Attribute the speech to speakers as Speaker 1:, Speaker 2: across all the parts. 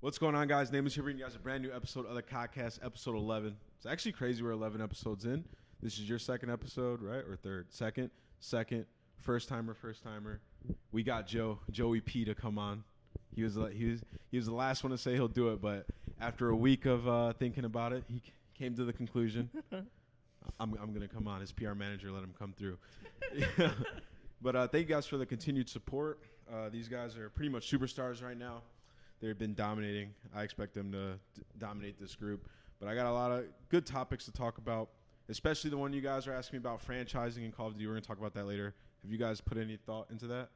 Speaker 1: What's going on, guys? Name is here, bringing you guys a brand new episode of the podcast, episode 11. It's actually crazy we're 11 episodes in. This is your second episode, right? Or third? Second, second, first timer, first timer. We got Joe, Joey P to come on. He was the- he was he was the last one to say he'll do it, but after a week of uh, thinking about it, he c- came to the conclusion. I'm, I'm gonna come on. His PR manager let him come through. but uh, thank you guys for the continued support. Uh, these guys are pretty much superstars right now. They've been dominating. I expect them to d- dominate this group. But I got a lot of good topics to talk about, especially the one you guys are asking me about franchising and Call of Duty. We're gonna talk about that later. Have you guys put any thought into that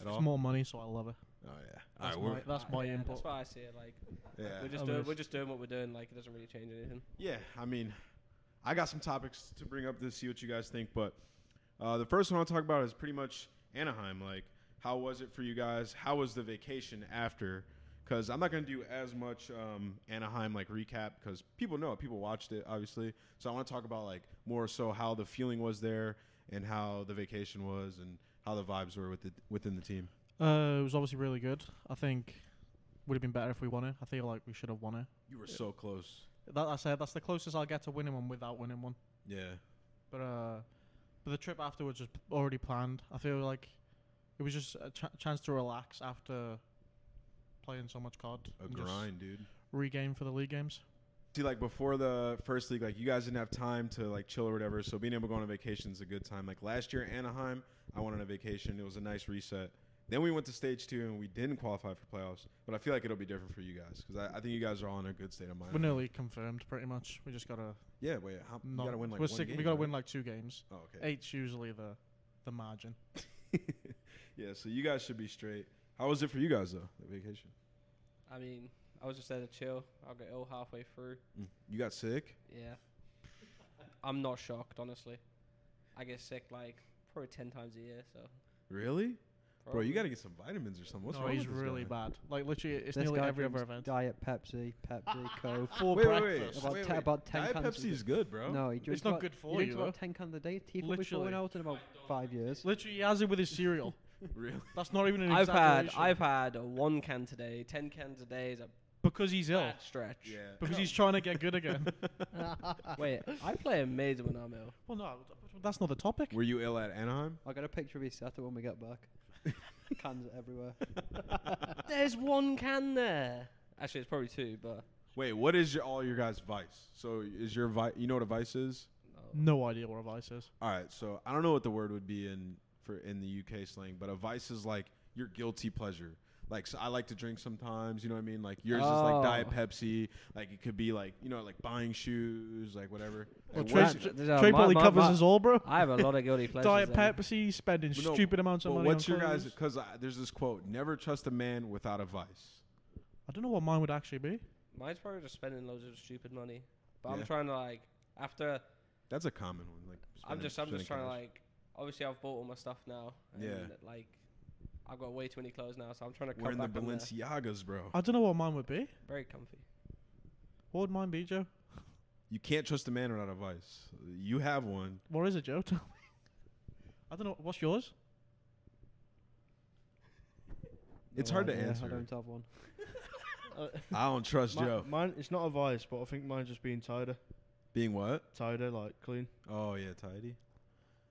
Speaker 1: at all?
Speaker 2: It's more money, so I love it.
Speaker 1: Oh yeah. All
Speaker 2: That's
Speaker 1: right,
Speaker 2: my,
Speaker 1: we're,
Speaker 2: that's my
Speaker 3: Yeah,
Speaker 2: input.
Speaker 3: That's why I see it. Like
Speaker 1: yeah.
Speaker 3: we're just
Speaker 2: I
Speaker 3: doing,
Speaker 2: wish.
Speaker 3: we're just doing what we're doing. Like it doesn't really change anything.
Speaker 1: Yeah, I mean, I got some topics to bring up to see what you guys think, but uh, the first one I'll talk about is pretty much Anaheim. Like, how was it for you guys? How was the vacation after? Because I'm not going to do as much um, Anaheim like recap because people know it, people watched it obviously. So I want to talk about like more so how the feeling was there and how the vacation was and how the vibes were with the, within the team.
Speaker 2: Uh, it was obviously really good. I think would have been better if we won it. I feel like we should have won it.
Speaker 1: You were so close.
Speaker 2: That I said, that's the closest I'll get to winning one without winning one.
Speaker 1: Yeah.
Speaker 2: But uh, but the trip afterwards was already planned. I feel like it was just a ch- chance to relax after playing so much COD.
Speaker 1: A
Speaker 2: and just
Speaker 1: grind, dude.
Speaker 2: Regain for the league games.
Speaker 1: See, like before the first league, like you guys didn't have time to like chill or whatever. So being able to go on a vacation is a good time. Like last year, Anaheim, I went on a vacation. It was a nice reset. Then we went to stage two and we didn't qualify for playoffs. But I feel like it'll be different for you guys because I, I think you guys are all in a good state of
Speaker 2: We're
Speaker 1: mind.
Speaker 2: nearly confirmed, pretty much. We just gotta
Speaker 1: yeah, wait, how, you
Speaker 2: not.
Speaker 1: gotta win like
Speaker 2: we're
Speaker 1: one
Speaker 2: sick-
Speaker 1: game,
Speaker 2: we gotta
Speaker 1: right?
Speaker 2: win like two games.
Speaker 1: Oh, okay.
Speaker 2: Eight's usually the the margin.
Speaker 1: yeah, so you guys should be straight. How was it for you guys though? The vacation?
Speaker 3: I mean, I was just there to chill. I got ill halfway through.
Speaker 1: Mm. You got sick?
Speaker 3: Yeah, I'm not shocked, honestly. I get sick like probably ten times a year. So,
Speaker 1: Really? Bro,
Speaker 3: probably.
Speaker 1: you gotta get some vitamins or something. What's
Speaker 2: no,
Speaker 1: wrong
Speaker 2: he's
Speaker 1: with this
Speaker 2: really
Speaker 1: guy?
Speaker 2: bad. Like literally, it's
Speaker 4: This
Speaker 2: nearly
Speaker 4: guy
Speaker 2: every other
Speaker 4: drinks
Speaker 2: event.
Speaker 4: Diet Pepsi, Pepsi, Coke. Four
Speaker 1: Wait, wait, wait.
Speaker 4: breakfasts.
Speaker 1: wait,
Speaker 4: About,
Speaker 1: wait.
Speaker 4: te- about ten
Speaker 1: Diet
Speaker 4: cans.
Speaker 1: Pepsi's good, bro.
Speaker 4: No, he drinks
Speaker 2: not
Speaker 4: about,
Speaker 2: good for
Speaker 4: he drinks
Speaker 2: you,
Speaker 4: about
Speaker 2: though.
Speaker 4: ten cans a day. His teeth will be
Speaker 2: Literally.
Speaker 4: falling out in about five years.
Speaker 2: Literally, he has it with his cereal.
Speaker 1: really?
Speaker 2: That's not even an
Speaker 3: I've had
Speaker 2: exaggeration.
Speaker 3: I've had one can today. Ten cans a day is a
Speaker 2: because he's ill.
Speaker 3: bad stretch.
Speaker 1: Yeah.
Speaker 2: Because he's trying to get good again. Ah.
Speaker 3: Wait, I play amazing when I'm ill.
Speaker 2: well, no, that's not the topic.
Speaker 1: Were you ill at Anaheim?
Speaker 4: I got a picture of his setup when we get back. cans everywhere.
Speaker 3: There's one can there. Actually, it's probably two, but
Speaker 1: Wait, what is your, all your guys' vice? So is your vice? You know what a vice is?
Speaker 2: no idea what a vice is.
Speaker 1: All right, so I don't know what the word would be in for in the UK slang, but a vice is like your guilty pleasure. Like so I like to drink sometimes, you know what I mean? Like yours is
Speaker 3: Oh.
Speaker 1: like Diet Pepsi. Like it could be like you know like buying shoes, like whatever.
Speaker 2: Well,
Speaker 1: Like,
Speaker 2: Trey,
Speaker 1: what-
Speaker 3: Trey-
Speaker 1: but
Speaker 3: no,
Speaker 2: Trey
Speaker 3: my-
Speaker 2: probably
Speaker 3: my-
Speaker 2: covers
Speaker 3: my-
Speaker 2: us all, bro.
Speaker 3: I have a lot of guilty pleasures.
Speaker 2: Diet
Speaker 3: then.
Speaker 2: Pepsi, spending
Speaker 1: no,
Speaker 2: stupid amounts of
Speaker 1: but
Speaker 2: money.
Speaker 1: What's
Speaker 2: on
Speaker 1: your guys?
Speaker 2: clothes.
Speaker 1: Because there's this quote: "Never trust a man without a vice."
Speaker 2: I don't know what mine would actually be.
Speaker 3: Mine's probably just spending loads of stupid money. But
Speaker 1: Yeah.
Speaker 3: I'm trying to like after
Speaker 1: That's a common one. Like
Speaker 3: I'm
Speaker 1: spending-
Speaker 3: just I'm
Speaker 1: spending
Speaker 3: just trying to
Speaker 1: cash.
Speaker 3: like obviously I've bought all my stuff now. And
Speaker 1: Yeah.
Speaker 3: Like I've got way too many clothes now, so I'm trying to
Speaker 1: We're
Speaker 3: cut
Speaker 1: in
Speaker 3: back
Speaker 1: the
Speaker 3: on there.
Speaker 1: Balenciagas, bro.
Speaker 2: I don't know what mine would be.
Speaker 3: Very comfy.
Speaker 2: What would mine be, Joe?
Speaker 1: You can't trust a man without a vice. You have one.
Speaker 2: What is it, Joe? Tell me. I don't know. What's yours?
Speaker 1: It's
Speaker 4: No
Speaker 1: hard to
Speaker 4: idea,
Speaker 1: answer.
Speaker 4: I don't have one.
Speaker 3: Uh,
Speaker 1: I don't trust
Speaker 5: Mi-
Speaker 1: Joe.
Speaker 5: Mine, it's not a vice, but I think mine's just being tighter,
Speaker 1: Being what?
Speaker 5: tighter, like clean.
Speaker 1: Oh yeah, tidy.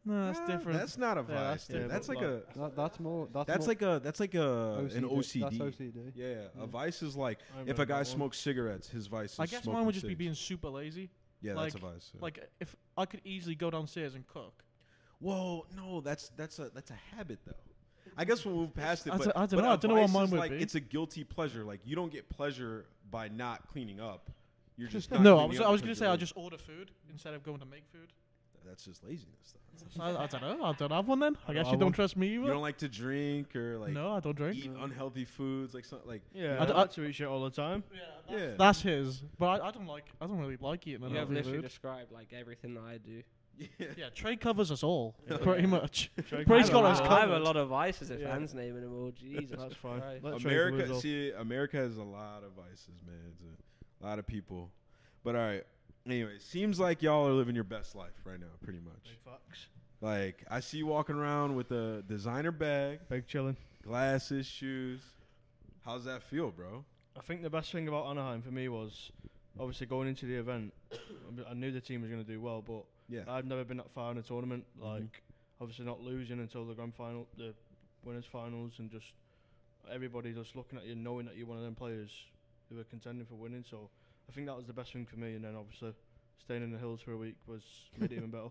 Speaker 2: No, that's
Speaker 1: Ah,
Speaker 2: different.
Speaker 1: That's not a vice.
Speaker 2: Yeah,
Speaker 1: that's,
Speaker 2: that's
Speaker 1: dude.
Speaker 5: different.
Speaker 1: that's like a.
Speaker 4: That, that's more. That's,
Speaker 1: That's
Speaker 4: more
Speaker 1: like a. That's like a
Speaker 4: OCD.
Speaker 1: an OCD.
Speaker 4: That's OCD.
Speaker 1: Yeah, yeah,
Speaker 2: Mm.
Speaker 1: a vice is like
Speaker 5: I
Speaker 1: if a
Speaker 5: remember
Speaker 1: guy
Speaker 5: that one.
Speaker 1: smokes cigarettes, his vice. Is
Speaker 2: I guess mine
Speaker 1: smoking
Speaker 2: would just be
Speaker 1: cigs.
Speaker 2: being super lazy.
Speaker 1: Yeah,
Speaker 2: like,
Speaker 1: that's a vice. yeah.
Speaker 2: Like if I could easily go downstairs and cook.
Speaker 1: whoa, no, that's that's a that's a habit though. I guess we'll move past it.
Speaker 2: I
Speaker 1: But,
Speaker 2: don't- I don't
Speaker 1: but
Speaker 2: know.
Speaker 1: a
Speaker 2: I don't know what
Speaker 1: vice
Speaker 2: mine
Speaker 1: is
Speaker 2: would
Speaker 1: like,
Speaker 2: be.
Speaker 1: It's a guilty pleasure. Like you don't get pleasure by not cleaning up. You're just not
Speaker 2: No, I
Speaker 1: cleaning
Speaker 2: was,
Speaker 1: up
Speaker 2: I
Speaker 1: because
Speaker 2: was gonna
Speaker 1: you're
Speaker 2: say I'll
Speaker 1: lazy.
Speaker 2: just order food instead of going to make food.
Speaker 1: That's just laziness. Though.
Speaker 2: I, I don't know. I don't have one then. I guess you
Speaker 5: have
Speaker 2: don't
Speaker 5: one.
Speaker 2: trust me
Speaker 1: You
Speaker 2: either.
Speaker 1: don't like to drink or like
Speaker 2: no, I don't drink.
Speaker 1: eat unhealthy foods, like something like
Speaker 5: Yeah,
Speaker 2: I
Speaker 5: I,
Speaker 2: d-
Speaker 5: I
Speaker 2: I-
Speaker 5: like to eat shit all the time.
Speaker 1: yeah.
Speaker 2: That's his. But I, I don't like. I don't really like eating
Speaker 3: you have
Speaker 2: unhealthy
Speaker 3: literally
Speaker 2: food.
Speaker 3: described like everything that I do.
Speaker 1: yeah.
Speaker 2: Yeah, Trey covers us all pretty much.
Speaker 5: Trey
Speaker 2: Trey's
Speaker 3: I
Speaker 2: got
Speaker 3: have a
Speaker 2: us
Speaker 3: lot- I have a
Speaker 2: covered.
Speaker 3: lot of vices if
Speaker 5: Yeah.
Speaker 3: fans naming them all. Jesus,
Speaker 5: That's fine.
Speaker 3: Christ.
Speaker 5: Let Trey covers
Speaker 1: America,
Speaker 5: all.
Speaker 1: see, America has a lot of vices, man. It's a lot of people. But all right. Anyway, seems like y'all are living your best life right now, pretty much.
Speaker 5: Big fucks.
Speaker 1: Like I see you walking around with a designer bag,
Speaker 5: Big chilling.
Speaker 1: glasses, shoes. How's that feel, bro?
Speaker 5: I think the best thing about Anaheim for me was obviously going into the event. I knew the team was going to do well, but
Speaker 1: Yeah.
Speaker 5: I've never been that far in a tournament.
Speaker 1: Mhm.
Speaker 5: Like, obviously not losing until the grand final, the winners' finals, and just everybody just looking at you, knowing that you're one of them players who are contending for winning. So I think that was the best thing for me. And then obviously staying in the hills for a week was made it even better.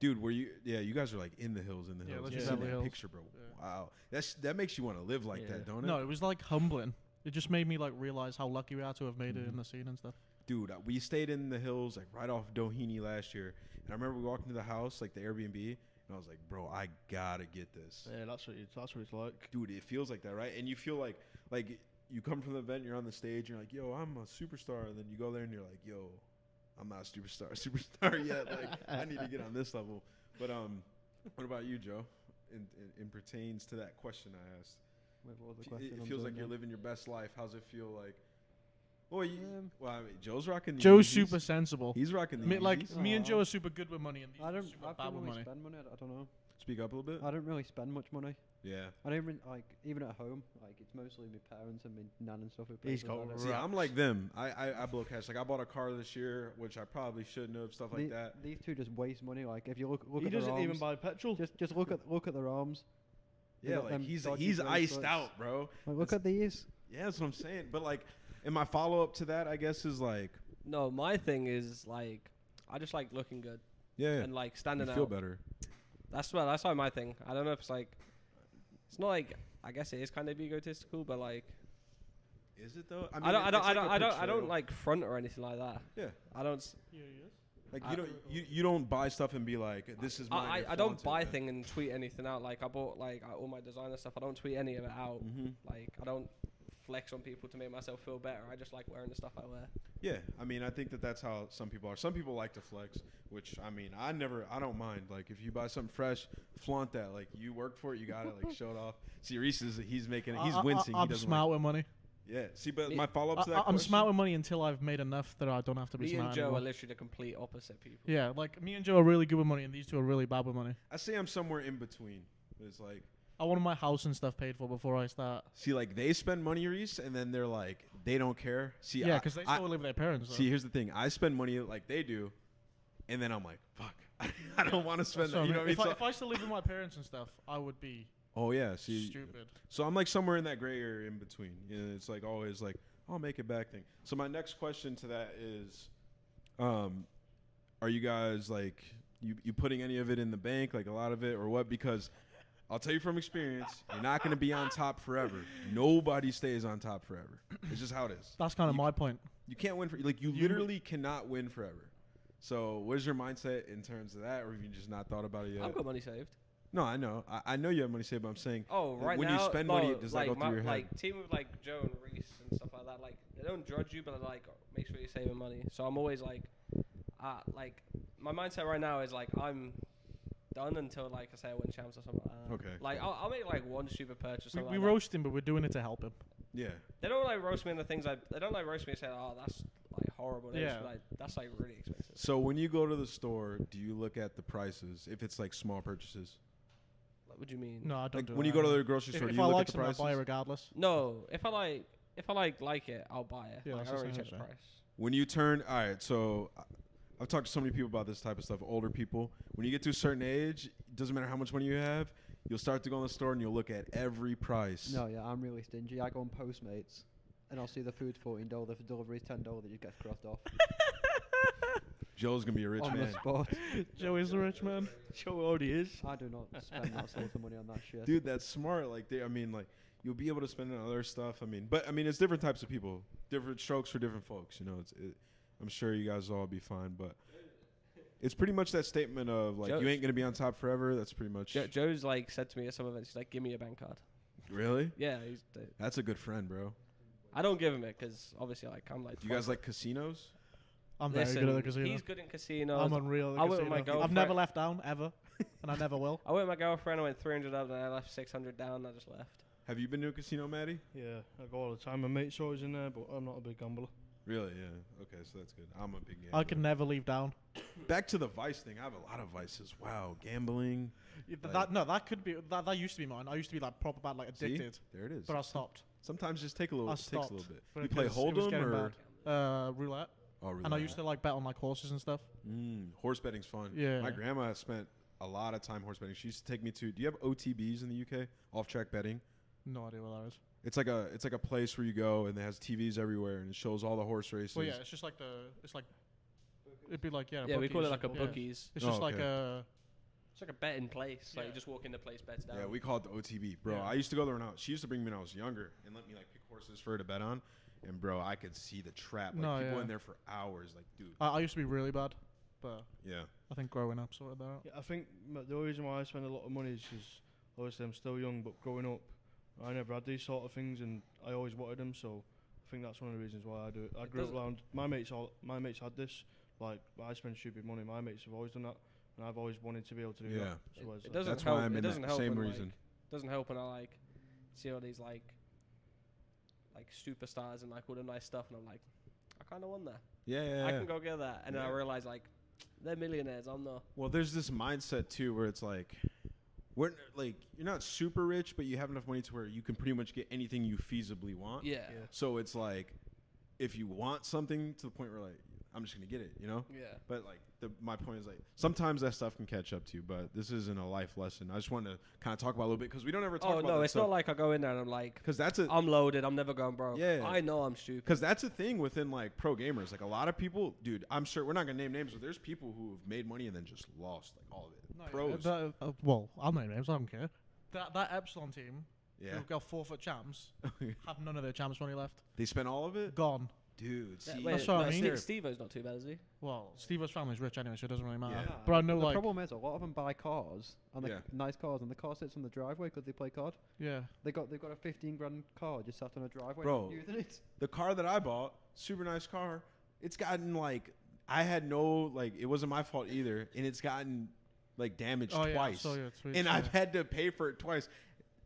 Speaker 1: Dude, were you? Yeah, you guys were like in the hills, in the
Speaker 2: Yeah,
Speaker 1: hills.
Speaker 5: let's
Speaker 1: You
Speaker 5: just
Speaker 1: seen
Speaker 5: Beverly
Speaker 1: that
Speaker 2: Hills.
Speaker 1: picture, bro.
Speaker 2: Yeah.
Speaker 1: Wow, that's that makes you want to live like
Speaker 5: Yeah.
Speaker 1: that, don't it?
Speaker 2: No, it was like humbling. It just made me like realize how lucky we are to have made it
Speaker 1: Mhm.
Speaker 2: in the scene and stuff.
Speaker 1: dude, uh, we stayed in the hills, like right off Doheny last year, and I remember we walked into the house, like the Airbnb, and I was like, bro, I gotta get this.
Speaker 5: yeah, that's what it's, that's what it's like.
Speaker 1: dude, it feels like that, right? And you feel like like you come from the event, you're on the stage, you're like, yo, I'm a superstar, and then you go there and you're like, yo, I'm not a superstar, superstar yet. Like I need to get on this level. But um, what about you, Joe? In, in, in pertains to that question I asked,
Speaker 4: Wait, what was the
Speaker 1: Fe-
Speaker 4: question?
Speaker 1: it
Speaker 4: I'm
Speaker 1: feels
Speaker 4: sorry,
Speaker 1: like you're
Speaker 4: Dan.
Speaker 1: living your best life. How's it feel like? Well, you,
Speaker 4: Um,
Speaker 1: well, I mean, Joe's rocking. The
Speaker 2: Joe's
Speaker 1: Yeezys.
Speaker 2: super sensible.
Speaker 1: He's rocking the
Speaker 2: Me, like
Speaker 1: Yeezys.
Speaker 2: me and
Speaker 4: Aw.
Speaker 2: Joe are super good with money, and these
Speaker 4: I
Speaker 2: are
Speaker 4: don't.
Speaker 2: super
Speaker 4: I
Speaker 2: bad
Speaker 4: don't
Speaker 2: with
Speaker 4: really
Speaker 2: money.
Speaker 4: spend money. I don't know.
Speaker 1: Speak up a little bit.
Speaker 4: I don't really spend much money.
Speaker 1: yeah.
Speaker 4: I don't even like even at home. Like it's mostly my parents and my nan and stuff. Who pay
Speaker 5: He's
Speaker 4: for
Speaker 5: got
Speaker 4: that.
Speaker 1: See, I'm like them. I, I I blow cash. Like I bought a car this year, which I probably shouldn't have. Stuff like
Speaker 4: The-
Speaker 1: that.
Speaker 4: These two just waste money. Like if you look look
Speaker 5: he
Speaker 4: at their
Speaker 5: doesn't
Speaker 4: arms,
Speaker 5: even buy petrol.
Speaker 4: just just look at look at their arms. They
Speaker 1: Yeah,
Speaker 4: got
Speaker 1: like
Speaker 4: them
Speaker 1: he's
Speaker 4: dodgy
Speaker 1: he's iced
Speaker 4: bracelets.
Speaker 1: out, bro.
Speaker 4: Like look
Speaker 1: That's-
Speaker 4: at these.
Speaker 1: Yeah, that's what I'm saying. But like, and my follow up to that, I guess, is like,
Speaker 3: No, my thing is like I just like looking good
Speaker 1: yeah,
Speaker 3: and like
Speaker 1: yeah, you
Speaker 3: standing
Speaker 1: feel
Speaker 3: out.
Speaker 1: better.
Speaker 3: That's what that's like my thing. I don't know if it's like it's not like I guess it is kind of egotistical, but like
Speaker 1: Is it though?
Speaker 3: I, don't, I
Speaker 1: it- it's
Speaker 3: don't,
Speaker 1: like
Speaker 3: I don't,
Speaker 1: a
Speaker 3: I don't, I
Speaker 1: portrayal.
Speaker 3: don't like front or anything like that.
Speaker 1: Yeah.
Speaker 3: I don't. s-
Speaker 1: Like
Speaker 3: I-
Speaker 1: you don't you, you don't buy stuff and be like, this is mine.
Speaker 3: I, I, I don't buy thing and tweet anything out. Like I bought like I- all my designer stuff. I don't tweet any of it out.
Speaker 1: Mm-hmm.
Speaker 3: Like I don't flex on people to make myself feel better. I just like wearing the stuff I wear.
Speaker 1: Yeah, I mean, I think that that's how some people are. Some people like to flex, which I mean, I never, I don't mind. Like, if you buy something fresh, flaunt that. Like, you work for it, you got it. Like, show it off. See, Reese is he's making it. He's
Speaker 2: I,
Speaker 1: wincing.
Speaker 2: I,
Speaker 1: he
Speaker 2: I'm
Speaker 1: doesn't.
Speaker 2: smart with money.
Speaker 1: Like, yeah. See, but
Speaker 3: Me-
Speaker 1: my follow up to
Speaker 2: I,
Speaker 1: that.
Speaker 2: I- I'm
Speaker 1: question-
Speaker 2: smart with money until I've made enough that I don't have to be
Speaker 3: Me
Speaker 2: smart.
Speaker 3: and Joe
Speaker 2: anymore.
Speaker 3: are literally the complete opposite people.
Speaker 2: yeah, like me and Joe are really good with money, and these two are really bad with money.
Speaker 1: I say I'm somewhere in between. But it's like,
Speaker 2: I wanted my house and stuff paid for before I start.
Speaker 1: see, like they spend money, Reese, and then they're like, they don't care. See,
Speaker 2: Yeah,
Speaker 1: I-
Speaker 2: 'cause yeah, because they
Speaker 1: I-
Speaker 2: still live with their parents. though.
Speaker 1: See, here's the thing. I spend money like they do, and then I'm like, fuck, I don't want to spend
Speaker 2: That's
Speaker 1: that.
Speaker 2: what I
Speaker 1: You know
Speaker 2: mean.
Speaker 1: what I mean?
Speaker 2: if, I,
Speaker 1: So-
Speaker 2: if I still live with my parents and stuff, I would be
Speaker 1: oh yeah. See,
Speaker 2: stupid.
Speaker 1: So I'm like somewhere in that gray area in between. And it's like always like I'll make it back thing. So my next question to that is, um, are you guys like you you putting any of it in the bank, like a lot of it, or what? Because I'll tell you from experience, you're not going to be on top forever. Nobody stays on top forever. It's just how it is.
Speaker 2: That's kind of
Speaker 1: You
Speaker 2: my point.
Speaker 1: You can't win for like you
Speaker 2: You-
Speaker 1: literally cannot win forever. So what is your mindset in terms of that, or have you just not thought about it yet?
Speaker 3: I've got money saved.
Speaker 1: No, I know, I, I know you have money saved, but I'm saying
Speaker 3: Oh,
Speaker 1: Like,
Speaker 3: right
Speaker 1: when you
Speaker 3: now,
Speaker 1: spend
Speaker 3: no,
Speaker 1: money, does that
Speaker 3: like
Speaker 1: go through
Speaker 3: my,
Speaker 1: your head?
Speaker 3: Like team with like Joe and Reese and stuff like that. Like they don't judge you, but like make sure you're saving money. So I'm always like, uh, like my mindset right now is like I'm done until like I say I win champs or something. Like, that.
Speaker 1: Okay.
Speaker 3: Like I'll, I'll make like one stupid purchase.
Speaker 2: We,
Speaker 3: something
Speaker 2: we
Speaker 3: like that.
Speaker 2: roast him, but we're doing it to help him.
Speaker 1: yeah.
Speaker 3: They don't like roast me in the things I. They don't like roast me and say, oh, that's like horrible. They just
Speaker 2: Yeah.
Speaker 3: be like that's like really expensive.
Speaker 1: So when you go to the store, do you look at the prices if it's like small purchases?
Speaker 3: Like, what do you mean?
Speaker 2: No, I don't.
Speaker 1: Like
Speaker 2: do
Speaker 1: when
Speaker 2: that.
Speaker 1: you go to the grocery
Speaker 2: if,
Speaker 1: store,
Speaker 2: if
Speaker 1: do you
Speaker 2: I
Speaker 1: look
Speaker 2: like
Speaker 1: at the
Speaker 2: something,
Speaker 1: prices?
Speaker 2: I buy it regardless.
Speaker 3: No, if I like, if I like like it, I'll buy it.
Speaker 2: Yeah,
Speaker 3: like,
Speaker 2: that's
Speaker 3: I don't
Speaker 2: the
Speaker 3: really
Speaker 2: same
Speaker 3: check the
Speaker 2: as I.
Speaker 3: price.
Speaker 1: when you turn, all right. So I- I've talked to so many people about this type of stuff. Older people, when you get to a certain age, it doesn't matter how much money you have, you'll start to go in the store and you'll look at every price.
Speaker 4: No, yeah, I'm really stingy. I go on Postmates, and I'll see the food's fourteen dollars, the delivery's ten dollars. It just gets crossed off
Speaker 1: Joe's gonna be a rich
Speaker 2: Oh,
Speaker 4: on
Speaker 1: man,
Speaker 4: the spot.
Speaker 2: Joe is a rich man.
Speaker 5: Joe already is.
Speaker 4: I do not spend that sort of money on that shit.
Speaker 1: dude. That's smart. Like they, I mean, like you'll be able to spend on other stuff. I mean, but I mean, it's different types of people, different strokes for different folks. You know, it's. It, I'm sure you guys will all be fine, but. It's pretty much that statement of like
Speaker 3: Joe-
Speaker 1: you ain't gonna be on top forever. That's pretty much
Speaker 3: Jo- Joe's like said to me at some events, he's like, give me a bank card.
Speaker 1: really.
Speaker 3: Yeah, he's, the-
Speaker 1: That's a good friend, bro.
Speaker 3: I don't give him it because obviously, like, I'm like.
Speaker 1: Do you guys
Speaker 3: 20.
Speaker 1: like casinos?
Speaker 2: I'm very good at the
Speaker 3: Listen,
Speaker 2: casino.
Speaker 3: He's good in casinos.
Speaker 2: I'm unreal. At the
Speaker 3: I
Speaker 2: casino.
Speaker 3: went with my
Speaker 2: I've never
Speaker 3: girlfriend-
Speaker 2: left down ever, and I never will.
Speaker 3: I went with my girlfriend. I went 300 up, and I left 600 down. And I just left.
Speaker 1: Have you been to a casino, Maddie?
Speaker 5: Yeah, I go all the time. My mate's always in there, but I'm not a big gambler.
Speaker 1: Really? Yeah. Okay, so that's good. I'm a big gambler.
Speaker 2: I can never leave down.
Speaker 1: Back to the vice thing. I have a lot of vices. Wow, gambling.
Speaker 2: Yeah, th-
Speaker 1: Like-
Speaker 2: that no, that could be that. That used to be mine. I used to be like proper bad, like
Speaker 1: See?
Speaker 2: addicted,
Speaker 1: There it is.
Speaker 2: but I stopped.
Speaker 1: Sometimes just take a little.
Speaker 2: I
Speaker 1: It takes a little
Speaker 2: stopped,
Speaker 1: bit.
Speaker 2: but
Speaker 1: you
Speaker 2: it
Speaker 1: play
Speaker 2: was- it was
Speaker 1: hold'em
Speaker 2: getting
Speaker 1: or
Speaker 2: uh, roulette.
Speaker 1: oh, really?
Speaker 2: And I used to like bet on like horses and stuff.
Speaker 1: Mm, horse betting's fun.
Speaker 2: Yeah.
Speaker 1: My grandma spent a lot of time horse betting. She used to take me to. Do you have OTBs in the UK? Off track betting.
Speaker 2: No idea what that is.
Speaker 1: It's like a it's like a place where you go and it has TVs everywhere and it shows all the horse races.
Speaker 2: Well, yeah, it's just like the it's like it'd be like yeah.
Speaker 3: yeah, we call
Speaker 2: bookies,
Speaker 3: it like a
Speaker 2: yeah.
Speaker 3: bookies.
Speaker 2: It's
Speaker 1: Oh,
Speaker 2: just like uh,
Speaker 1: okay.
Speaker 2: a
Speaker 3: It's like a bet in place. Like
Speaker 2: Yeah.
Speaker 3: you just walk into place, bets down.
Speaker 1: Yeah, we call it the OTB, bro.
Speaker 2: Yeah.
Speaker 1: I used to go there when I was. She used to bring me when I was younger and let me like pick horses for her to bet on, and bro, I could see the trap. Like
Speaker 2: No,
Speaker 1: people
Speaker 2: yeah.
Speaker 1: in there for hours. Like, dude.
Speaker 2: I, I used to be really bad, but
Speaker 1: Yeah.
Speaker 2: I think growing up sorted that out.
Speaker 5: Yeah, I think m- the only reason why I spend a lot of money is 'cause obviously I'm still young, but growing up, I never had these sort of things, and I always wanted them. So I think that's one of the reasons why I do it. I
Speaker 3: It
Speaker 5: grew up
Speaker 3: doesn't-
Speaker 5: around my mates. All my mates had this. Like I spend stupid money. My mates have always done that, and I've always wanted to be able to do
Speaker 1: Yeah.
Speaker 5: that. So I
Speaker 3: it, it
Speaker 5: was like-
Speaker 3: doesn't
Speaker 1: That's why
Speaker 3: help.
Speaker 1: I'm
Speaker 3: it
Speaker 1: in that
Speaker 3: doesn't help
Speaker 1: same
Speaker 3: when,
Speaker 1: reason.
Speaker 3: Like, doesn't help when I like see all these like like superstars and like all the nice stuff, and I'm like, I kind of want that.
Speaker 1: Yeah. yeah,
Speaker 3: I
Speaker 1: yeah.
Speaker 3: can go get that, and then I
Speaker 1: Yeah.
Speaker 3: realize like they're millionaires. I'm not.
Speaker 1: Well, there's this mindset too where it's like we're like you're not super rich, but you have enough money to where you can pretty much get anything you feasibly want.
Speaker 3: Yeah.
Speaker 5: Yeah.
Speaker 1: So it's like if you want something to the point where like I'm just gonna get it, you know?
Speaker 3: Yeah.
Speaker 1: But like the, my point is like sometimes that stuff can catch up to you, but this isn't a life lesson. I just want to kind of talk about it a little bit because we don't ever talk
Speaker 3: Oh
Speaker 1: about
Speaker 3: no,
Speaker 1: that
Speaker 3: it's not like I go in there and I'm like,
Speaker 1: because that's a
Speaker 3: I'm loaded. I'm never going broke.
Speaker 1: Yeah.
Speaker 3: I know I'm stupid.
Speaker 1: because that's a thing within like pro gamers. Like a lot of people, dude. I'm sure we're not gonna name names, but there's people who have made money and then just lost like all of it. Pros,
Speaker 2: Uh, that- uh, well, I'll name names. I don't care. That that Epsilon team
Speaker 1: yeah.
Speaker 2: who got four foot champs have none of their champs money left.
Speaker 1: They spent all of it?
Speaker 2: Gone.
Speaker 1: Dude,
Speaker 3: Yeah,
Speaker 1: see,
Speaker 3: wait,
Speaker 2: That's what I
Speaker 3: no,
Speaker 2: mean.
Speaker 3: Steve, Steve-O's not too bad, is he?
Speaker 2: Well, Steve's family's rich anyway, so it doesn't really matter.
Speaker 1: Yeah.
Speaker 2: But I know
Speaker 4: the
Speaker 2: like
Speaker 4: problem is a lot of them buy cars and they
Speaker 1: Yeah.
Speaker 4: nice cars, and the car sits on the driveway because they play card.
Speaker 2: yeah.
Speaker 4: They got they've got a 15 grand car just sat on a driveway.
Speaker 1: Bro.
Speaker 4: using it.
Speaker 1: the car that I bought, super nice car. It's gotten like I had no like it wasn't my fault either, and it's gotten like damaged
Speaker 2: Oh, yeah, I
Speaker 1: twice,
Speaker 2: saw your tweets,
Speaker 1: and I've
Speaker 2: yeah.
Speaker 1: had to pay for it twice.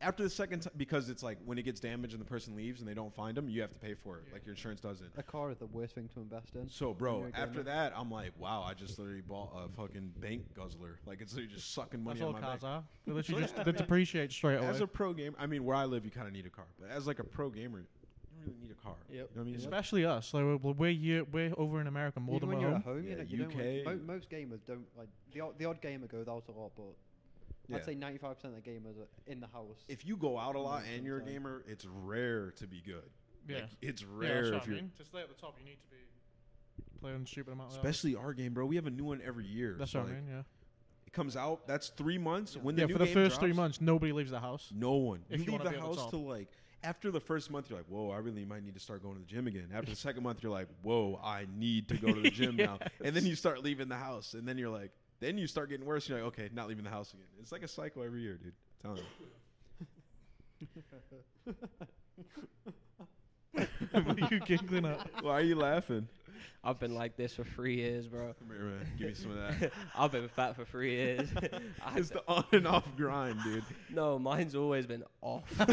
Speaker 1: After the second time, because it's like when it gets damaged and the person leaves and they don't find them, you have to pay for it. Like your insurance doesn't.
Speaker 4: A car is the worst thing to invest in.
Speaker 1: So,
Speaker 4: You're
Speaker 1: bro,
Speaker 4: a
Speaker 1: after
Speaker 4: gamer.
Speaker 1: that, I'm like, wow, I just literally bought a fucking bank guzzler. Like it's literally just sucking money
Speaker 2: That's
Speaker 1: out
Speaker 2: all
Speaker 1: of my bank.
Speaker 2: cars are. They literally just they depreciate straight away.
Speaker 1: As a pro gamer, I mean, where I live, you kind of need a car, but as like a pro gamer, you don't really need a car. You know
Speaker 5: Yep.
Speaker 1: what I mean?
Speaker 2: Especially us. Like we're, we're, year, we're over in America more
Speaker 4: Even
Speaker 2: than
Speaker 4: when
Speaker 2: we're
Speaker 4: you're
Speaker 2: home.
Speaker 4: at home,
Speaker 1: Yeah,
Speaker 4: you, know, you don't
Speaker 1: UK.
Speaker 4: really, mo- most gamers don't like the odd, the odd gamer goes out a lot, but
Speaker 1: Yeah.
Speaker 4: I'd say 95% of the gamers are in the house.
Speaker 1: if you go out a lot
Speaker 4: Yeah,
Speaker 1: and you're a
Speaker 4: sometime.
Speaker 1: gamer, it's rare to be good.
Speaker 2: Yeah.
Speaker 1: Like, it's
Speaker 2: yeah, that's
Speaker 1: rare
Speaker 2: what
Speaker 1: if
Speaker 2: I
Speaker 1: you're.
Speaker 2: mean. To stay at the top, you need to be playing a stupid amount. of hours.
Speaker 1: Especially our game, bro. We have a new one every year.
Speaker 2: that's
Speaker 1: So,
Speaker 2: what I
Speaker 1: like,
Speaker 2: mean. Yeah.
Speaker 1: It comes out. That's three months. When the
Speaker 2: yeah.
Speaker 1: new
Speaker 2: For the
Speaker 1: game
Speaker 2: first three
Speaker 1: drops,
Speaker 2: months, nobody leaves the house.
Speaker 1: no one.
Speaker 2: if you
Speaker 1: you leave
Speaker 2: wanna
Speaker 1: the
Speaker 2: be at the
Speaker 1: house
Speaker 2: top.
Speaker 1: to like after the first month, you're like, whoa, I really might need to start going to the gym again. After the second month, you're like, whoa, I need to go to the gym now. And then you start leaving the house, and then you're like, then you start getting worse. You're like, okay, not leaving the house again. It's like a cycle every year, dude. I'm telling you.
Speaker 2: what are you giggling at?
Speaker 1: Why are you laughing?
Speaker 3: I've been like this for three years, bro.
Speaker 1: Come here, man. Give me some of that.
Speaker 3: I've been fat for three years. I-
Speaker 1: It's the on and off grind, dude.
Speaker 3: no, mine's always been off. to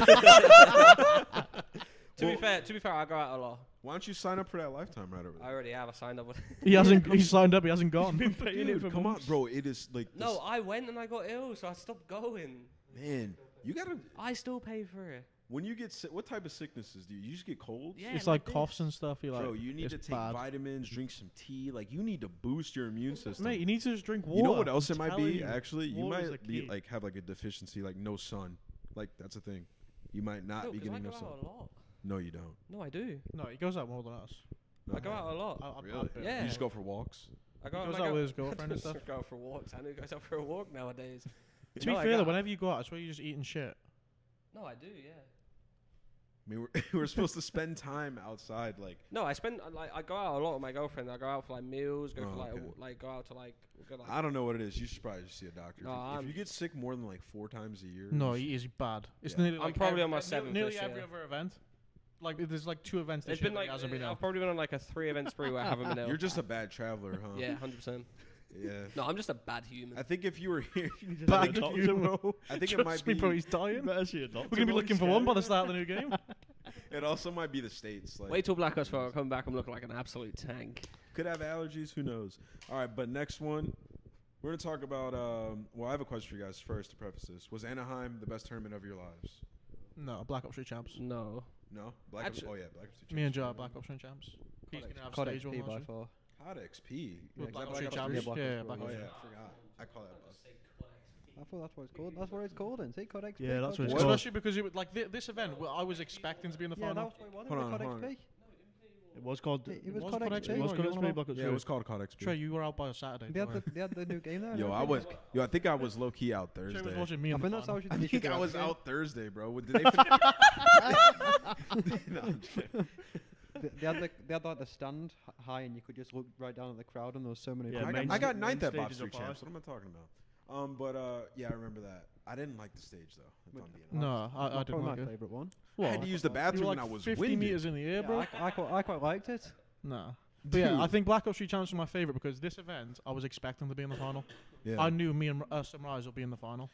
Speaker 3: be
Speaker 1: Well-
Speaker 3: fair, to be fair, I go out a lot.
Speaker 1: Why don't you sign up for that lifetime right over
Speaker 3: I
Speaker 1: there?
Speaker 3: already have. I signed up. With
Speaker 2: He hasn't. He signed up. He hasn't gone.
Speaker 1: Dude, come on, bro. It is like
Speaker 3: no, I went and I got ill, so I stopped going.
Speaker 1: this- man. You gotta
Speaker 3: I still pay for it.
Speaker 1: when you get sick. What type of sicknesses do you? You just get colds.
Speaker 3: Yeah,
Speaker 2: it's like
Speaker 3: this.
Speaker 2: coughs and stuff. You like.
Speaker 1: bro. You need
Speaker 2: it's
Speaker 1: to take
Speaker 2: bad.
Speaker 1: vitamins, drink some tea. Like you need to boost your immune system.
Speaker 2: Mate, you need to just drink water.
Speaker 1: you know what else
Speaker 2: I'm
Speaker 1: it might
Speaker 2: telling
Speaker 1: be?
Speaker 2: you.
Speaker 1: Actually, you
Speaker 5: Water is
Speaker 1: might
Speaker 5: the
Speaker 1: be
Speaker 5: key.
Speaker 1: like have like a deficiency, like no sun. Like that's a thing. You might not
Speaker 3: No,
Speaker 1: be
Speaker 3: 'cause I
Speaker 1: getting
Speaker 3: go
Speaker 1: no sun.
Speaker 3: out a lot.
Speaker 1: No, you don't.
Speaker 3: No, I do.
Speaker 2: No, he goes out more than us.
Speaker 1: No.
Speaker 3: I go out a lot.
Speaker 2: I, I,
Speaker 1: Really?
Speaker 2: I bet.
Speaker 3: Yeah.
Speaker 1: You just go for walks.
Speaker 3: I go
Speaker 2: He goes
Speaker 3: I
Speaker 2: out
Speaker 3: go-
Speaker 2: with his girlfriend and
Speaker 3: I
Speaker 2: stuff.
Speaker 3: go out for walks. I know he goes out for a walk nowadays.
Speaker 2: To be
Speaker 3: No, I
Speaker 2: fair, though,
Speaker 3: got-
Speaker 2: whenever you go out, it's where you're just eating shit.
Speaker 3: No, I do. Yeah.
Speaker 1: I mean, we're, we're supposed to spend time outside. Like
Speaker 3: No, I spend I, like I go out a lot with my girlfriend. I go out for like meals, go
Speaker 1: Oh,
Speaker 3: for like a
Speaker 1: okay.
Speaker 3: wa- like go out to like go like
Speaker 1: I don't know what it is. You should probably just see a doctor. If
Speaker 3: No,
Speaker 1: you- if,
Speaker 3: I'm-
Speaker 1: you get sick more than like four times a year,
Speaker 2: No,
Speaker 1: you
Speaker 2: he is bad. It's
Speaker 1: Yeah.
Speaker 2: nearly.
Speaker 3: I'm
Speaker 2: like
Speaker 3: probably
Speaker 2: every-
Speaker 3: on my
Speaker 2: uh, nea-
Speaker 3: seventh
Speaker 2: Nearly
Speaker 3: this
Speaker 2: every
Speaker 3: year.
Speaker 2: other event. Like there's like two events this
Speaker 3: It's
Speaker 2: year.
Speaker 3: been
Speaker 2: that
Speaker 3: like uh,
Speaker 2: hasn't been
Speaker 3: I've
Speaker 2: out.
Speaker 3: probably been on like a three event spree where I haven't been ill.
Speaker 1: You're just uh, a bad traveler, huh?
Speaker 3: yeah, hundred percent.
Speaker 1: Yeah.
Speaker 3: No, I'm just a bad human.
Speaker 1: I think if you were here, I
Speaker 2: Bad
Speaker 1: think, if
Speaker 2: doctor,
Speaker 1: you,
Speaker 2: bro.
Speaker 1: I think it
Speaker 2: Trust
Speaker 1: might
Speaker 2: me,
Speaker 1: be.
Speaker 2: bro, he's dying. We're
Speaker 5: Better see a doctor.
Speaker 2: gonna be
Speaker 5: boy,
Speaker 2: looking for
Speaker 5: scary.
Speaker 2: one by the start of the new game.
Speaker 1: It also might be the states. Like,
Speaker 3: Wait till Black Ops 4 I come back. I'm looking like an absolute tank.
Speaker 1: could have allergies. Who knows? All right, but next one, we're gonna talk about. Um, well, I have a question for you guys first to preface this. Was Anaheim the best tournament of your lives?
Speaker 2: No, Black Ops 3 champs.
Speaker 3: No.
Speaker 1: No, Black Ops.
Speaker 3: Actu-
Speaker 1: Oh yeah, Black Ops. two
Speaker 2: Me and
Speaker 1: champs.
Speaker 2: Joe are Black Ops 3 champs. He's gonna have
Speaker 4: COD
Speaker 2: stage one
Speaker 4: XP by
Speaker 2: launch.
Speaker 4: far.
Speaker 1: Hot XP.
Speaker 2: Well,
Speaker 1: is
Speaker 2: Black
Speaker 1: that
Speaker 2: Ops
Speaker 4: Black
Speaker 2: 3
Speaker 4: Ops
Speaker 2: champs.
Speaker 4: three.
Speaker 2: Yeah,
Speaker 4: Yeah,
Speaker 2: Black
Speaker 1: Oh
Speaker 2: Ops
Speaker 1: yeah,
Speaker 2: 3.
Speaker 1: I forgot. I call that. Buff.
Speaker 4: I thought that's what it's called. That's what it's called. And say COD XP.
Speaker 5: Yeah, that's
Speaker 4: COD
Speaker 5: what it's
Speaker 4: XP.
Speaker 5: called.
Speaker 2: Especially because it would, like thi- this event, well, I was expecting to be in the
Speaker 4: Yeah, that
Speaker 2: final.
Speaker 4: was what it was. It
Speaker 1: Hold
Speaker 4: was
Speaker 1: on,
Speaker 4: COD
Speaker 1: hold on.
Speaker 4: XP.
Speaker 5: It was called.
Speaker 4: It- it
Speaker 5: It
Speaker 4: was
Speaker 2: was
Speaker 4: COD
Speaker 2: Called
Speaker 4: XP.
Speaker 2: XP.
Speaker 5: was
Speaker 2: you
Speaker 5: called
Speaker 2: wanna
Speaker 5: XP
Speaker 2: know?
Speaker 5: Black Ops
Speaker 1: Yeah, it was
Speaker 5: 3.
Speaker 1: called Hot XP.
Speaker 2: Trey, you were out by Saturday.
Speaker 4: They
Speaker 2: don't
Speaker 4: had
Speaker 2: worry.
Speaker 4: the, they had the new game there. and
Speaker 1: Yo, I
Speaker 4: everything.
Speaker 1: was. Yo, I think I was low key out
Speaker 2: Trey was
Speaker 1: Thursday.
Speaker 2: watching me
Speaker 4: I
Speaker 2: in the
Speaker 4: think that's how
Speaker 2: final.
Speaker 4: we should
Speaker 1: I
Speaker 4: we should
Speaker 1: think
Speaker 4: do
Speaker 1: I
Speaker 4: it.
Speaker 1: was out Thursday, bro. What- Did they? Fin- no, I'm joking.
Speaker 4: They they had the, they had like the stand h- high, and you could just look right down at the crowd, and there was so many.
Speaker 5: Yeah,
Speaker 1: I,
Speaker 4: people.
Speaker 1: got,
Speaker 5: main
Speaker 1: I got
Speaker 5: sta-
Speaker 1: ninth
Speaker 5: main
Speaker 1: at Bob
Speaker 5: stages
Speaker 1: Street
Speaker 5: are
Speaker 1: Champs.
Speaker 5: packed.
Speaker 1: What am I talking about? Um, but uh, yeah, I remember that. I didn't like the stage though. If I'm being honest.
Speaker 2: No, I, I didn't
Speaker 4: Probably
Speaker 2: like
Speaker 4: my
Speaker 2: it.
Speaker 4: favorite one.
Speaker 1: I had to use the
Speaker 2: You
Speaker 1: bathroom
Speaker 2: were like
Speaker 1: and I was
Speaker 2: 50
Speaker 1: winded.
Speaker 2: meters in the air, bro.
Speaker 4: I, I, quite, I quite liked it.
Speaker 2: No. But yeah, I
Speaker 1: Dude.
Speaker 2: think Black Ops 3 Challenge was my favorite because this event, I was expecting to be in the final.
Speaker 1: Yeah.
Speaker 2: I knew me and uh, Sunrise will be in the final.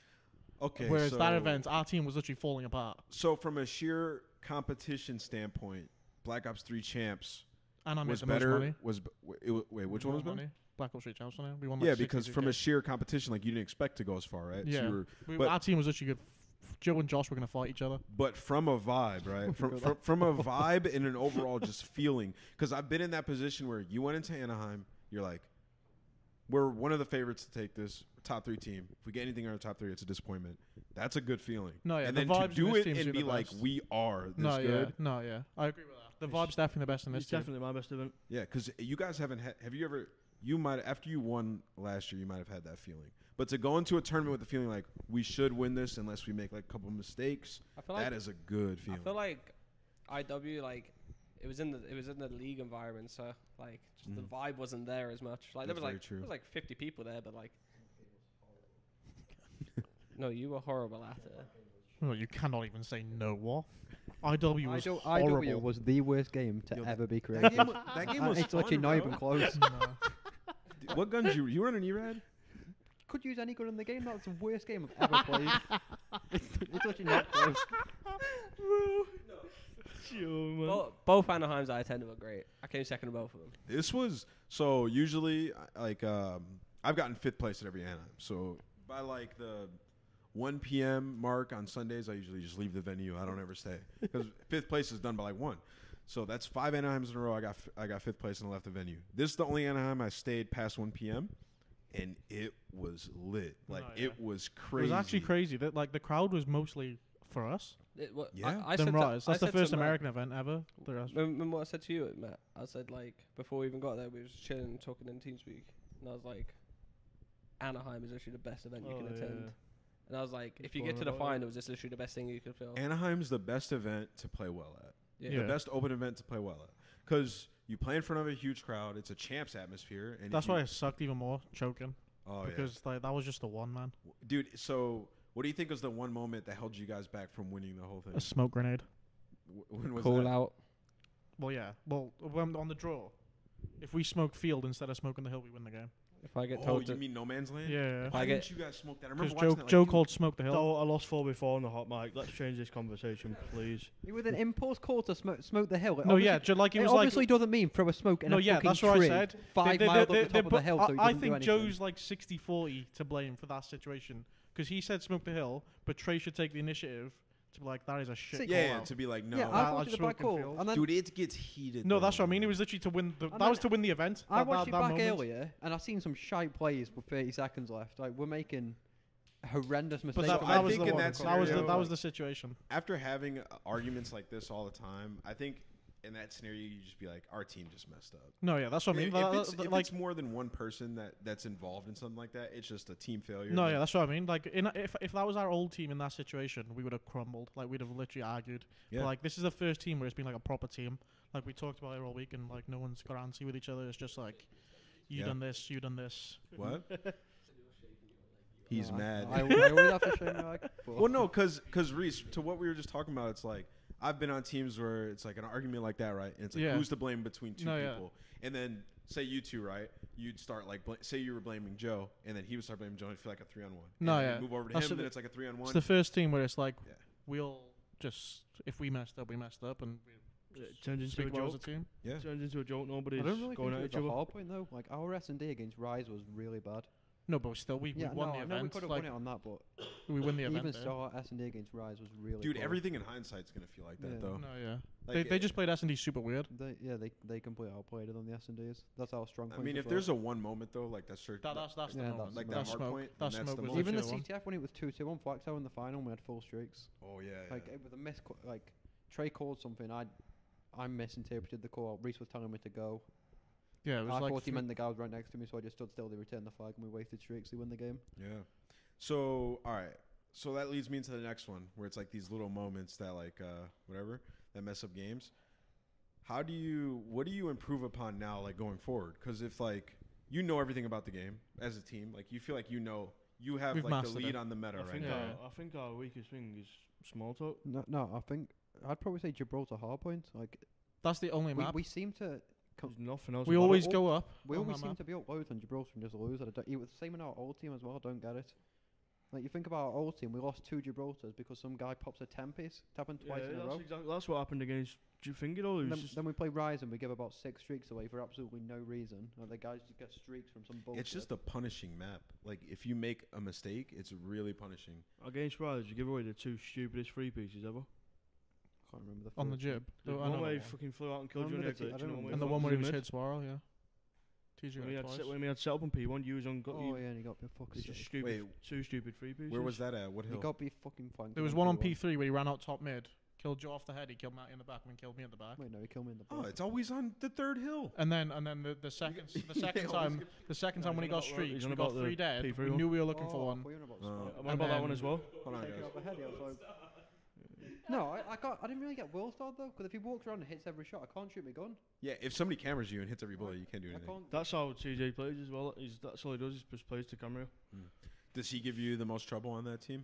Speaker 1: okay.
Speaker 2: Whereas
Speaker 1: so,
Speaker 2: that event, our team was literally falling apart.
Speaker 1: So from a sheer competition standpoint, Black Ops Three Champs
Speaker 2: And I made
Speaker 1: was
Speaker 2: the
Speaker 1: better.
Speaker 2: most money.
Speaker 1: Was b- w- it, w- wait, which
Speaker 2: We
Speaker 1: one was
Speaker 2: won
Speaker 1: better?
Speaker 2: money. Black Ops 3 Challenge, wasn't it? we won like
Speaker 1: Yeah, because from a
Speaker 2: 62K.
Speaker 1: sheer competition, like you didn't expect to go as far, right? So you
Speaker 2: Yeah.
Speaker 1: were-
Speaker 2: We-
Speaker 1: but-
Speaker 2: our team was literally good. F- Joe and Josh were going to fight each other.
Speaker 1: but from a vibe, right? From from, from a vibe and an overall just feeling. Because I've been in that position where you went into Anaheim, you're like, we're one of the favorites to take this top three team. If we get anything in our top three, it's a disappointment. That's a good feeling.
Speaker 2: No, yeah,
Speaker 1: and
Speaker 2: the
Speaker 1: then
Speaker 2: vibes
Speaker 1: to
Speaker 2: in
Speaker 1: do
Speaker 2: this
Speaker 1: it
Speaker 2: team's
Speaker 1: and
Speaker 2: been
Speaker 1: be
Speaker 2: the
Speaker 1: like,
Speaker 2: best.
Speaker 1: we are this
Speaker 2: no,
Speaker 1: good.
Speaker 2: yeah. No, yeah. I agree with that. The
Speaker 5: It's-
Speaker 2: vibe's definitely the best in this
Speaker 5: It's
Speaker 2: team.
Speaker 5: definitely my best event.
Speaker 1: Yeah, because you guys haven't had. Have you ever? You might after you won last year, you might have had that feeling. But to go into a tournament with the feeling like we should win this unless we make like a couple mistakes,
Speaker 3: I feel like
Speaker 1: that is a good feeling.
Speaker 3: I feel like IW like it was in the it was in the league environment, so like just the
Speaker 1: Mhm.
Speaker 3: vibe wasn't there as much. Like there
Speaker 1: That's
Speaker 3: was
Speaker 1: very
Speaker 3: like
Speaker 1: true.
Speaker 3: there was like fifty people there, but like no, you were horrible at it.
Speaker 2: Well, you cannot even say no what. IW was
Speaker 4: IW
Speaker 2: horrible.
Speaker 4: was the worst game to
Speaker 1: Yo, th-
Speaker 4: ever be
Speaker 1: that
Speaker 4: created.
Speaker 1: game, wa- that game
Speaker 4: Uh,
Speaker 1: was
Speaker 4: it's
Speaker 1: fun,
Speaker 4: literally not
Speaker 1: bro.
Speaker 4: even close.
Speaker 2: No.
Speaker 1: Dude, What guns you you run an E-Rad?
Speaker 4: Could use any gun in the game. That's the worst game I've ever played. it's, it's literally not close.
Speaker 3: Bo- both Anaheims I attended were great. I came second in both of them.
Speaker 1: This was so usually I- like um, I've gotten fifth place at every Anaheim. So by like the 1 p.m. mark on Sundays, I usually just leave the venue. I don't ever stay because fifth place is done by like one. So that's five Anaheims in a row. I got f- I got fifth place and I left the venue. This is the only Anaheim I stayed past 1 p.m. and it was lit. Like
Speaker 2: Oh, yeah.
Speaker 1: it was
Speaker 2: It
Speaker 1: crazy.
Speaker 2: was actually crazy that like the crowd was mostly for us.
Speaker 3: It, wa-
Speaker 1: Yeah.
Speaker 3: I, I said
Speaker 2: them
Speaker 3: to-
Speaker 2: Rise.
Speaker 3: I
Speaker 2: That's the
Speaker 3: said to
Speaker 2: first
Speaker 3: Matt-
Speaker 2: American event ever. The rest-
Speaker 3: Remember what I said to you, Matt? I said like before we even got there, we were just chilling and talking in Teamspeak, and I was like, Anaheim is actually the best event you
Speaker 5: Oh,
Speaker 3: can
Speaker 5: yeah.
Speaker 3: attend. And I was like, if you
Speaker 5: Well,
Speaker 3: get to the
Speaker 5: I don't know.
Speaker 3: finals, it's literally the best thing you could feel.
Speaker 1: Anaheim's the best event to play well at.
Speaker 2: Yeah.
Speaker 1: the best open event to play well at because you play in front of a huge crowd. It's a champs atmosphere, and if
Speaker 2: That's
Speaker 1: you,
Speaker 2: why it sucked even more choking
Speaker 1: Oh yeah,
Speaker 2: because like that was just the one man.
Speaker 1: dude. So, what do you think was the one moment that held you guys back from winning the whole thing?
Speaker 2: A smoke grenade.
Speaker 1: Wh- When was
Speaker 3: Call
Speaker 1: that?
Speaker 3: out.
Speaker 2: Well, yeah. Well, when, on the draw, if we smoked field instead of smoking the hill, we win the game.
Speaker 3: If I get
Speaker 1: oh,
Speaker 3: told
Speaker 1: you
Speaker 3: to,
Speaker 1: mean no man's land?
Speaker 2: Yeah.
Speaker 1: Why
Speaker 3: I
Speaker 1: didn't
Speaker 3: get-
Speaker 1: you guys smoke that? I
Speaker 2: Because
Speaker 1: remember watching
Speaker 2: Joe,
Speaker 1: that. like,
Speaker 2: Joe
Speaker 1: you-
Speaker 2: called smoke the hill.
Speaker 5: Oh, I lost four before on the hot mic. Let's change this conversation, please.
Speaker 4: It was an impulse call to smoke, smoke the hill. It
Speaker 2: No,
Speaker 4: obviously-
Speaker 2: yeah. ju- Like
Speaker 4: It,
Speaker 2: it was like
Speaker 4: obviously doesn't mean throw a smoke in
Speaker 2: No,
Speaker 4: a
Speaker 2: yeah,
Speaker 4: fucking
Speaker 2: that's what I
Speaker 4: tree
Speaker 2: said.
Speaker 4: five
Speaker 2: They- they-
Speaker 4: miles up
Speaker 2: they-
Speaker 4: the
Speaker 2: they
Speaker 4: top of
Speaker 2: bu-
Speaker 4: the hill.
Speaker 2: I,
Speaker 4: so you
Speaker 2: I
Speaker 4: couldn't do
Speaker 2: think
Speaker 4: anything.
Speaker 2: Joe's like 60 40 to blame for that situation because he said smoke the hill, but Trey should take the initiative to be like, that is a shit
Speaker 4: Sick.
Speaker 1: Yeah,
Speaker 2: call
Speaker 1: yeah,
Speaker 2: out.
Speaker 1: to be like no,
Speaker 2: I
Speaker 4: yeah, I
Speaker 2: watched
Speaker 4: watched it
Speaker 2: smoke
Speaker 4: back
Speaker 2: in
Speaker 4: call,
Speaker 2: field.
Speaker 4: and then
Speaker 1: dude, it gets heated.
Speaker 2: No,
Speaker 1: though,
Speaker 2: that's what I mean. It
Speaker 1: man.
Speaker 2: was literally to win the.
Speaker 4: And
Speaker 2: That was
Speaker 4: then-
Speaker 2: to win the event.
Speaker 4: I
Speaker 2: That-
Speaker 4: watched
Speaker 2: that-
Speaker 4: it
Speaker 2: that
Speaker 4: back
Speaker 2: moment.
Speaker 4: earlier, and I've seen some shy plays with 30 seconds left. Like we're making horrendous
Speaker 2: But
Speaker 4: mistakes.
Speaker 2: that,
Speaker 1: So
Speaker 4: on
Speaker 1: I
Speaker 2: that was
Speaker 1: think
Speaker 2: the
Speaker 1: in
Speaker 2: one.
Speaker 1: that
Speaker 2: that was the,
Speaker 1: scenario-
Speaker 2: that was the situation.
Speaker 1: after having uh, arguments like this all the time. I think in that scenario, you just be like, our team just messed up.
Speaker 2: No, yeah, that's what I mean.
Speaker 1: if,
Speaker 2: That-
Speaker 1: if it's,
Speaker 2: that-
Speaker 1: if
Speaker 2: like,
Speaker 1: it's more than one person that that's involved in something like that, it's just a team failure.
Speaker 2: no,
Speaker 1: Like,
Speaker 2: yeah, that's what I mean. Like, in, if if that was our old team in that situation, we would have crumbled. Like, we'd have literally argued. But,
Speaker 1: Yeah.
Speaker 2: like, this is the first team where it's been like a proper team. Like we talked about it all week, and like no one's got antsy with each other. It's just like, you
Speaker 1: Yeah.
Speaker 2: done this, you done this.
Speaker 1: What? He's
Speaker 4: No, I-
Speaker 1: mad.
Speaker 4: I, I always have to show my like,
Speaker 1: well, no, because because Reese, to what we were just talking about, it's like I've been on teams where it's like an argument like that, right? And it's like
Speaker 2: Yeah.
Speaker 1: who's to blame between two
Speaker 2: No, yeah.
Speaker 1: people, and then say you two, right? You'd start like bl- say you were blaming Joe, and then he would start blaming Joe, and feel like a three on one.
Speaker 2: No, yeah.
Speaker 1: Move over to
Speaker 2: That's
Speaker 1: him,
Speaker 2: the-
Speaker 1: and then it's like a three on
Speaker 2: It's
Speaker 1: one.
Speaker 2: the first team where it's like
Speaker 1: Yeah.
Speaker 2: we all just if we messed up, we messed up, and
Speaker 5: It turns
Speaker 2: we
Speaker 5: into a
Speaker 2: speak well as a
Speaker 5: joke.
Speaker 2: team.
Speaker 1: yeah.
Speaker 5: Turns into a joke.
Speaker 4: I
Speaker 5: Nobody's
Speaker 4: don't really
Speaker 5: going
Speaker 4: think
Speaker 5: at
Speaker 4: it
Speaker 5: each
Speaker 4: was a
Speaker 5: other.
Speaker 4: hard point though. Like our S and D against Rise was really bad.
Speaker 2: No, but still, we,
Speaker 4: Yeah,
Speaker 2: we won
Speaker 4: no,
Speaker 2: the
Speaker 4: I know
Speaker 2: event.
Speaker 4: we could have
Speaker 2: like,
Speaker 4: won it on that, but
Speaker 2: We win the event.
Speaker 4: even
Speaker 2: there.
Speaker 4: so, our S and D against Rise was really.
Speaker 1: Dude,
Speaker 4: poor.
Speaker 1: everything in hindsight's gonna feel like that
Speaker 4: Yeah.
Speaker 1: though.
Speaker 2: No, yeah.
Speaker 1: Like,
Speaker 2: they, they
Speaker 1: it-
Speaker 2: just played S and D super weird.
Speaker 4: They, yeah, they they completely outplayed it on the S and Ds. That's our strong
Speaker 1: I
Speaker 4: point
Speaker 1: mean,
Speaker 4: as
Speaker 1: if
Speaker 4: well.
Speaker 1: there's a one moment though, like that's certain.
Speaker 2: That, that's that's
Speaker 4: Yeah,
Speaker 2: the
Speaker 4: that's
Speaker 2: moment.
Speaker 1: like
Speaker 4: that
Speaker 1: that hard
Speaker 2: smoke.
Speaker 1: point,
Speaker 2: That
Speaker 1: and that's
Speaker 2: smoke
Speaker 1: the
Speaker 2: was
Speaker 1: most-
Speaker 4: even the
Speaker 2: Sure one.
Speaker 4: CTF when it was two two on Flacco in the final, we had full streaks.
Speaker 1: oh yeah, yeah.
Speaker 4: Like it was a miss, like Trey called something. I I misinterpreted the call. Reese was telling me to go.
Speaker 2: yeah, it was
Speaker 4: I
Speaker 2: like
Speaker 4: thought he
Speaker 2: thr-
Speaker 4: meant the guy was right next to me, so I just stood still. They returned the flag, and we wasted streaks. They win the game.
Speaker 1: Yeah. So all right. So that leads me into the next one where it's like these little moments that like uh whatever that mess up games. How do you what do you improve upon now like going forward? Cuz if like you know everything about the game as a team, like you feel like you know you have
Speaker 2: We've
Speaker 1: like the
Speaker 2: mastered
Speaker 1: lead
Speaker 2: it.
Speaker 1: on the meta
Speaker 5: I
Speaker 1: right
Speaker 5: think uh,
Speaker 1: now.
Speaker 2: Yeah.
Speaker 5: our, I think our weakest thing is small talk.
Speaker 4: No, no, I think I'd probably say Gibraltar hardpoint. Like
Speaker 2: that's the only
Speaker 4: we,
Speaker 2: map.
Speaker 4: we
Speaker 2: We,
Speaker 4: seem to
Speaker 5: There's nothing else. about
Speaker 2: always
Speaker 5: it.
Speaker 2: go up.
Speaker 4: we
Speaker 2: on
Speaker 4: always
Speaker 2: that
Speaker 4: seem
Speaker 2: map.
Speaker 4: to be up loads on Gibraltar and just lose. And I don't, it was the same in our old team as well. I don't get it. Like you think about our old team, we lost two Gibraltars because some guy pops a ten piece. It happened
Speaker 5: Yeah,
Speaker 4: twice in a
Speaker 5: that's,
Speaker 4: row.
Speaker 5: exactly, that's what happened against. Do you think it all?
Speaker 4: And Then,
Speaker 5: It was just,
Speaker 4: then we play Rise and we give about six streaks away for absolutely no reason. Like the guys just get streaks from some bullshit.
Speaker 1: It's just a punishing map. Like if you make a mistake, it's really punishing.
Speaker 5: against Rise, you give away the two stupidest free pieces ever.
Speaker 4: can't remember the
Speaker 2: on the
Speaker 4: third one.
Speaker 2: jib. The, I know
Speaker 5: one
Speaker 2: that
Speaker 5: way he
Speaker 2: one.
Speaker 5: fucking flew out and killed you in
Speaker 4: Remember
Speaker 5: the
Speaker 4: the t- I
Speaker 5: glitch.
Speaker 4: don't
Speaker 5: And,
Speaker 4: remember.
Speaker 2: and the one where he was
Speaker 5: mid.
Speaker 2: hit Swirl, yeah. TG
Speaker 5: When we,
Speaker 2: got
Speaker 5: had
Speaker 2: twice.
Speaker 5: set, when we had set up on P1, you was on got
Speaker 4: Oh
Speaker 5: you.
Speaker 4: yeah, and he got me fucking.
Speaker 5: It's just stupid. two stupid free pieces.
Speaker 1: Where was that at? What
Speaker 4: He
Speaker 1: hill?
Speaker 4: got me fucking flanked.
Speaker 2: There was one on P3 where he ran out top mid, killed Joe off the head, he killed Matty in the back, and then killed me in the back.
Speaker 4: Wait, no, he killed me in the
Speaker 1: Oh,
Speaker 4: back.
Speaker 1: it's always on the third hill.
Speaker 2: And then and then the, the second s- the second
Speaker 1: always
Speaker 2: time
Speaker 1: get-
Speaker 2: the second
Speaker 5: No,
Speaker 2: time when he
Speaker 5: he's
Speaker 2: got
Speaker 5: on about- he's
Speaker 2: streaked,
Speaker 5: on
Speaker 2: we got
Speaker 5: about the
Speaker 2: three dead.
Speaker 5: P3
Speaker 2: We
Speaker 5: one.
Speaker 2: knew we were looking for
Speaker 4: Oh, I
Speaker 2: one.
Speaker 4: thought you were about
Speaker 1: No.
Speaker 4: Spark.
Speaker 5: I
Speaker 1: And
Speaker 5: went about that one
Speaker 2: then-
Speaker 5: as well.
Speaker 1: Uh, Hold on,
Speaker 4: Taking
Speaker 1: guys.
Speaker 4: off a head, yeah, so- No, I, I got. I didn't really get world star though, because if he walks around and hits every shot, I can't shoot my gun.
Speaker 1: Yeah, if somebody cameras you and hits every bullet, you can't do
Speaker 4: I
Speaker 1: anything.
Speaker 4: can't.
Speaker 5: That's how TJ plays as well. He's, that's all he does is just plays to camera.
Speaker 1: Does he give you the most trouble on that team?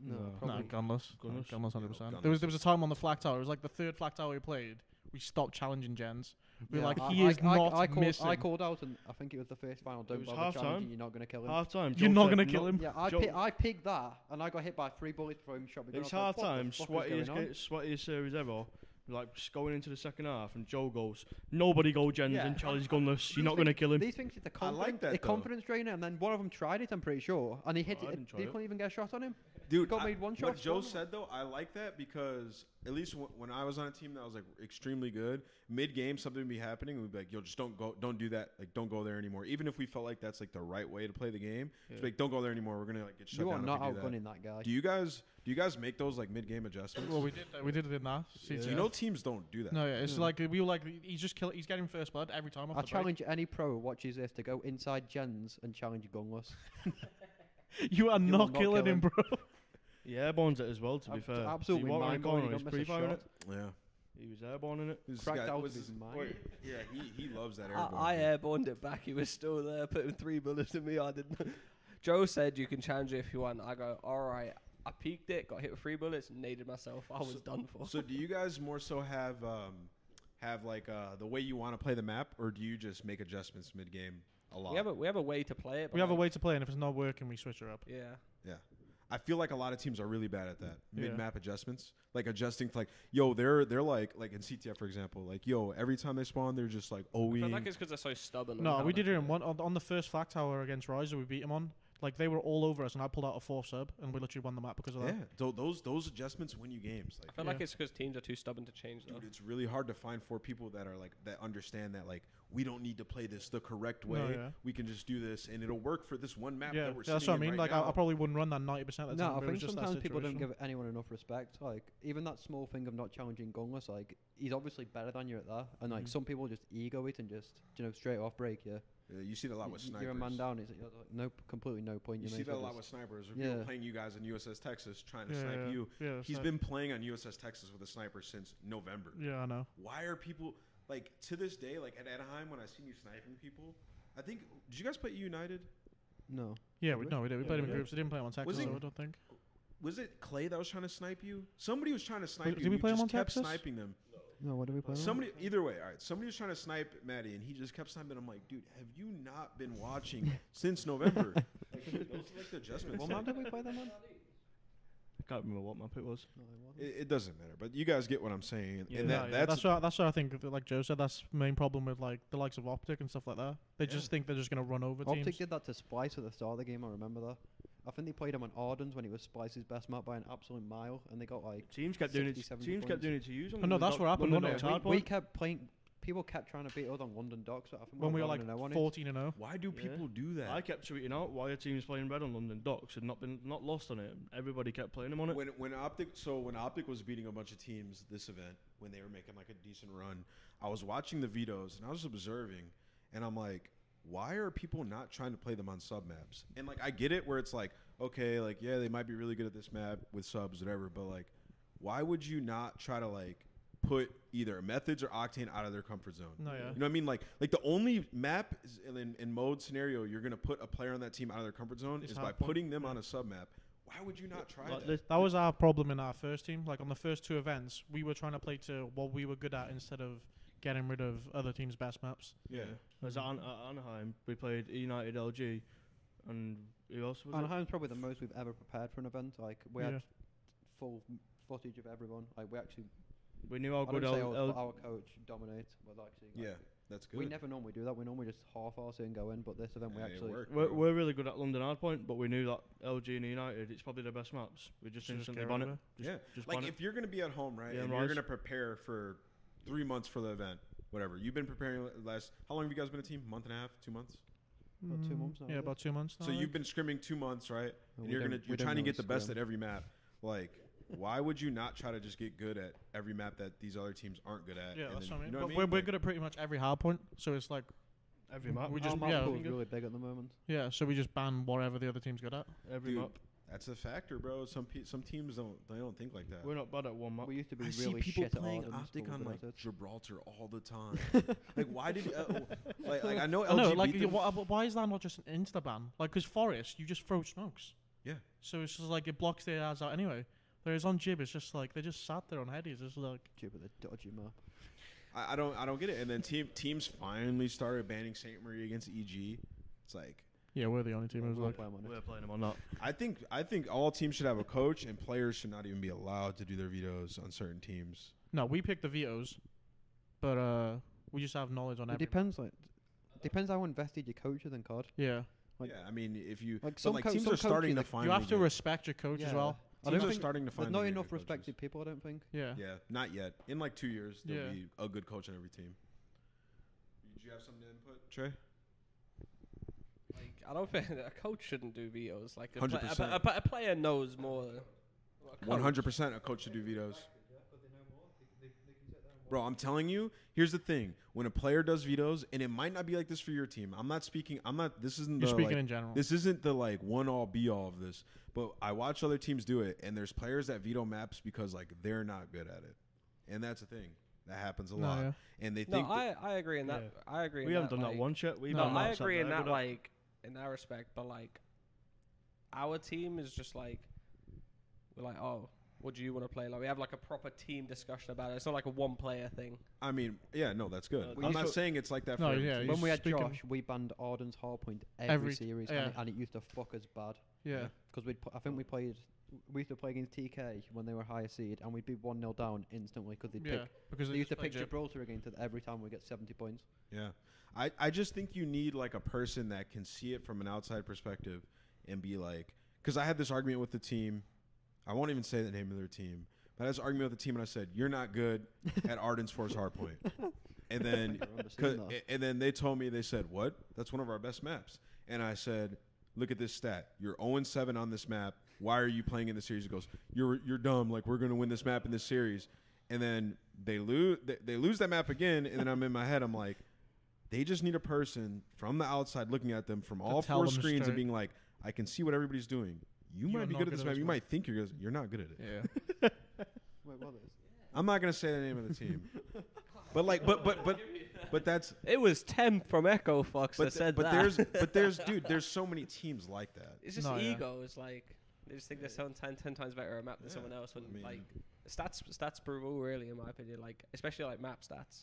Speaker 4: no,
Speaker 5: No.
Speaker 2: Nah,
Speaker 4: probably.
Speaker 2: gunless.
Speaker 5: Gunless.
Speaker 2: Gunless, hundred percent.
Speaker 1: Yeah,
Speaker 2: There was there was a time on the flag tower. It was like the third flag tower we played. We stopped challenging Jens. We were
Speaker 4: Yeah,
Speaker 2: like,
Speaker 4: I-
Speaker 2: he
Speaker 4: I-
Speaker 2: is
Speaker 4: I-
Speaker 2: not
Speaker 4: I called,
Speaker 2: missing.
Speaker 4: I called out, and I think it was the first final. Don't
Speaker 5: was
Speaker 4: bother
Speaker 5: half-time.
Speaker 4: challenging. You're not going to kill him.
Speaker 5: Half time.
Speaker 2: You're not gonna kill him.
Speaker 4: yeah, I,
Speaker 5: Joe-
Speaker 4: pi- I picked that, and I got hit by three bullets before him shot me. down.
Speaker 5: It's
Speaker 4: I was
Speaker 5: half
Speaker 4: like, what the
Speaker 5: time,
Speaker 4: fuck is
Speaker 5: sweatiest,
Speaker 4: going on?
Speaker 5: ga- sweatiest series ever. Like just going into the second half, and Joe goes, "Nobody go, Jens,
Speaker 4: Yeah.
Speaker 5: and challenge gunless. You're
Speaker 4: These
Speaker 5: not gonna
Speaker 4: things-
Speaker 5: kill him."
Speaker 4: These things, it's a
Speaker 1: I
Speaker 4: confidence,
Speaker 1: like that,
Speaker 4: a
Speaker 1: though.
Speaker 4: confidence drainer, and then one of them tried it, I'm pretty sure, and he hit
Speaker 5: Oh, I
Speaker 4: it.
Speaker 5: didn't try
Speaker 4: He
Speaker 5: it.
Speaker 4: couldn't even get a shot on him.
Speaker 1: Dude,
Speaker 4: got
Speaker 1: I-
Speaker 4: made one shot
Speaker 1: What
Speaker 4: for
Speaker 1: Joe
Speaker 4: him.
Speaker 1: said though, I like that because at least w- when I was on a team that was like extremely good, mid game something would be happening, and we'd be like, "Yo, just don't go, don't do that, like don't go there anymore." Even if we felt like that's like the right way to play the game, just be like don't go there anymore. We're gonna like get shut
Speaker 4: You are
Speaker 1: down.
Speaker 4: not
Speaker 1: if we do, that.
Speaker 4: outgunning that guy.
Speaker 1: do you guys? Do you guys make those like mid game adjustments?
Speaker 2: well, we did that- we did it in that. CTF.
Speaker 1: You know, teams don't do that.
Speaker 2: No, yeah, it's
Speaker 4: Yeah.
Speaker 2: like we were like he's just kill. He's getting first blood every time. Off
Speaker 4: I
Speaker 2: the break.
Speaker 4: challenge any pro who watches this to go inside Jens and challenge Gunless.
Speaker 2: You are
Speaker 4: will
Speaker 2: not,
Speaker 4: not kill
Speaker 2: killing him,
Speaker 4: him.
Speaker 2: bro.
Speaker 5: He airborns it as well. To be
Speaker 4: Ab-
Speaker 5: fair, He
Speaker 4: absolutely
Speaker 5: walked around the
Speaker 4: mind blowing. He
Speaker 5: corner, he's
Speaker 4: don't miss a
Speaker 5: pre-firing
Speaker 4: shot.
Speaker 5: it.
Speaker 1: Yeah.
Speaker 5: He was airborne in it.
Speaker 1: This
Speaker 4: Cracked
Speaker 1: guy-
Speaker 4: out
Speaker 1: was
Speaker 4: of his
Speaker 1: this-
Speaker 4: mind.
Speaker 1: wait, yeah, he, he loves that
Speaker 3: I,
Speaker 1: airborne.
Speaker 3: I airborned it back. He was still there, putting three bullets in me. I didn't. Joe said you can challenge it if you want. I go, all right. I peeked it, got hit with three bullets, naded myself. I was done for.
Speaker 1: So do you guys more so have um, have like uh, the way you want to play the map, or do you just make adjustments mid game a lot?
Speaker 3: we have a we have a way to play it. but
Speaker 2: We have a
Speaker 3: like-
Speaker 2: way to play, and if it's not working, we switch her up.
Speaker 3: Yeah.
Speaker 1: I feel like a lot of teams are really bad at that
Speaker 2: Yeah.
Speaker 1: mid map adjustments, like adjusting to like yo, they're they're like like in CTF for example, like yo, every time they spawn, they're just like oh
Speaker 3: I
Speaker 1: we
Speaker 3: feel like it's because they're so stubborn. on
Speaker 2: No,
Speaker 3: how
Speaker 2: we
Speaker 3: they
Speaker 2: did it in
Speaker 3: play
Speaker 2: one on, on the first flag tower against Riser. We beat him on. Like they were all over us, and I pulled out a four sub, and we literally won the map because of
Speaker 1: yeah.
Speaker 2: that.
Speaker 1: So those those adjustments win you games.
Speaker 3: I
Speaker 1: Like
Speaker 3: feel like
Speaker 2: Yeah.
Speaker 3: it's because teams are too stubborn to change. Though.
Speaker 1: dude, it's really hard to find four people that are like that understand that like we don't need to play this the correct way.
Speaker 2: No, yeah.
Speaker 1: We can just do this, and it'll work for this one map
Speaker 2: yeah,
Speaker 1: that we're
Speaker 2: yeah, that's
Speaker 1: sitting
Speaker 2: what I
Speaker 1: in
Speaker 2: mean.
Speaker 1: right
Speaker 2: like
Speaker 1: now.
Speaker 2: I, I probably wouldn't run that ninety percent of the time.
Speaker 4: No,
Speaker 2: but
Speaker 4: I
Speaker 2: it was
Speaker 4: think
Speaker 2: just that
Speaker 4: sometimes people don't
Speaker 2: situation.
Speaker 4: give anyone enough respect. Like even that small thing of not challenging Gunless, like he's obviously better than you at that, and like
Speaker 2: Mhm.
Speaker 4: some people just ego it and just you know straight off break you.
Speaker 1: Yeah, you see that a lot with
Speaker 4: Y-
Speaker 1: snipers.
Speaker 4: You're a man down. It's like, you're like, no, completely no point.
Speaker 1: You
Speaker 4: may
Speaker 1: see
Speaker 4: as
Speaker 1: that a
Speaker 4: well
Speaker 1: lot
Speaker 4: just-
Speaker 1: with snipers. If you were
Speaker 4: Yeah.
Speaker 1: playing you guys in USS Texas trying to
Speaker 2: yeah,
Speaker 1: snipe
Speaker 2: yeah,
Speaker 1: you.
Speaker 2: Yeah, it's
Speaker 1: He's
Speaker 2: like-
Speaker 1: been playing on USS Texas with a sniper since November.
Speaker 2: Yeah, I know.
Speaker 1: Why are people like to this day, like at Anaheim when I seen you sniping people? I think did you guys play United?
Speaker 4: No,
Speaker 2: Yeah, we
Speaker 5: we?
Speaker 2: no, we did. We
Speaker 5: Yeah,
Speaker 2: played
Speaker 5: we
Speaker 2: him in
Speaker 5: did.
Speaker 2: groups. We didn't play him on Texas,
Speaker 1: he-
Speaker 2: though, I don't think.
Speaker 1: Was it Clay that was trying to snipe you? Somebody was trying to snipe
Speaker 2: Wait,
Speaker 1: you.
Speaker 2: did we
Speaker 1: you
Speaker 2: play him
Speaker 1: just
Speaker 2: on
Speaker 1: kept
Speaker 2: Texas?
Speaker 1: sniping them.
Speaker 4: no. What do we play?
Speaker 1: Somebody either way, all right. Somebody was trying to snipe Maddie and he just kept sniping. I'm like, dude, have you not been watching since November? like, those are like the adjustments.
Speaker 4: What map did we play them on?
Speaker 5: can't remember what map it was.
Speaker 4: No, it wasn't.
Speaker 1: It, it doesn't matter, but you guys get what I'm saying.
Speaker 5: Yeah.
Speaker 1: and
Speaker 5: No,
Speaker 1: that,
Speaker 2: that's
Speaker 1: that's,
Speaker 2: what, that's what I think. Like Joe said, that's the main problem with like the likes of Optic and stuff like that. They just
Speaker 1: Yeah.
Speaker 2: think they're just gonna run over
Speaker 4: Optic
Speaker 2: teams.
Speaker 4: did that to Splice at the start of the game. I remember that. I think they played him on Ardens when he was Splice's best map by an absolute mile, and they got like
Speaker 5: Teams kept doing it.
Speaker 4: 60,
Speaker 5: Teams
Speaker 4: 70
Speaker 5: kept
Speaker 4: points.
Speaker 5: doing it to use. on
Speaker 2: Oh, no,
Speaker 5: London
Speaker 2: that's
Speaker 5: Dock-
Speaker 2: what happened,
Speaker 5: London
Speaker 2: wasn't
Speaker 5: Dock's
Speaker 2: it?
Speaker 5: hard
Speaker 4: we
Speaker 5: point.
Speaker 4: kept playing. People kept trying to beat us on London Docks. But I think
Speaker 2: when we were
Speaker 4: were
Speaker 2: like 14 and oh. 0.
Speaker 1: why do
Speaker 5: Yeah.
Speaker 1: people do that?
Speaker 5: I kept tweeting out why your team's playing red on London Docks had not been not lost on it. Everybody kept playing them on it.
Speaker 1: When when Optic so when Optic was beating a bunch of teams this event when they were making like a decent run, I was watching the vetoes and I was observing and I'm like, why are people not trying to play them on sub maps? And like I get it where it's like, okay, like yeah, they might be really good at this map with subs, whatever, but like why would you not try to like put either methods or octane out of their comfort zone?
Speaker 2: No, yeah.
Speaker 1: You know what I mean? Like, like the only map is in, in mode scenario you're gonna put a player on that team out of their comfort zone
Speaker 2: It's
Speaker 1: is by
Speaker 2: hard point,
Speaker 1: putting them
Speaker 2: yeah.
Speaker 1: on a sub map. Why would you not try
Speaker 5: Like,
Speaker 1: that?
Speaker 5: this-
Speaker 2: That was our problem in our first team. Like on the first two events, we were trying to play to what we were good at instead of getting rid of other teams' best maps.
Speaker 1: Yeah.
Speaker 5: As at, An- at Anaheim, we played United LG, and who else was it?
Speaker 4: Anaheim's probably the most we've ever prepared for an event. Like we
Speaker 2: Yeah.
Speaker 4: had full m- footage of everyone. Like we actually,
Speaker 5: We knew how
Speaker 4: I
Speaker 5: Oh, good
Speaker 4: don't say
Speaker 5: L-
Speaker 4: us,
Speaker 5: L-
Speaker 4: but our coach dominates. But actually, like,
Speaker 1: Yeah, that's good.
Speaker 4: we never normally do that. We normally just half-arse it and go in. But this event, we
Speaker 1: Hey, it
Speaker 4: actually
Speaker 1: worked,
Speaker 5: We're,
Speaker 1: bro.
Speaker 5: we're really good at London Hardpoint, but we knew that LG and United, it's probably the best maps. We just
Speaker 2: So just
Speaker 5: instantly
Speaker 2: get
Speaker 5: ban
Speaker 2: rid
Speaker 5: it.
Speaker 2: of
Speaker 5: Just,
Speaker 1: Yeah.
Speaker 5: just
Speaker 1: like
Speaker 5: ban it.
Speaker 1: if you're gonna be at home, right?
Speaker 5: Yeah,
Speaker 1: and
Speaker 5: Raj.
Speaker 1: you're gonna prepare for three months for the event, whatever. You've been preparing the last. How long have you guys been a team? Month and a half, two months.
Speaker 4: About two months now,
Speaker 2: Mm. Yeah,
Speaker 4: is it?
Speaker 2: about two months now.
Speaker 1: so
Speaker 2: I
Speaker 1: you've
Speaker 2: think.
Speaker 1: been scrimming two months, right?
Speaker 4: Uh, No,
Speaker 1: And
Speaker 4: we
Speaker 1: you're
Speaker 4: don't-
Speaker 1: gonna
Speaker 4: we
Speaker 1: you're
Speaker 4: don't
Speaker 1: trying to
Speaker 4: really
Speaker 1: get the best
Speaker 4: scrim.
Speaker 1: at every map. Like, why would you not try to just get good at every map that these other teams aren't good at?
Speaker 2: yeah,
Speaker 1: and
Speaker 2: that's
Speaker 1: then-
Speaker 2: what I
Speaker 1: you
Speaker 2: mean.
Speaker 1: know
Speaker 2: but
Speaker 1: what I
Speaker 2: we're,
Speaker 1: mean?
Speaker 2: we're
Speaker 1: Like,
Speaker 2: good at pretty much every hard point. So it's like,
Speaker 5: every map.
Speaker 2: we
Speaker 4: our
Speaker 2: just-
Speaker 4: map
Speaker 2: yeah,
Speaker 4: pool
Speaker 2: we
Speaker 4: is
Speaker 5: can-
Speaker 4: really big at the moment.
Speaker 2: yeah, so we just ban whatever the other team's good at.
Speaker 5: Every
Speaker 1: Dude,
Speaker 5: map.
Speaker 1: That's a factor, bro. Some pe- some teams don't they don't think like that.
Speaker 5: We're not bad at one map.
Speaker 4: We used to be
Speaker 1: I see
Speaker 4: really
Speaker 1: people
Speaker 4: shit
Speaker 1: playing
Speaker 4: at Ardens, but
Speaker 1: optic
Speaker 4: we're
Speaker 1: on
Speaker 4: good
Speaker 1: like
Speaker 4: at it.
Speaker 1: Gibraltar all the time. like, why did uh, like, like I know
Speaker 2: I
Speaker 1: LG
Speaker 2: know, like,
Speaker 1: beat them.
Speaker 2: wh- wh- why is that not just an insta ban? Like, because Forest, you just throw smokes.
Speaker 1: Yeah.
Speaker 2: So it's just like it blocks their ass out anyway. Whereas on Jib, it's just like they just sat there on headies. It's like,
Speaker 4: Gee, but the dodgy map.
Speaker 1: I, I don't I don't get it. And then team teams finally started banning Saint Marie against EG. It's like
Speaker 2: yeah, we're the only team. It was
Speaker 4: We'll
Speaker 2: like,
Speaker 4: play 'em on it.
Speaker 5: We're playing them on that.
Speaker 1: I think I think all teams should have a coach and players should not even be allowed to do their vetoes on certain teams.
Speaker 2: no, we picked the vetoes, but uh, we just have knowledge on
Speaker 4: It
Speaker 2: every.
Speaker 4: depends. Like, depends how invested your coach is in COD.
Speaker 2: Yeah.
Speaker 4: Like-
Speaker 1: yeah, I mean if you
Speaker 4: like
Speaker 1: but,
Speaker 4: some
Speaker 1: like
Speaker 4: co-
Speaker 1: teams
Speaker 4: some
Speaker 1: are starting
Speaker 4: coaches,
Speaker 1: to
Speaker 4: like,
Speaker 1: find
Speaker 2: you have to respect your coach as
Speaker 4: Yeah.
Speaker 2: well.
Speaker 4: I
Speaker 1: teams
Speaker 4: don't
Speaker 1: are
Speaker 4: think
Speaker 1: starting to
Speaker 4: There's
Speaker 1: find
Speaker 4: not enough respected people. I don't think.
Speaker 2: Yeah.
Speaker 1: Yeah, not yet. In like two years, there'll
Speaker 2: Yeah.
Speaker 1: be a good coach on every team. Did you have something to input, Trey?
Speaker 3: Like, I don't think a coach shouldn't do vetoes. Like, a, pla- a,
Speaker 1: 100%.
Speaker 3: a, a player knows more. than a coach.
Speaker 1: One hundred percent, a coach should do vetoes. Bro, I'm telling you. Here's the thing: when a player does vetoes, and it might not be like this for your team. I'm not speaking. I'm not. This isn't.
Speaker 2: You're
Speaker 1: the,
Speaker 2: speaking
Speaker 1: like,
Speaker 2: in general.
Speaker 1: This isn't the like one all be all of this. But I watch other teams do it, and there's players that veto maps because like they're not good at it, and that's a thing that happens a
Speaker 2: No,
Speaker 1: lot.
Speaker 2: yeah.
Speaker 1: And they
Speaker 3: No,
Speaker 1: think. that-
Speaker 3: I, I agree in that.
Speaker 5: Yeah.
Speaker 3: I agree.
Speaker 5: We
Speaker 3: in
Speaker 5: haven't
Speaker 3: that,
Speaker 5: done that
Speaker 3: like-
Speaker 5: once yet. We've
Speaker 3: No,
Speaker 5: done
Speaker 3: I
Speaker 5: maps
Speaker 3: agree
Speaker 5: there,
Speaker 3: in
Speaker 5: good
Speaker 3: that,
Speaker 5: at-
Speaker 3: like, in that respect, but, like, our team is just, like, we're like, oh, what do you want to play? Like, we have, like, a proper team discussion about it. It's not, like, a one-player thing.
Speaker 1: I mean, yeah, no, that's good.
Speaker 5: Uh,
Speaker 1: I'm
Speaker 4: you
Speaker 1: not
Speaker 5: saw-
Speaker 1: saying it's like that.
Speaker 2: No,
Speaker 1: for every
Speaker 2: yeah,
Speaker 1: team.
Speaker 2: you
Speaker 4: When we had
Speaker 2: speaking-
Speaker 4: Josh, we banned Arden's Hardpoint every,
Speaker 2: Every t-
Speaker 4: series,
Speaker 2: yeah.
Speaker 4: and, it, and it used to fuck us bad.
Speaker 2: yeah.
Speaker 4: Because we'd, pl- I think we played, we used to play against TK when they were higher seed, and we'd be one 0 down instantly because they'd
Speaker 2: Yeah.
Speaker 4: pick.
Speaker 2: Because
Speaker 4: They
Speaker 2: they
Speaker 4: used to
Speaker 2: just play
Speaker 4: pick
Speaker 2: Jib.
Speaker 4: Gibraltar against us every time we get seventy points.
Speaker 1: Yeah. I, I just think you need like a person that can see it from an outside perspective and be like, because I had this argument with the team. I won't even say the name of their team, but I had this argument with the team and I said, You're not good at Arden's Force Hardpoint. And then,
Speaker 4: I remember
Speaker 1: cause,
Speaker 4: seeing that.
Speaker 1: and then they told me, They said, What? That's one of our best maps. And I said, Look at this stat. You're 0 7 on this map. Why are you playing in the series? He goes, You're, you're dumb. Like, we're going to win this map in this series. And then they lose, they, they lose that map again. And then I'm in my head, I'm like, they just need a person from the outside looking at them from all
Speaker 2: tell
Speaker 1: four
Speaker 2: them
Speaker 1: screens
Speaker 2: straight.
Speaker 1: and being like, I can see what everybody's doing. You,
Speaker 2: You are
Speaker 1: might be
Speaker 2: not
Speaker 1: good at this
Speaker 2: good at
Speaker 1: map.
Speaker 2: this
Speaker 1: You
Speaker 2: map."
Speaker 1: might think you're good. You're not good at it.
Speaker 2: Yeah.
Speaker 4: Wait, what is?
Speaker 1: I'm not gonna say the name of the team, but like, but but but but that's
Speaker 3: It was Tem from Echo Fox
Speaker 1: but
Speaker 3: that
Speaker 1: th-
Speaker 3: said
Speaker 1: but
Speaker 3: that.
Speaker 1: there's but there's dude, there's so many teams like that.
Speaker 3: It's just
Speaker 2: No, yeah.
Speaker 3: egos. Like they just think they're so ten, ten times better at map than
Speaker 1: Yeah,
Speaker 3: someone else. When
Speaker 1: I mean-
Speaker 3: like stats, stats prove all really, in my opinion. Like especially like map stats.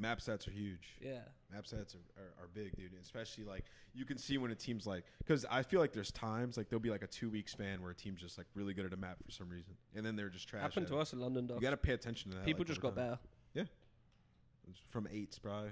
Speaker 1: Map stats are huge.
Speaker 3: Yeah.
Speaker 1: Map stats are, are, are big, dude. and Especially like you can see when a team's like, because I feel like there's times like there'll be like a two week span where a team's just like really good at a map for some reason, and then they're just trash.
Speaker 3: Happened
Speaker 1: at
Speaker 3: to
Speaker 1: it.
Speaker 3: us in London,
Speaker 1: You
Speaker 3: dog.
Speaker 1: got to pay attention to that.
Speaker 3: People
Speaker 1: like,
Speaker 3: just
Speaker 1: over
Speaker 3: got
Speaker 1: time.
Speaker 3: better.
Speaker 1: It's From eights, probably.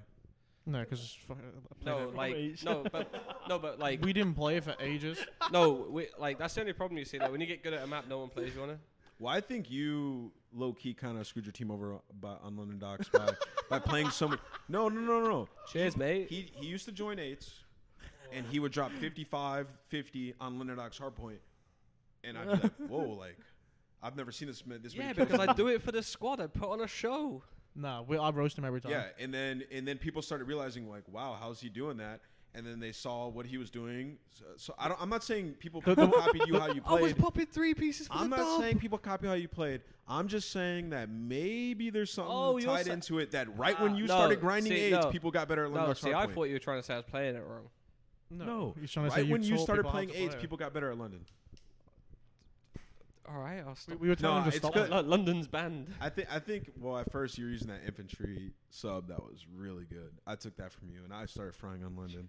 Speaker 2: No, because it's fucking.
Speaker 3: No, like no, but no, but like
Speaker 2: we didn't play it for ages.
Speaker 3: no, we like that's the only problem you see though. When you get good at a map, no one plays you on it.
Speaker 1: Well, I think you low key kind of screwed your team over by, on London Docks by, by playing so much. No, no, no, no.
Speaker 3: Cheers, mate.
Speaker 1: He he used to join eights, and he would drop 55, 50 on London Docks hardpoint, and I'd be like, whoa, like I've never seen this ma- this many.
Speaker 3: yeah,
Speaker 1: kills
Speaker 3: because
Speaker 1: in
Speaker 3: I do it for the squad. I put on a show.
Speaker 2: Nah, we, I roast him every time.
Speaker 1: Yeah, and then and then people started realizing like, wow, how's he doing that? And then they saw what he was doing. So, so I don't, I'm not saying people
Speaker 2: The- the-
Speaker 1: copied you how you played.
Speaker 3: popping three pieces
Speaker 1: I'm not saying people copy how you played. I'm just saying that maybe there's something
Speaker 3: Oh, you're
Speaker 1: tied
Speaker 3: sa-
Speaker 1: into it that right when
Speaker 3: Ah,
Speaker 1: you
Speaker 3: no,
Speaker 1: started grinding
Speaker 3: see,
Speaker 1: AIDS,
Speaker 3: no.
Speaker 1: people got better at London
Speaker 3: No,
Speaker 1: Docks
Speaker 3: see, I
Speaker 1: Hardpoint.
Speaker 3: thought you were trying to say I was playing it wrong.
Speaker 1: no,
Speaker 2: He's trying to say
Speaker 1: right when you
Speaker 2: taught
Speaker 1: started
Speaker 2: people how
Speaker 1: playing
Speaker 2: to
Speaker 1: AIDS,
Speaker 2: play.
Speaker 1: people got better at London.
Speaker 3: All right, I'll
Speaker 2: We,
Speaker 3: stop.
Speaker 2: we were telling
Speaker 1: No,
Speaker 2: him to
Speaker 1: it's
Speaker 2: stop.
Speaker 1: good.
Speaker 2: it.
Speaker 3: Lo- London's banned.
Speaker 1: I think I think well at first you were using that infantry sub that was really good. I took that from you and I started frying on London.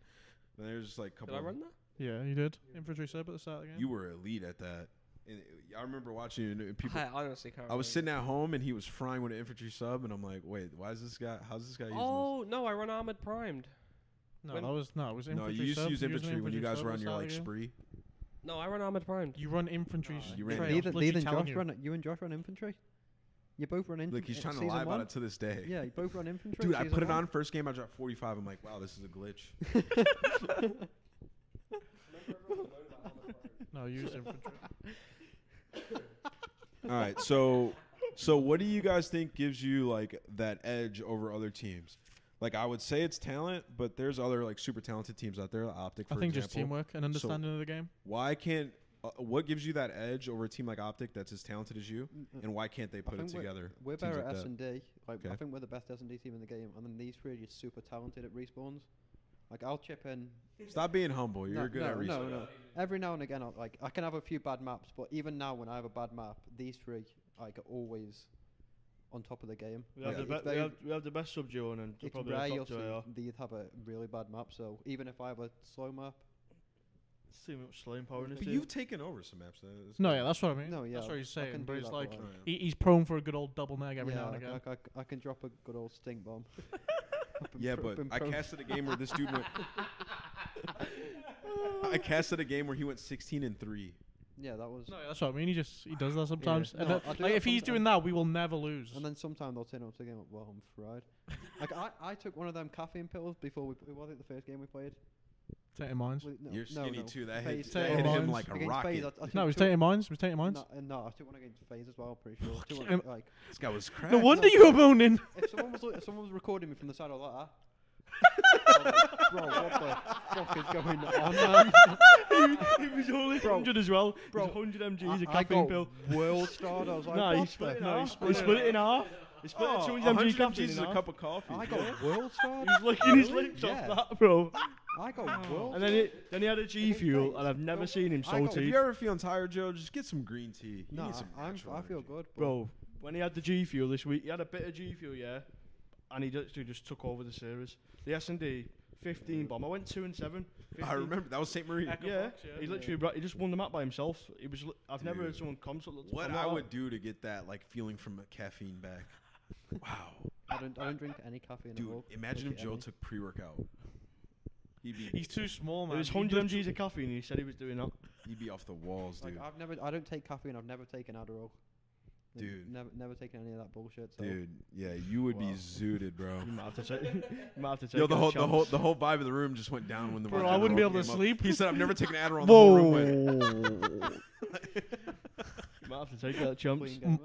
Speaker 1: Then there's just like a
Speaker 3: Did
Speaker 1: couple.
Speaker 3: I
Speaker 1: of-
Speaker 3: run that?
Speaker 2: Yeah, you did. Infantry sub at the start of the game.
Speaker 1: You were elite at that. And it- I remember watching you and people.
Speaker 3: I honestly can't.
Speaker 1: I was
Speaker 3: remember.
Speaker 1: sitting at home and he was frying with an infantry sub, and I'm like, wait, why is this guy? How's this guy using
Speaker 3: Oh no, I run armored primed.
Speaker 2: no,
Speaker 3: when-
Speaker 2: that was no. It was
Speaker 1: this? No,
Speaker 2: infantry
Speaker 1: you used
Speaker 2: sub.
Speaker 1: to use
Speaker 2: You used an
Speaker 1: infantry when you guys
Speaker 2: sub
Speaker 1: were
Speaker 2: at
Speaker 1: on
Speaker 2: the
Speaker 1: your
Speaker 2: start
Speaker 1: like
Speaker 2: of the game.
Speaker 1: spree.
Speaker 3: No, I run armored primed.
Speaker 2: You run infantry.
Speaker 3: No.
Speaker 2: s-
Speaker 1: You ran-
Speaker 2: trails,
Speaker 1: Neither-
Speaker 4: Neither,
Speaker 2: literally
Speaker 4: neither
Speaker 2: telling
Speaker 4: Josh
Speaker 2: you.
Speaker 4: run. You and Josh run infantry. You both run infantry.
Speaker 1: Look, he's trying to lie about it to this day.
Speaker 4: Yeah, you both run infantry.
Speaker 1: Dude, I
Speaker 4: season
Speaker 1: put it
Speaker 4: one.
Speaker 1: on first game. I dropped 45. I'm like, wow, this is a glitch.
Speaker 2: No, you used infantry.
Speaker 1: All right, so so what do you guys think gives you like that edge over other teams? Like I would say it's talent, but there's other like super talented teams out there. Optic,
Speaker 2: I
Speaker 1: for
Speaker 2: think
Speaker 1: example.
Speaker 2: just teamwork and understanding of the game.
Speaker 1: Why can't uh, what gives you that edge over a team like Optic that's as talented as you,
Speaker 4: Mm,
Speaker 1: and why can't they put it
Speaker 4: think we're-
Speaker 1: together?
Speaker 4: We're
Speaker 1: Teams
Speaker 4: better
Speaker 1: like
Speaker 4: at
Speaker 1: that.
Speaker 4: S and D. Like I
Speaker 1: Okay.
Speaker 4: think we're the best S and D team in the game, and then these three are just super talented at respawns. Like I'll chip in.
Speaker 1: Stop being humble. You're
Speaker 4: no,
Speaker 1: good
Speaker 4: no,
Speaker 1: at research.
Speaker 4: No, no. Every now and again, I'll, like I can have a few bad maps, but even now when I have a bad map, these three like are always on top of the game.
Speaker 5: We have,
Speaker 1: Yeah.
Speaker 5: the
Speaker 4: It's
Speaker 5: be- we,
Speaker 4: very-
Speaker 5: have, we have the best sub duo and then
Speaker 4: it's
Speaker 5: probably
Speaker 4: rare
Speaker 5: the
Speaker 4: you'll
Speaker 5: top
Speaker 4: see
Speaker 5: two AR.
Speaker 4: that you'd have a really bad map. So even if I have a slow map,
Speaker 5: It's too much slaying power in this
Speaker 1: But
Speaker 5: team.
Speaker 1: you've taken over some maps. though. It's
Speaker 2: No,
Speaker 1: good.
Speaker 2: yeah, that's what I mean.
Speaker 4: no, yeah,
Speaker 2: that's what he's
Speaker 4: I
Speaker 2: saying.
Speaker 4: can
Speaker 2: But
Speaker 4: do
Speaker 2: he's
Speaker 4: that,
Speaker 2: like,
Speaker 4: but,
Speaker 1: Alright.
Speaker 2: he, he's prone for a good old double neg every
Speaker 4: yeah,
Speaker 2: now and
Speaker 4: like,
Speaker 2: again.
Speaker 4: I, I- I can drop a good old stink bomb. I've been
Speaker 1: Yeah,
Speaker 4: pro-
Speaker 1: but
Speaker 4: been
Speaker 1: I
Speaker 4: prone-
Speaker 1: casted a game where this dude went. I casted a game where he went 16 and three.
Speaker 4: Yeah, that was.
Speaker 2: No, yeah, that's what I mean. He just he does that sometimes. And
Speaker 4: No,
Speaker 2: that-
Speaker 4: I do
Speaker 2: like,
Speaker 4: that
Speaker 2: if he's
Speaker 4: sometimes.
Speaker 2: doing that, we will never lose.
Speaker 4: And then sometime they'll turn up to the game. Well, I'm fried. like I, I took one of them caffeine pills before we. p- Was it the first game we played?
Speaker 2: Tainted mines.
Speaker 4: Well, no,
Speaker 1: You're
Speaker 4: no,
Speaker 1: skinny
Speaker 4: no.
Speaker 1: too. That
Speaker 4: Phase
Speaker 1: uh, hit, that
Speaker 2: two.
Speaker 1: hit him
Speaker 2: Lines.
Speaker 1: like a
Speaker 4: Against Phase,
Speaker 1: rocket.
Speaker 4: I, I took
Speaker 2: No, he's
Speaker 4: two-
Speaker 2: tainted mines. He's tainted mines.
Speaker 4: No, uh, no, I took one against Phase as well. I'm pretty sure. I took one
Speaker 2: Fucking-
Speaker 4: ag- like,
Speaker 1: This guy was cracked.
Speaker 2: No wonder you were moaning.
Speaker 4: if someone was if someone was recording me from the side of that. I'm like, Bro, what the fuck is going on, man?
Speaker 5: it was only
Speaker 4: Bro.
Speaker 5: 100 as well.
Speaker 4: Bro.
Speaker 5: Bro, 100 MGs, a
Speaker 4: I, I
Speaker 5: caffeine
Speaker 4: got
Speaker 5: pill.
Speaker 4: world starred. I was like,
Speaker 5: Nah, he
Speaker 4: what
Speaker 5: split it
Speaker 4: the
Speaker 5: in half.
Speaker 4: fuck?
Speaker 5: He split it in half. He split
Speaker 1: Oh,
Speaker 5: it 200
Speaker 1: 100
Speaker 5: MG caffeine
Speaker 1: MGs is
Speaker 5: in
Speaker 1: a
Speaker 5: half.
Speaker 1: cup of coffee.
Speaker 4: I
Speaker 1: yeah.
Speaker 4: got world starred.
Speaker 5: He's licking his
Speaker 4: Really?
Speaker 5: lips
Speaker 4: Yeah.
Speaker 5: off that, bro.
Speaker 4: I got world.
Speaker 5: And then it, then he had a G
Speaker 4: His
Speaker 5: Fuel,
Speaker 4: face.
Speaker 5: and I've never seen him
Speaker 4: I got-
Speaker 5: so
Speaker 4: if
Speaker 1: If
Speaker 5: teeth.
Speaker 1: you're ever feeling tired, Joe, just get some green tea. You
Speaker 4: No,
Speaker 1: need some
Speaker 4: I'm,
Speaker 1: natural
Speaker 4: I feel
Speaker 1: energy.
Speaker 4: good, but
Speaker 5: Bro, when he had the G Fuel this week, he had a bit of G Fuel, yeah, and he just, he just took over the series. The S and D, 15 bomb. I went two and seven. 15.
Speaker 1: I remember that was St. Marie.
Speaker 5: Yeah,
Speaker 2: Fox, yeah.
Speaker 5: he literally bra- he just won the map by himself. He was li- I've never heard
Speaker 1: Dude.
Speaker 5: someone come so look-
Speaker 1: What
Speaker 5: come like
Speaker 1: I
Speaker 5: that.
Speaker 1: would do to get that like feeling from a caffeine back. Wow,
Speaker 4: I don't, I don't drink any caffeine at
Speaker 1: dude!
Speaker 4: all.
Speaker 1: Imagine if
Speaker 4: Okay,
Speaker 1: Joe
Speaker 4: Emily.
Speaker 1: took pre-workout. He'd be
Speaker 2: He's too small,
Speaker 5: It
Speaker 2: man.
Speaker 5: was
Speaker 2: He
Speaker 5: 100
Speaker 2: does-
Speaker 5: mgs of caffeine. and He said he was doing that.
Speaker 1: he'd be off the walls, dude.
Speaker 4: Like I've never, I don't take caffeine. I've never taken Adderall. Like,
Speaker 1: Dude.
Speaker 4: never, never taken any of that bullshit. So.
Speaker 1: Dude, yeah, you would
Speaker 5: Wow.
Speaker 1: be zooted, bro.
Speaker 5: You might have to take. you might have to take.
Speaker 1: Yo, the
Speaker 5: that
Speaker 1: whole the
Speaker 5: chance.
Speaker 1: whole the whole vibe of the room just went down when the
Speaker 2: Bro,
Speaker 1: Roger
Speaker 2: I wouldn't be
Speaker 1: Roll
Speaker 2: able to
Speaker 1: came up.
Speaker 2: sleep.
Speaker 1: He said, "I've never taken Adderall." The whole room went,
Speaker 5: You might have to take that chance.
Speaker 4: Queen gamer.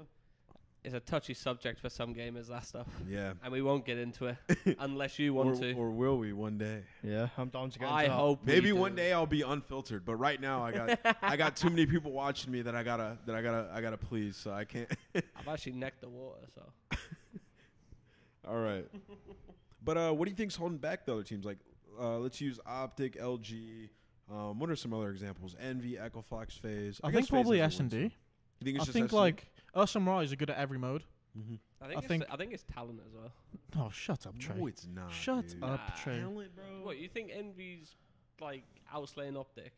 Speaker 3: It's a touchy subject for some gamers. That stuff,
Speaker 1: yeah.
Speaker 3: and we won't get into it unless you
Speaker 1: Or,
Speaker 3: want to.
Speaker 1: or will we one day?
Speaker 5: Yeah, I'm down to get.
Speaker 3: I
Speaker 5: into that.
Speaker 3: hope we
Speaker 1: Maybe
Speaker 3: do.
Speaker 1: one day I'll be unfiltered, but right now I got I got too many people watching me that I gotta that I gotta I gotta please, so I can't.
Speaker 3: I've actually necked the water, so
Speaker 1: All right, but uh, what do you think's holding back the other teams? Like, uh, let's use Optic, LG. Um, what are some other examples? Envy, Echo Fox, Phase.
Speaker 2: I
Speaker 1: guess
Speaker 2: think probably
Speaker 1: Phase
Speaker 2: S
Speaker 1: doesn't
Speaker 2: and
Speaker 1: win,
Speaker 2: D.
Speaker 1: so- You think it's
Speaker 2: I
Speaker 1: just
Speaker 2: think
Speaker 1: S&D? Mm-hmm.
Speaker 2: like us and Rise are good at every mode.
Speaker 3: I think,
Speaker 2: I
Speaker 3: it's,
Speaker 2: think-
Speaker 3: I think it's talent as well.
Speaker 2: Oh, shut up, Trey.
Speaker 1: No, it's not.
Speaker 2: shut
Speaker 1: dude.
Speaker 2: up,
Speaker 3: Nah.
Speaker 2: Trey.
Speaker 1: Talent, bro.
Speaker 3: What you think? Envy's like outslaying optic.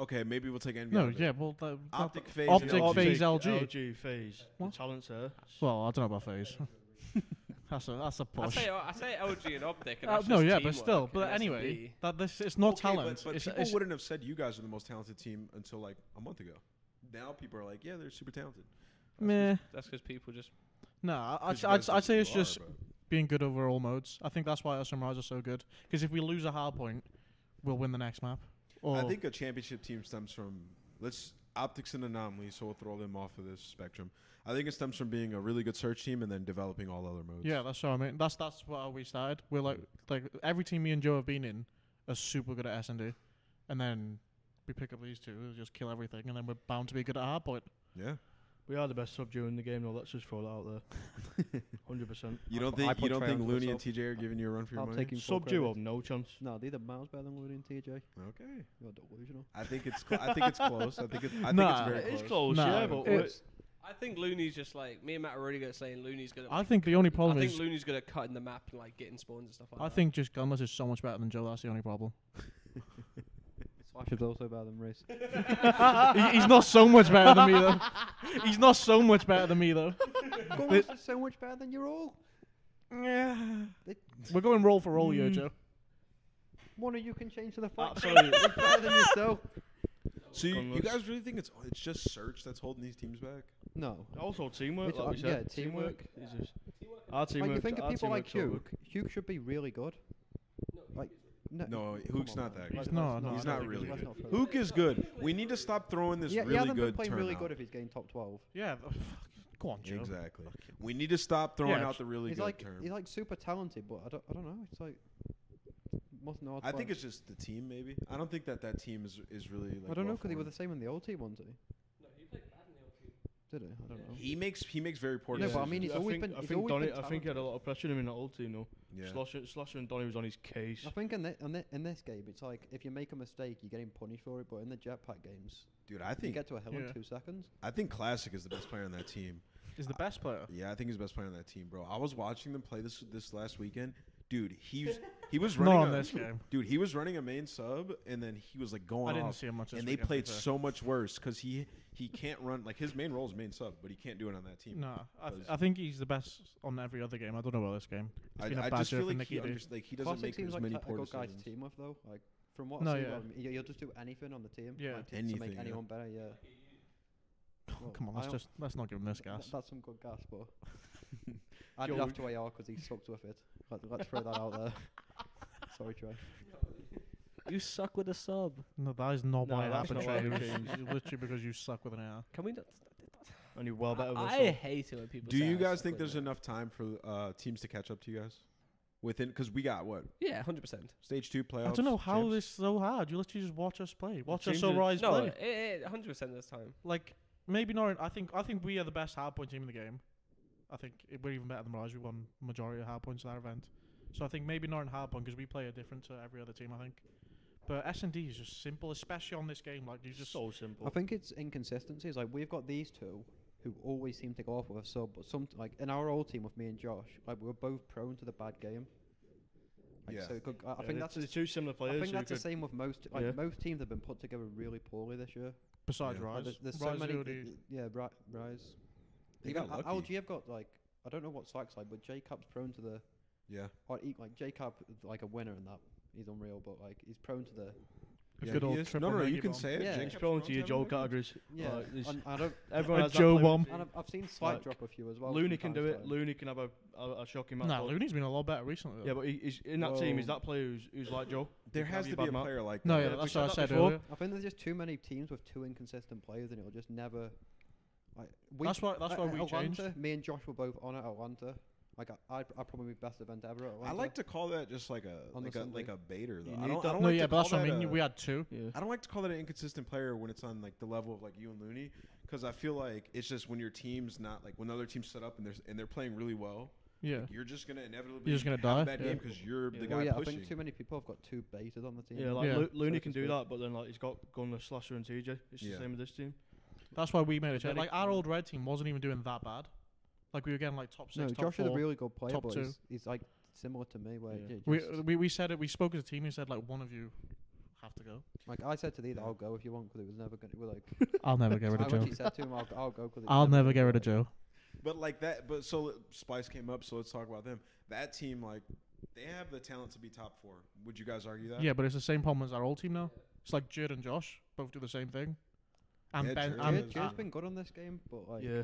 Speaker 1: Okay, maybe we'll take envy.
Speaker 2: No,
Speaker 1: out of it.
Speaker 2: yeah, well, that, that,
Speaker 1: Optic phase.
Speaker 2: Optic
Speaker 1: and
Speaker 2: phase.
Speaker 1: LG.
Speaker 2: LG.
Speaker 5: LG phase.
Speaker 2: What?
Speaker 5: The talent's there.
Speaker 2: well, I don't know about phase. that's a that's a
Speaker 3: I
Speaker 2: push.
Speaker 3: say I say LG and optic. And
Speaker 2: Uh,
Speaker 3: that's
Speaker 2: no,
Speaker 3: just
Speaker 2: yeah, but
Speaker 3: teamwork,
Speaker 2: still,
Speaker 3: and
Speaker 2: but
Speaker 3: that's a
Speaker 2: anyway,
Speaker 3: B.
Speaker 2: that this it's not
Speaker 1: Okay, but-
Speaker 2: talent.
Speaker 1: But,
Speaker 2: it's,
Speaker 1: people
Speaker 2: it's,
Speaker 1: wouldn't have said you guys are the most talented team until like a month ago. Now people are like, yeah, they're super talented.
Speaker 2: meh.
Speaker 3: that's because people just
Speaker 2: No, I- I'd,
Speaker 1: 'Cause you
Speaker 2: I'd,
Speaker 1: guys
Speaker 2: I'd say it's
Speaker 1: still are,
Speaker 2: just
Speaker 1: but-
Speaker 2: being good over all modes. I think that's why our Sunrise are so good. Because if we lose a hard point, we'll win the next map.
Speaker 4: Oh.
Speaker 2: Or
Speaker 1: I think a championship team stems from let's optics and anomalies, so we'll throw them off of this spectrum. I think it stems from being a really good search team and then developing all other modes.
Speaker 2: yeah, that's what I mean. That's that's why we started. We're like like every team me and Joe have been in are super good at S and D, and then we pick up these two, we just kill everything, and then we're bound to be good at hard point.
Speaker 1: yeah.
Speaker 5: We are the best sub duo in the game, though. Let's just throw that out there. 100%.
Speaker 1: You
Speaker 4: I
Speaker 1: don't
Speaker 4: put- I
Speaker 1: think you
Speaker 4: put
Speaker 1: don't
Speaker 4: Trey
Speaker 1: think
Speaker 4: onto the
Speaker 1: Looney and
Speaker 4: sub.
Speaker 1: TJ are giving you a run for your
Speaker 4: I'll
Speaker 1: money?
Speaker 4: take him full
Speaker 5: Sub duo,
Speaker 4: credit.
Speaker 5: no chance.
Speaker 4: No, they're the miles better than Woody and TJ.
Speaker 1: okay.
Speaker 4: You're delusional.
Speaker 1: I think it's cl- I think it's close. I think it's I
Speaker 2: Nah.
Speaker 1: think it's very
Speaker 5: It's
Speaker 1: close.
Speaker 5: close,
Speaker 2: Nah,
Speaker 5: yeah, but we're-
Speaker 3: I think Looney's just like me and Matt are really good at saying Looney's good. At,
Speaker 2: I think the only
Speaker 3: I
Speaker 2: problem
Speaker 3: think
Speaker 2: is
Speaker 3: Looney's good at cutting the map and like getting spawns and stuff like
Speaker 2: I
Speaker 3: that.
Speaker 2: think just Gunless is so much better than Joe. That's the only problem.
Speaker 4: Slash is also better than Reese.
Speaker 2: He- he's not so much better than me though. He's not so much better than me though.
Speaker 4: Gomez is so much better than you all.
Speaker 2: Yeah. We're going roll for roll, here, Joe.
Speaker 4: One of you can change to the fight.
Speaker 5: Absolutely.
Speaker 4: You're better than yourself.
Speaker 1: So you, you
Speaker 5: Gunless.
Speaker 1: guys really think it's it's just search that's holding these teams back?
Speaker 4: No.
Speaker 5: Also teamwork,
Speaker 4: Which
Speaker 5: like we
Speaker 4: I-
Speaker 5: said.
Speaker 4: yeah, teamwork.
Speaker 5: is just- Our teamwork.
Speaker 4: Like you think of
Speaker 5: our
Speaker 4: people like
Speaker 5: teamwork's all
Speaker 4: Hugh.
Speaker 5: good.
Speaker 4: Hugh should be really good. Like no,
Speaker 1: No,
Speaker 4: come
Speaker 1: Hook's
Speaker 4: on,
Speaker 1: not
Speaker 4: man.
Speaker 1: that
Speaker 4: Let's-
Speaker 2: good. No,
Speaker 4: let's
Speaker 2: no,
Speaker 1: He's
Speaker 2: I don't
Speaker 1: not
Speaker 2: think
Speaker 1: really
Speaker 4: let's
Speaker 1: good.
Speaker 4: not throw
Speaker 1: Hook is good. We need to stop throwing this
Speaker 4: Yeah, he
Speaker 1: really
Speaker 4: hasn't been
Speaker 1: good
Speaker 4: playing really good
Speaker 1: turnout.
Speaker 4: if he's getting top twelve.
Speaker 2: Yeah. Go on, Joe.
Speaker 1: Exactly. We need to stop throwing
Speaker 2: Yeah,
Speaker 1: out the really
Speaker 4: he's
Speaker 1: good
Speaker 4: like
Speaker 1: term.
Speaker 4: he's like super talented, but I don't I don't know. It's like must know.
Speaker 1: I think it's just the team, maybe. I don't think that that team is is really. Like,
Speaker 4: I don't know
Speaker 1: well
Speaker 4: because he was the
Speaker 1: formed.
Speaker 4: same in the old team, wasn't he? Did he? I don't know.
Speaker 1: He makes he makes very poor
Speaker 4: No, but I
Speaker 1: decisions.
Speaker 4: mean, he's
Speaker 5: I
Speaker 4: always
Speaker 5: think,
Speaker 4: been-
Speaker 5: I
Speaker 4: he's
Speaker 5: think,
Speaker 4: always
Speaker 5: Donny,
Speaker 4: been
Speaker 5: I think he had a lot of pressure on him in that old team, though.
Speaker 1: yeah.
Speaker 5: Slosher, Slosher and Donny was on his case.
Speaker 4: I think in, thi- in, thi- in this game, it's like if you make a mistake, you're getting punished for it. But in the jetpack games,
Speaker 1: dude, I
Speaker 4: you
Speaker 1: think
Speaker 4: get to a hill
Speaker 2: Yeah.
Speaker 4: in two seconds.
Speaker 1: I think Classic is the best player on that team.
Speaker 2: Is the best player.
Speaker 1: Yeah, I think he's the best player on that team, bro. I was watching them play this this last weekend, dude. He's he was running
Speaker 2: Not on
Speaker 1: a-
Speaker 2: this game.
Speaker 1: dude. He was running a main sub, and then he was like going.
Speaker 2: I didn't
Speaker 1: off,
Speaker 2: see him much. this
Speaker 1: And they
Speaker 2: weekend, to be
Speaker 1: played
Speaker 2: fair.
Speaker 1: so much worse because he he can't run like his main role is main sub, but he can't do it on that team.
Speaker 2: No, I, th-
Speaker 1: Because-
Speaker 2: I think he's the best on every other game. I don't know about this game. It's
Speaker 1: I,
Speaker 2: been a
Speaker 1: I
Speaker 2: bad
Speaker 1: just
Speaker 2: year
Speaker 1: feel
Speaker 2: for
Speaker 1: like he,
Speaker 2: Nikki.
Speaker 1: under, like he doesn't
Speaker 4: Classic
Speaker 1: make
Speaker 4: seems
Speaker 1: as
Speaker 4: like
Speaker 1: many
Speaker 4: a
Speaker 1: poor
Speaker 4: good guy
Speaker 1: decisions.
Speaker 4: to team with, though. Like from what
Speaker 2: No,
Speaker 4: I see,
Speaker 2: yeah.
Speaker 4: about him, you'll just do anything on the team.
Speaker 2: Yeah.
Speaker 4: like, to, to
Speaker 1: Anything,
Speaker 4: make
Speaker 1: yeah.
Speaker 4: anyone better. Yeah.
Speaker 2: Oh,
Speaker 4: Well,
Speaker 2: come on,
Speaker 4: I
Speaker 2: let's
Speaker 4: don't-
Speaker 2: just let's not give him this
Speaker 4: Th-
Speaker 2: gas.
Speaker 4: That's some good gas, but I did have to AR because he sucked with it. Let, let's throw that out there. Sorry, Trey.
Speaker 3: you suck with a sub.
Speaker 2: No, that is not
Speaker 5: No,
Speaker 2: why it
Speaker 5: that's
Speaker 2: happened.
Speaker 5: not why
Speaker 2: Trey.
Speaker 5: it
Speaker 2: It was
Speaker 5: changed.
Speaker 2: literally because you suck with an AR.
Speaker 3: Can we not?
Speaker 5: And he well better than
Speaker 3: I, I
Speaker 5: us,
Speaker 3: hate it when people.
Speaker 1: Do
Speaker 3: say
Speaker 1: you
Speaker 3: I
Speaker 1: guys
Speaker 3: suck
Speaker 1: think
Speaker 3: with
Speaker 1: there's
Speaker 3: it.
Speaker 1: enough time for uh, teams to catch up to you guys? Within, because we got what
Speaker 3: Yeah, hundred percent.
Speaker 1: stage two playoffs.
Speaker 2: I don't know how
Speaker 1: champs?
Speaker 2: this is so hard. You literally just watch us play. Watch us
Speaker 5: teams
Speaker 2: so
Speaker 5: are-
Speaker 2: rise
Speaker 3: No,
Speaker 2: play.
Speaker 3: hundred percent this time.
Speaker 2: like maybe not. in- I think I think we are the best hardpoint team in the game. I think i- we're even better than Mirage. We won majority of hardpoints at that event, so I think maybe not in hardpoint because we play a different to every other team. I think, but S and D is just simple, especially on this game. Like you
Speaker 5: It's
Speaker 2: just
Speaker 5: so simple.
Speaker 4: I think it's inconsistencies. Like we've got these two who always seem to go off with a sub, but some like in our old team with me and Josh, like we were both prone to the bad game. Like,
Speaker 1: Yeah.
Speaker 4: So it could, I, I
Speaker 5: Yeah,
Speaker 4: think
Speaker 5: they're
Speaker 4: that's.
Speaker 5: t- they're two similar
Speaker 4: I
Speaker 5: players.
Speaker 4: think
Speaker 5: so you
Speaker 4: that's the
Speaker 5: could-
Speaker 4: same with most. Like
Speaker 5: Yeah.
Speaker 4: most teams have been put together really poorly this year.
Speaker 2: besides
Speaker 1: Yeah.
Speaker 4: Like,
Speaker 2: Rise.
Speaker 4: there's, there's so
Speaker 2: Rise
Speaker 4: many.
Speaker 2: already-
Speaker 4: th- yeah, ri- rise.
Speaker 1: They
Speaker 4: Even
Speaker 1: got
Speaker 4: Al-
Speaker 1: lucky.
Speaker 4: LG have got like I don't know what Slack's like, but J Cup's prone to the
Speaker 1: Yeah,
Speaker 4: or e- like J Cup is like a winner in that. He's unreal, but like he's prone to the
Speaker 2: a
Speaker 1: Yeah,
Speaker 2: good
Speaker 1: he
Speaker 2: old
Speaker 1: is.
Speaker 2: triple
Speaker 1: No, no, no, you
Speaker 2: negi
Speaker 1: can
Speaker 2: bomb.
Speaker 1: say it.
Speaker 4: Yeah.
Speaker 1: Jake's
Speaker 5: It's prone to your Joe
Speaker 1: Joe
Speaker 5: categories.
Speaker 4: yeah.
Speaker 5: Like, it's-
Speaker 4: and I don't.
Speaker 5: everyone
Speaker 2: A
Speaker 5: has that
Speaker 2: Joe
Speaker 5: player
Speaker 2: bomb.
Speaker 5: on the
Speaker 4: And
Speaker 5: team.
Speaker 4: I've, I've seen Slack
Speaker 5: like,
Speaker 4: drop a few as well.
Speaker 5: Looney
Speaker 4: from
Speaker 5: can
Speaker 4: time
Speaker 5: do
Speaker 4: to
Speaker 5: it.
Speaker 4: time.
Speaker 5: Looney can have a, a, a shocking match.
Speaker 2: Nah, Looney's been a lot better recently.
Speaker 5: Yeah, but he, he's in that team. He's
Speaker 4: Whoa.
Speaker 5: that player who's, who's like Joe.
Speaker 1: There
Speaker 5: Can
Speaker 1: has
Speaker 5: be
Speaker 1: to
Speaker 5: bad
Speaker 1: be a
Speaker 5: map.
Speaker 1: player like
Speaker 2: no,
Speaker 1: that.
Speaker 2: yeah,
Speaker 5: we
Speaker 2: that's
Speaker 5: said
Speaker 2: what I
Speaker 5: that
Speaker 2: said
Speaker 5: before.
Speaker 2: earlier.
Speaker 4: I think there's just too many teams with two inconsistent players, and it'll just never. Like, we,
Speaker 2: That's why- that's
Speaker 4: at-
Speaker 2: why
Speaker 4: at
Speaker 2: we
Speaker 4: Atlanta,
Speaker 2: changed.
Speaker 4: Me and Josh were both on at Atlanta. Like I, I, I probably be best event ever. At Atlanta.
Speaker 1: I like to call that just like a
Speaker 4: On the
Speaker 1: like a,
Speaker 4: Sunday.
Speaker 1: like a baiter though.
Speaker 5: You
Speaker 1: I
Speaker 5: need
Speaker 1: don't,
Speaker 5: that-
Speaker 1: I don't
Speaker 2: no,
Speaker 1: like
Speaker 2: yeah,
Speaker 1: to
Speaker 2: but that's
Speaker 1: call
Speaker 2: what I
Speaker 1: that
Speaker 2: mean.
Speaker 1: a-
Speaker 2: We had two.
Speaker 5: Yeah.
Speaker 1: I don't like to call that an inconsistent player when it's on like the level of like you and Looney, because I feel like it's just when your team's not like when the other team's set up and they're and they're playing really well,
Speaker 2: Yeah,
Speaker 1: you're just gonna inevitably
Speaker 2: You're just gonna
Speaker 1: have
Speaker 2: die.
Speaker 1: that
Speaker 5: Yeah.
Speaker 1: game because you're the
Speaker 5: Yeah.
Speaker 1: guy
Speaker 4: Well, yeah, I
Speaker 1: pushing.
Speaker 4: think too many people have got two betas on the team.
Speaker 5: Yeah, like
Speaker 2: Yeah.
Speaker 5: Lo- Looney
Speaker 4: So
Speaker 5: can
Speaker 4: to
Speaker 5: do
Speaker 4: speak.
Speaker 5: that, but then like he's got Gunner, Slasher, and TJ. It's
Speaker 1: Yeah.
Speaker 5: the same with this team.
Speaker 2: that's why we made a change.
Speaker 5: Very-
Speaker 2: Like our old red team wasn't even doing that bad. Like we were getting like top six,
Speaker 4: No,
Speaker 2: top
Speaker 4: Josh
Speaker 2: four.
Speaker 4: is a really good player,
Speaker 2: top
Speaker 4: but
Speaker 2: two.
Speaker 4: he's, he's like similar to me. Where
Speaker 5: Yeah.
Speaker 4: j-
Speaker 2: we,
Speaker 4: just-
Speaker 2: we we said it. We spoke as a team. We said like one of you have to go.
Speaker 4: like I said to thee that
Speaker 1: Yeah.
Speaker 4: I'll go if you want, because it was never gonna. We're like,
Speaker 2: I'll never get
Speaker 4: I
Speaker 2: rid of Joe.
Speaker 4: actually said to him, I'll, I'll go. Cause it was
Speaker 2: I'll never
Speaker 4: gonna
Speaker 2: get
Speaker 4: go
Speaker 2: rid of
Speaker 4: away."
Speaker 2: Joe.
Speaker 1: But like that, but so Spice came up, so let's talk about them. That team, like, they have the talent to be top four. Would you guys argue that?
Speaker 2: Yeah, but it's the same problem as our old team now. It's like Jid and Josh both do the same thing. And
Speaker 1: Yeah,
Speaker 2: Ben,
Speaker 1: Jid-
Speaker 2: and, uh,
Speaker 1: Jid-
Speaker 4: Jid,
Speaker 1: Jid-
Speaker 4: has been good on this game, but like,
Speaker 5: yeah.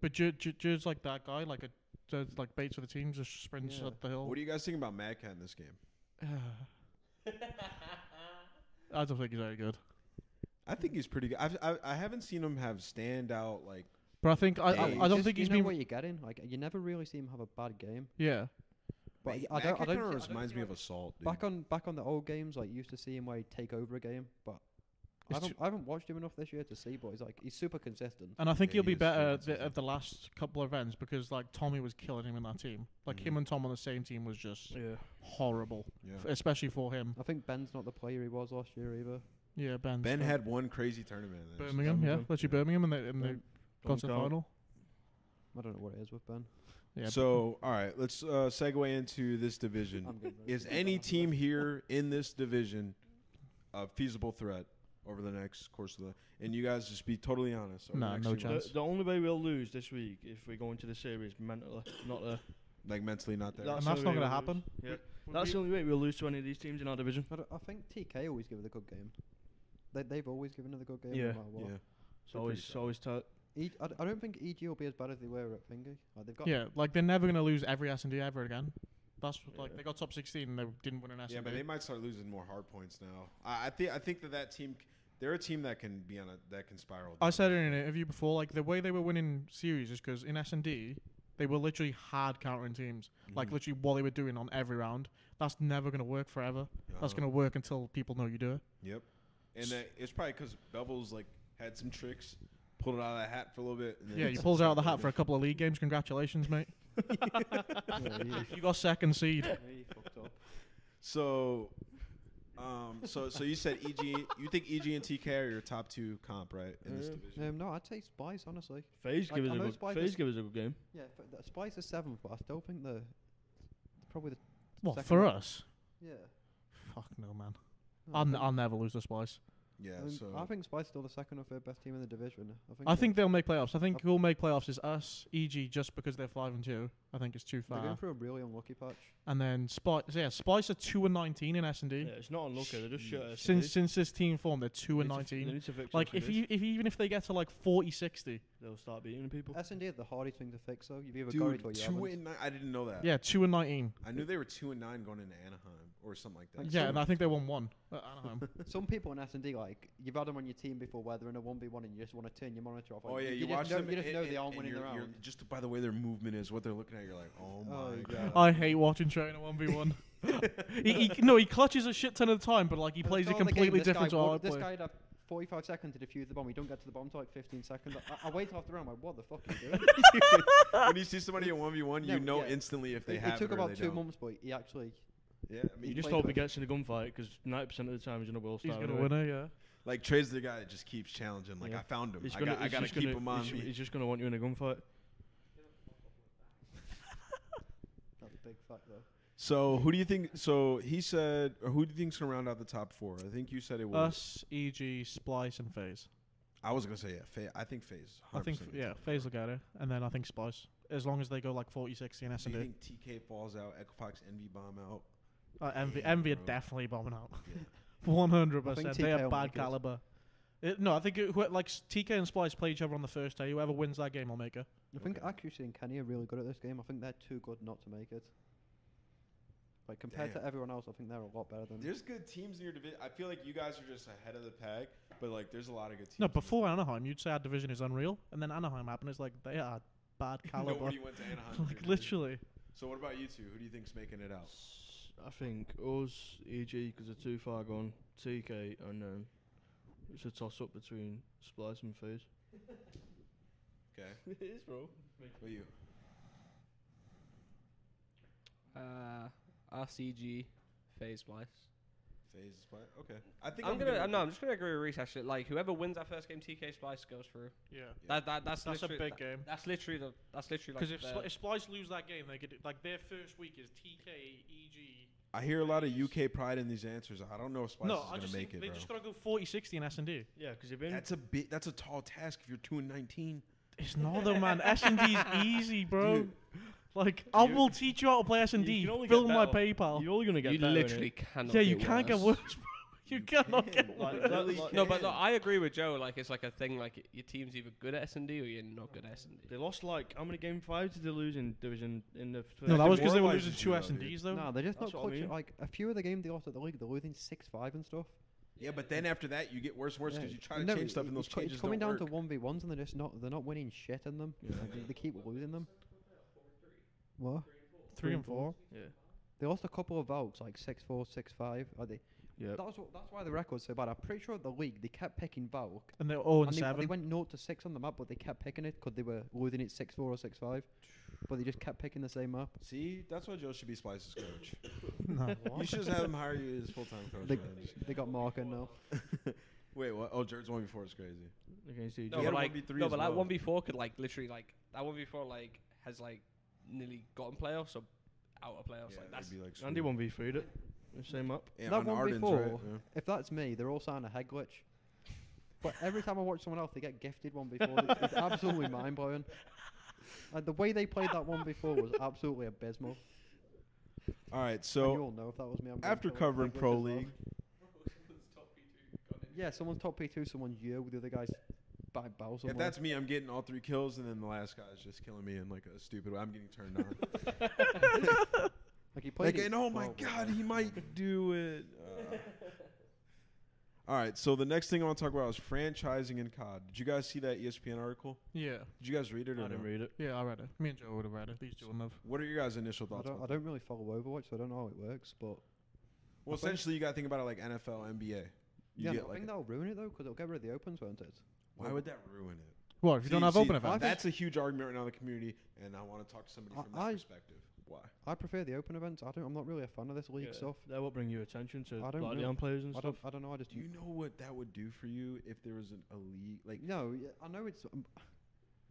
Speaker 2: but Jid, Jid, Jid's like that guy, like a does, like baits for the team, just sprints
Speaker 4: Yeah.
Speaker 2: up the hill.
Speaker 1: What do you guys think about Mad Cat in this game?
Speaker 2: I don't think he's very good.
Speaker 1: I think he's pretty good. I've, I I haven't seen him have standout like.
Speaker 2: But I think I I,
Speaker 1: Hey,
Speaker 2: I don't
Speaker 4: just-
Speaker 2: think
Speaker 4: you
Speaker 2: he's
Speaker 4: know
Speaker 2: been.
Speaker 4: what you're getting. Like, you never really see him have a bad game.
Speaker 2: yeah,
Speaker 4: But
Speaker 1: Mad
Speaker 4: I don't- I
Speaker 1: Cat
Speaker 4: don't
Speaker 1: kinda
Speaker 4: thi- I
Speaker 1: reminds me of Assault. Dude.
Speaker 4: Back on back on the old games, like you used to see him where he'd take over a game, but I
Speaker 2: It's
Speaker 4: haven't, I haven't watched him enough this year to see. But he's like he's super consistent.
Speaker 2: and I think
Speaker 1: Yeah,
Speaker 2: he'll
Speaker 1: he
Speaker 2: be
Speaker 1: is very
Speaker 2: better th-
Speaker 1: consistent.
Speaker 2: at the last couple of events because like Tommy was killing him in that team. Like him
Speaker 1: Mhm.
Speaker 2: and Tom on the same team was just
Speaker 5: Yeah.
Speaker 2: horrible,
Speaker 1: Yeah.
Speaker 2: f- especially for him.
Speaker 4: I think Ben's not the player he was last year either.
Speaker 2: Yeah, Ben.
Speaker 1: Ben had one crazy tournament. and then just-
Speaker 2: Birmingham. Yeah,
Speaker 5: Birmingham,
Speaker 2: literally
Speaker 1: yeah.
Speaker 2: Birmingham, and they and they
Speaker 4: Ben-
Speaker 2: got to the
Speaker 5: Duncan.
Speaker 2: final.
Speaker 4: I don't know what it is with Ben.
Speaker 2: Yeah.
Speaker 1: So all right, let's uh, segue into this division.
Speaker 4: I'm getting
Speaker 1: Is
Speaker 4: ready to
Speaker 1: any
Speaker 4: go.
Speaker 1: team here in this division a feasible threat over the next course of the? And you guys just be totally honest. over the
Speaker 2: Nah,
Speaker 1: next
Speaker 2: no
Speaker 1: few
Speaker 2: chance.
Speaker 1: months.
Speaker 5: The, the only way we'll lose this week if we go into the series mentally, not the.
Speaker 1: Like mentally, not there.
Speaker 5: That's
Speaker 2: and
Speaker 5: the
Speaker 2: that's
Speaker 5: only
Speaker 2: not
Speaker 5: way
Speaker 2: gonna
Speaker 5: we'll
Speaker 2: happen.
Speaker 5: lose. Yeah. That's the only way we'll lose to any of these teams in our division.
Speaker 4: I, don't- I think TK always give it a good game. They, they've always given it a good game.
Speaker 5: Yeah.
Speaker 4: No matter what.
Speaker 1: yeah.
Speaker 5: It's
Speaker 1: They're
Speaker 5: always,
Speaker 1: pretty
Speaker 5: it's always tight.
Speaker 4: E, I, d- I don't think EG will be as bad as they were at Fingy. Like they've got.
Speaker 2: yeah, like they're never gonna lose every S and D ever again. That's what- like
Speaker 5: Yeah.
Speaker 2: they got top sixteen and they didn't win an S
Speaker 1: Yeah,
Speaker 2: and
Speaker 1: but they
Speaker 2: D.
Speaker 1: might start losing more hard points now. I, I think I think that that team, c- they're a team that can be on a that can spiral.
Speaker 2: I
Speaker 1: down.
Speaker 2: said it in an interview before, like the way they were winning series is because in S and D they were literally hard countering teams, like
Speaker 1: Mhm.
Speaker 2: literally what they were doing on every round. That's never gonna work forever. That's
Speaker 1: Uh-huh.
Speaker 2: gonna work until people know you do it.
Speaker 1: Yep. Uh-huh. And that, it's probably because Bevel's like had some tricks, pulled it out of the hat for a little bit. And then
Speaker 2: Yeah, you
Speaker 1: it's-
Speaker 2: pulled
Speaker 1: it's
Speaker 2: out
Speaker 1: not
Speaker 2: of the
Speaker 1: really
Speaker 2: hat for a
Speaker 1: good.
Speaker 2: couple of league games. Congratulations, mate.
Speaker 4: Yeah, he-
Speaker 2: You got second seed.
Speaker 4: he fucked up.
Speaker 1: So, um, so so you said EG, you think EG and TK are your top two comp, right, in this
Speaker 5: Yeah.
Speaker 1: division?
Speaker 4: Um, no, I'd say Spice honestly.
Speaker 5: Phase
Speaker 4: Like,
Speaker 5: give
Speaker 4: I
Speaker 5: us a
Speaker 4: know
Speaker 5: good.
Speaker 4: Spike
Speaker 5: Phase
Speaker 4: has-
Speaker 5: give us a good game.
Speaker 4: Yeah, f- the- Spice is seventh, but I still think the probably the
Speaker 2: What
Speaker 4: Second
Speaker 2: for
Speaker 4: round.
Speaker 2: us?
Speaker 4: yeah.
Speaker 2: Fuck no, man.
Speaker 4: No, I
Speaker 2: I'll, n-
Speaker 4: think-
Speaker 2: I'll never lose the Spice.
Speaker 1: Yeah.
Speaker 4: Um,
Speaker 1: so
Speaker 4: I think Spice still the second or third best team in the division. I think,
Speaker 2: I
Speaker 4: they-
Speaker 2: think they'll make playoffs. I think
Speaker 4: Up-
Speaker 2: who'll make playoffs is us, EG, just because they're five and two. I think it's too
Speaker 4: they're
Speaker 2: far.
Speaker 4: going through a really unlucky patch.
Speaker 2: And then Spice, yeah, Spice are two and nineteen in S and
Speaker 5: Yeah,
Speaker 2: D.
Speaker 5: it's not unlucky. They're just shit. at
Speaker 2: Since
Speaker 5: SMD.
Speaker 2: since this team formed, they're two and
Speaker 5: They need to- They
Speaker 2: nineteen.
Speaker 5: need to fix
Speaker 2: Like
Speaker 5: something
Speaker 2: if
Speaker 5: big.
Speaker 2: you if even if they get to like 40, 60,
Speaker 5: they'll start beating people.
Speaker 4: S and D are the hardest thing to fix, though. You've either got it or
Speaker 1: dude,
Speaker 4: you
Speaker 1: two
Speaker 4: haven't.
Speaker 1: and nine. I didn't know that.
Speaker 2: yeah, two and nineteen.
Speaker 1: I knew they were two and nine going into Anaheim or something like that.
Speaker 4: Like
Speaker 2: yeah,
Speaker 4: so-
Speaker 2: and I think they won one. at Anaheim.
Speaker 4: Some people in S and D like you've had them on your team before, where they're in a one v one, and you just want to turn your monitor off.
Speaker 1: Oh
Speaker 4: like,
Speaker 1: yeah, you,
Speaker 4: just
Speaker 1: watch
Speaker 4: know,
Speaker 1: them.
Speaker 4: You just
Speaker 1: and-
Speaker 4: know
Speaker 1: and-
Speaker 4: they
Speaker 1: and
Speaker 4: aren't winning the
Speaker 1: you're- you're-
Speaker 4: round.
Speaker 1: Just by the way their movement is, what they're looking at, you're like, oh my
Speaker 4: Oh,
Speaker 1: god.
Speaker 4: God.
Speaker 2: I hate watching Trainer one v one. He no, he clutches a shit ton of the time, but like he
Speaker 4: At the
Speaker 2: plays it
Speaker 4: start of the game,
Speaker 2: completely
Speaker 4: this
Speaker 2: different
Speaker 4: guy,
Speaker 2: to how I
Speaker 4: would- This
Speaker 2: play.
Speaker 4: guy'd have 45 seconds to defuse the bomb. We don't get to the bomb till like 15 seconds. I, I wait after the round. Like, what the fuck are you doing?
Speaker 1: when you see somebody in one v one, you
Speaker 4: No,
Speaker 1: know
Speaker 4: yeah.
Speaker 1: instantly if they
Speaker 4: it,
Speaker 1: have
Speaker 4: it took
Speaker 1: or
Speaker 4: about
Speaker 1: they
Speaker 4: 2
Speaker 1: don't.
Speaker 4: months, but he actually.
Speaker 1: Yeah, I
Speaker 5: You
Speaker 1: mean,
Speaker 4: You
Speaker 5: just
Speaker 4: play
Speaker 5: hope he
Speaker 4: first.
Speaker 5: gets in a gunfight because 90% of the time he's in a world
Speaker 2: He's
Speaker 5: star
Speaker 2: gonna
Speaker 5: anyway.
Speaker 2: win it, yeah.
Speaker 1: like Trey's the guy that just keeps challenging. Like
Speaker 5: Yeah.
Speaker 1: I found him.
Speaker 5: He's
Speaker 1: I,
Speaker 5: gonna,
Speaker 1: got, I
Speaker 5: he's
Speaker 1: gotta
Speaker 5: just
Speaker 1: keep
Speaker 5: gonna,
Speaker 1: him on
Speaker 5: he's,
Speaker 1: me.
Speaker 5: he's just gonna want you in a gunfight.
Speaker 4: That's a big fact, though.
Speaker 1: So who do you think? So he said, or who do you think's gonna round out the top four? I think you said it was.
Speaker 2: Us, EG, Splice, and Phase.
Speaker 1: I was gonna say yeah. Fa- I think Phase.
Speaker 2: Uh, I think
Speaker 1: 100%
Speaker 2: yeah,
Speaker 1: gets it.
Speaker 2: Phase will get it, and then I think Splice. As long as they go like 40, 60 in S
Speaker 1: Do
Speaker 2: and
Speaker 1: you
Speaker 2: D,
Speaker 1: think TK falls out? Equifax Envy bomb out.
Speaker 2: uh, Envy,
Speaker 1: Yeah,
Speaker 2: Envy are
Speaker 1: bro.
Speaker 2: definitely bombing out.
Speaker 1: Yeah.
Speaker 2: One hundred
Speaker 4: I think
Speaker 2: percent. They
Speaker 4: TK
Speaker 2: are
Speaker 4: will
Speaker 2: bad
Speaker 4: make it.
Speaker 2: caliber. It- no, I think it, who- like s- TK and Splice play each other on the first day. Whoever wins that game will make it.
Speaker 4: I think
Speaker 1: Okay.
Speaker 4: Accuracy and Kenny are really good at this game. I think they're too good not to make it. Like, compared
Speaker 1: Damn.
Speaker 4: to everyone else, I think they're a lot better than.
Speaker 1: There's good teams in your division. I feel like you guys are just ahead of the pack, but like there's a lot of good teams.
Speaker 2: No,
Speaker 1: in your
Speaker 2: before Anaheim, you'd say our division is unreal, and then Anaheim happened. It's like they are bad
Speaker 1: division.
Speaker 2: caliber.
Speaker 1: Nobody went to Anaheim. for your
Speaker 2: like
Speaker 1: division.
Speaker 2: literally,
Speaker 1: So what about you two? Who do you think's making it out?
Speaker 5: I think us, EG, because they're too far gone, TK, and then it's a toss up between Splice and Phase.
Speaker 1: Okay.
Speaker 5: it is, bro.
Speaker 1: What you?
Speaker 3: Uh, RCG, phase wise.
Speaker 1: phase. But okay, I think
Speaker 3: I'm,
Speaker 1: I'm
Speaker 3: gonna.
Speaker 1: go
Speaker 3: uh, no,
Speaker 1: with-
Speaker 3: I'm just gonna agree with Reese. Actually, like whoever wins that first game, TK Splice goes through.
Speaker 2: Yeah,
Speaker 1: Yeah.
Speaker 3: That, that that's
Speaker 2: that's a
Speaker 3: literally-
Speaker 2: big game.
Speaker 3: That's literally the. That's literally like.
Speaker 2: Because if,
Speaker 3: the-
Speaker 2: Spl- if Splice lose that game, they could like their first week is E TK EG.
Speaker 1: I hear a lot of UK pride in these answers. I don't know if Spice
Speaker 2: no,
Speaker 1: is
Speaker 2: I
Speaker 1: gonna
Speaker 2: just
Speaker 1: make
Speaker 2: think
Speaker 1: it.
Speaker 2: they
Speaker 1: bro.
Speaker 2: just gotta go 40-60 in S and D.
Speaker 5: Yeah, because you've been
Speaker 1: That's a bit. That's a tall task if you're two and nineteen.
Speaker 2: It's not though, man. S and D's easy, bro.
Speaker 1: Dude.
Speaker 2: like I
Speaker 5: You-
Speaker 2: will teach you how to play S and
Speaker 5: you
Speaker 2: D.
Speaker 5: can only
Speaker 2: Fill
Speaker 5: get
Speaker 2: my
Speaker 5: better.
Speaker 2: PayPal.
Speaker 5: you're only gonna get
Speaker 3: you
Speaker 5: better in it.
Speaker 3: literally cannot.
Speaker 2: yeah, you can't get worse.
Speaker 1: worse.
Speaker 2: Bro. You, cannot get
Speaker 5: Like,
Speaker 2: worse.
Speaker 5: that-
Speaker 1: really
Speaker 5: like-
Speaker 3: No, but
Speaker 1: can.
Speaker 3: no, I agree with Joe. Like it's like a thing. Like y- your team's either good at S and D or you're not good at S and D.
Speaker 5: They lost like how many game five did they lose in division in the first
Speaker 2: No, that was
Speaker 1: think
Speaker 2: because they were
Speaker 1: moralizes
Speaker 2: losing
Speaker 1: you,
Speaker 2: two
Speaker 1: though,
Speaker 2: S and D's though.
Speaker 4: Nah, they're just not
Speaker 5: That's what I
Speaker 4: clutching.
Speaker 5: mean.
Speaker 4: Like a few of the games they lost at the league, they're losing six five and stuff.
Speaker 1: Yeah, but then after that, you get worse, and worse
Speaker 4: Yeah.
Speaker 1: because you try to
Speaker 4: No,
Speaker 1: change stuff,
Speaker 4: it-
Speaker 1: and those
Speaker 4: it's co-
Speaker 1: changes
Speaker 4: It's coming
Speaker 1: don't
Speaker 4: down
Speaker 1: work.
Speaker 4: to one v ones, and they're just not. They're not winning shit in them. Like, they- they keep losing them. What?
Speaker 2: Three and four.
Speaker 5: Yeah.
Speaker 4: They lost a couple of votes, like six four, six five. Are they?
Speaker 5: Yeah.
Speaker 4: That's what, that's why the record's so bad. I'm pretty sure at the league they kept picking Valk.
Speaker 2: And they're all in
Speaker 4: And they, they
Speaker 2: seven.
Speaker 4: went 0 to 6 on the map, but they kept picking it because they were losing it 6 4 or 6 5. But they just kept picking the same map.
Speaker 1: See, that's why Joe should be Splice's coach.
Speaker 2: no,
Speaker 1: you should just have him hire you as full time coach.
Speaker 4: They,
Speaker 1: man. Just-
Speaker 4: they got Marker now.
Speaker 1: Wait, what? Oh, Jared's one before is crazy.
Speaker 5: against E EG.
Speaker 3: No,
Speaker 1: had
Speaker 3: but
Speaker 1: a
Speaker 3: like
Speaker 1: 1v3
Speaker 3: no,
Speaker 1: as
Speaker 3: but
Speaker 1: well.
Speaker 3: that one v four could like literally like that one v four like has like nearly gotten playoffs or out of playoffs.
Speaker 1: Yeah,
Speaker 3: like
Speaker 1: they'd
Speaker 3: that's
Speaker 1: be like,
Speaker 5: Andy
Speaker 1: screw
Speaker 5: one v three it. The same up.
Speaker 1: Yeah,
Speaker 4: That
Speaker 1: on
Speaker 4: one
Speaker 1: Arden's,
Speaker 4: before-
Speaker 1: right? Yeah.
Speaker 4: If that's me, they're all signing a head glitch. But every time I watch someone else, they get gifted one before. It's, it's absolutely mind blowing. Like the way they played that one before was absolutely abysmal.
Speaker 1: All right,
Speaker 4: So
Speaker 1: so
Speaker 4: you all know if that was me. I'm going
Speaker 1: after
Speaker 4: for a head
Speaker 1: covering
Speaker 4: glitch
Speaker 1: pro
Speaker 4: as well.
Speaker 1: league,
Speaker 4: Yeah, someone's top P2, someone's you, the other guy's by bow somewhere.
Speaker 1: if that's me, I'm getting all three kills, and then the last guy is just killing me in like a stupid way. I'm getting turned on.
Speaker 4: like he played
Speaker 1: like,
Speaker 4: it
Speaker 1: and oh my
Speaker 4: horrible,
Speaker 1: god,
Speaker 4: man.
Speaker 1: he might do it. Uh. All right, so the next thing I want to talk about is franchising in COD. Did you guys see that E ESPN article?
Speaker 2: yeah,
Speaker 1: Did you guys read it
Speaker 5: I
Speaker 1: or
Speaker 5: didn't
Speaker 1: no?
Speaker 5: read it.
Speaker 2: yeah. I read it. Me and Joe would have read it. These two wouldn't have.
Speaker 1: What are your guys' initial
Speaker 4: I
Speaker 1: thoughts?
Speaker 4: don't, I
Speaker 1: about
Speaker 4: don't really follow Overwatch, so I don't know how it works, but
Speaker 1: that? Well,
Speaker 4: I think-
Speaker 1: essentially, you got to think about it like NFL, NBA. You
Speaker 4: yeah,
Speaker 1: get,
Speaker 4: I
Speaker 1: like,
Speaker 4: think that'll ruin it though, because it'll get rid of the opens, won't it?
Speaker 1: why would that ruin it?
Speaker 2: What if you
Speaker 1: See-
Speaker 2: don't have
Speaker 1: see,
Speaker 2: open
Speaker 4: I
Speaker 2: event?
Speaker 4: think-
Speaker 1: That's a huge argument right now in the community, and I want to talk to somebody
Speaker 4: I-
Speaker 1: from that
Speaker 4: I-
Speaker 1: perspective. Why?
Speaker 4: I prefer the open events. I don't. I'm not really a fan of this league
Speaker 5: Yeah.
Speaker 4: stuff.
Speaker 5: That will bring you attention to
Speaker 4: I don't
Speaker 5: like the
Speaker 4: know.
Speaker 5: young players and
Speaker 4: I
Speaker 5: stuff.
Speaker 4: don't. I don't know. I just.
Speaker 1: Do you know what that would do for you if there was an elite? Like,
Speaker 4: no, yeah, I know it's. Um,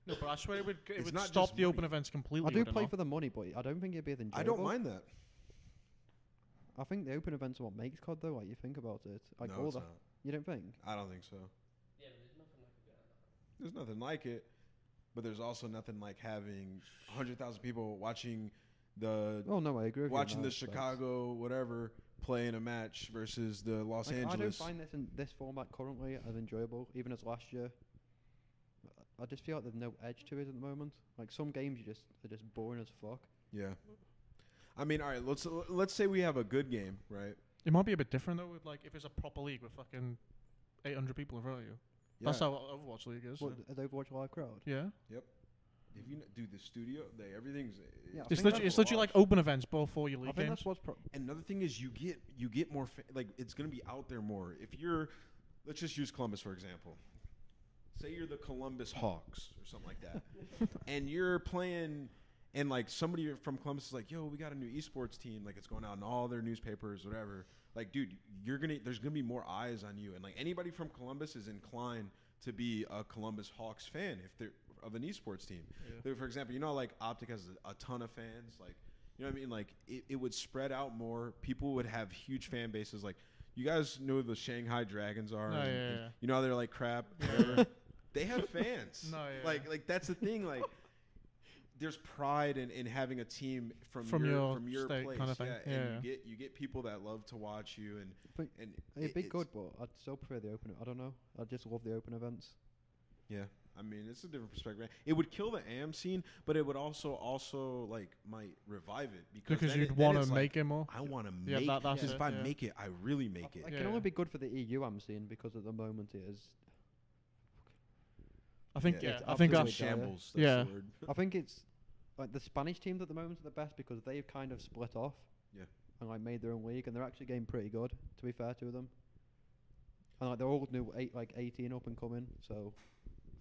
Speaker 2: No, but I swear it would. It
Speaker 1: It's
Speaker 2: would
Speaker 1: not
Speaker 2: stop
Speaker 1: just
Speaker 2: the open
Speaker 1: money.
Speaker 2: events completely.
Speaker 4: I do
Speaker 2: would it
Speaker 4: play
Speaker 2: not?
Speaker 4: for the money, but I don't think it'd be as enjoyable.
Speaker 1: I don't mind that.
Speaker 4: I think the open events are what makes COD though. Like you think about it, like
Speaker 1: no,
Speaker 4: all
Speaker 1: it's
Speaker 4: that.
Speaker 1: not.
Speaker 4: You don't think?
Speaker 1: I don't think so. There's nothing like it, but there's also nothing like having 100,000 people watching the
Speaker 4: Oh no, I agree. With you on
Speaker 1: watching
Speaker 4: that
Speaker 1: the
Speaker 4: aspect.
Speaker 1: Chicago whatever play in a match versus the Los
Speaker 4: Like, I don't
Speaker 1: Angeles.
Speaker 4: find this in this format currently as enjoyable, even as last year. I- I just feel like there's no edge to it at the moment. Like some games, you just are just boring as fuck.
Speaker 1: yeah. I mean, all right. Let's let's say we have a good game, right?
Speaker 2: It might be a bit different though. With like, if it's a proper league with fucking 800 people in front of you. That's
Speaker 1: Yeah.
Speaker 2: how Overwatch League is.
Speaker 4: What, the Overwatch live crowd?
Speaker 2: Yeah,
Speaker 1: If you kn- do the studio, they everything's. eh,
Speaker 4: Yeah, I
Speaker 2: it's
Speaker 4: think
Speaker 2: literally,
Speaker 4: that's
Speaker 2: it's literally like open events before your
Speaker 4: I
Speaker 2: league
Speaker 4: think
Speaker 2: games.
Speaker 4: that's what's pro-
Speaker 1: oh, Another thing is you get you get more fa- like it's gonna be out there more. If you're, let's just use Columbus for example. Say you're the Columbus Hawks or something like that, and you're playing, and like somebody from Columbus is like, "Yo, we got a new esports team. Like it's going out in all their newspapers, whatever." Like, dude, you're gonna there's gonna be more eyes on you, and like anybody from Columbus is inclined to be a Columbus Hawks fan if they're of an esports team.
Speaker 5: Yeah.
Speaker 1: There- For example, you know, like Optic has a, a ton of fans. Like, you know what I mean? Like, it, it would spread out more. People would have huge fan bases. Like, you guys know who the Shanghai Dragons are.
Speaker 2: No,
Speaker 1: and-
Speaker 2: Oh, yeah,
Speaker 1: and
Speaker 2: yeah.
Speaker 1: You know how they're like crap. Whatever. they have fans.
Speaker 2: No, yeah,
Speaker 1: Like,
Speaker 2: yeah.
Speaker 1: like that's the thing. Like, there's pride in, in having a team from,
Speaker 2: From
Speaker 1: your,
Speaker 2: your
Speaker 1: from your
Speaker 2: state
Speaker 1: place.
Speaker 2: kind of thing.
Speaker 1: Yeah,
Speaker 2: Yeah.
Speaker 1: and you get you get people that love to watch you and
Speaker 4: But
Speaker 1: and
Speaker 4: It'd
Speaker 1: it-
Speaker 4: be
Speaker 1: it's-
Speaker 4: good, but I'd still prefer the open. I don't know. I just love the open events.
Speaker 1: Yeah, I mean it's a different perspective. man. It would kill the am scene, but it would also also like might revive it because
Speaker 2: because
Speaker 1: then
Speaker 2: you'd
Speaker 1: it- then
Speaker 2: want
Speaker 1: it's
Speaker 2: to
Speaker 1: like,
Speaker 2: make it more.
Speaker 1: I want to
Speaker 2: Yeah,
Speaker 1: make.
Speaker 2: that- that's
Speaker 1: because
Speaker 2: it,
Speaker 1: if I
Speaker 2: yeah.
Speaker 1: make it, I really make it.
Speaker 4: It
Speaker 2: Yeah,
Speaker 4: can
Speaker 2: yeah.
Speaker 4: only be good for the EU. I'm seeing because at the moment it is.
Speaker 2: I think
Speaker 1: Yeah,
Speaker 2: yeah,
Speaker 4: it's
Speaker 2: I think
Speaker 1: It's
Speaker 4: absolutely
Speaker 2: that's
Speaker 1: a shambles. That's
Speaker 2: Yeah.
Speaker 1: the word.
Speaker 4: I think it's like the Spanish teams at the moment are the best because they've kind of split off.
Speaker 1: Yeah.
Speaker 4: And like made their own league, and they're actually getting pretty good. To be fair to them. And like they're all new, eight like 18 up and coming. So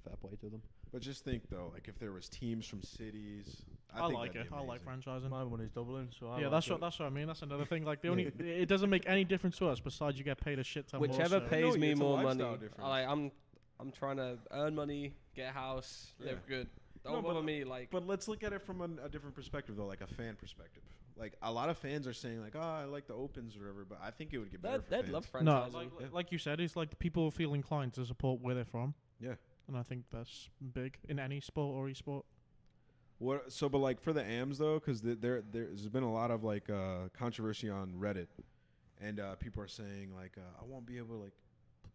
Speaker 4: fair play to them.
Speaker 1: But just think though, like if there was teams from cities, I,
Speaker 2: I,
Speaker 1: think
Speaker 2: like it.
Speaker 1: that'd be
Speaker 2: I like
Speaker 1: amazing.
Speaker 2: franchising.
Speaker 5: My money's doubling, so I
Speaker 2: yeah,
Speaker 5: like
Speaker 2: that's
Speaker 5: it.
Speaker 2: what that's what I mean. That's another thing. Like the only it doesn't make any difference to us besides you get paid a shit ton more,
Speaker 3: Whichever
Speaker 2: so-
Speaker 1: No,
Speaker 3: pays
Speaker 1: yeah,
Speaker 3: me
Speaker 1: it's a
Speaker 3: more money,
Speaker 1: lifestyle
Speaker 3: I,
Speaker 1: difference.
Speaker 3: like, I'm I'm trying to earn money, get a house, live
Speaker 1: Yeah.
Speaker 3: good. Don't
Speaker 1: No, but-
Speaker 3: bother me like
Speaker 1: But let's look at it from an, a different perspective though, like a fan perspective. Like a lot of fans are saying like, "Oh, I like the opens or whatever," but I think it would get better.
Speaker 3: they'd,
Speaker 1: for fans.
Speaker 3: they'd love
Speaker 2: No,
Speaker 3: franchising.
Speaker 2: like,
Speaker 1: Yeah.
Speaker 2: like you said, it's like people feel inclined to support where they're from.
Speaker 1: Yeah.
Speaker 2: And I think that's big in any sport or esport.
Speaker 1: What so, but like for the AMs though, because there there's been a lot of like uh, controversy on Reddit, and uh, people are saying like, uh, "I won't be able to like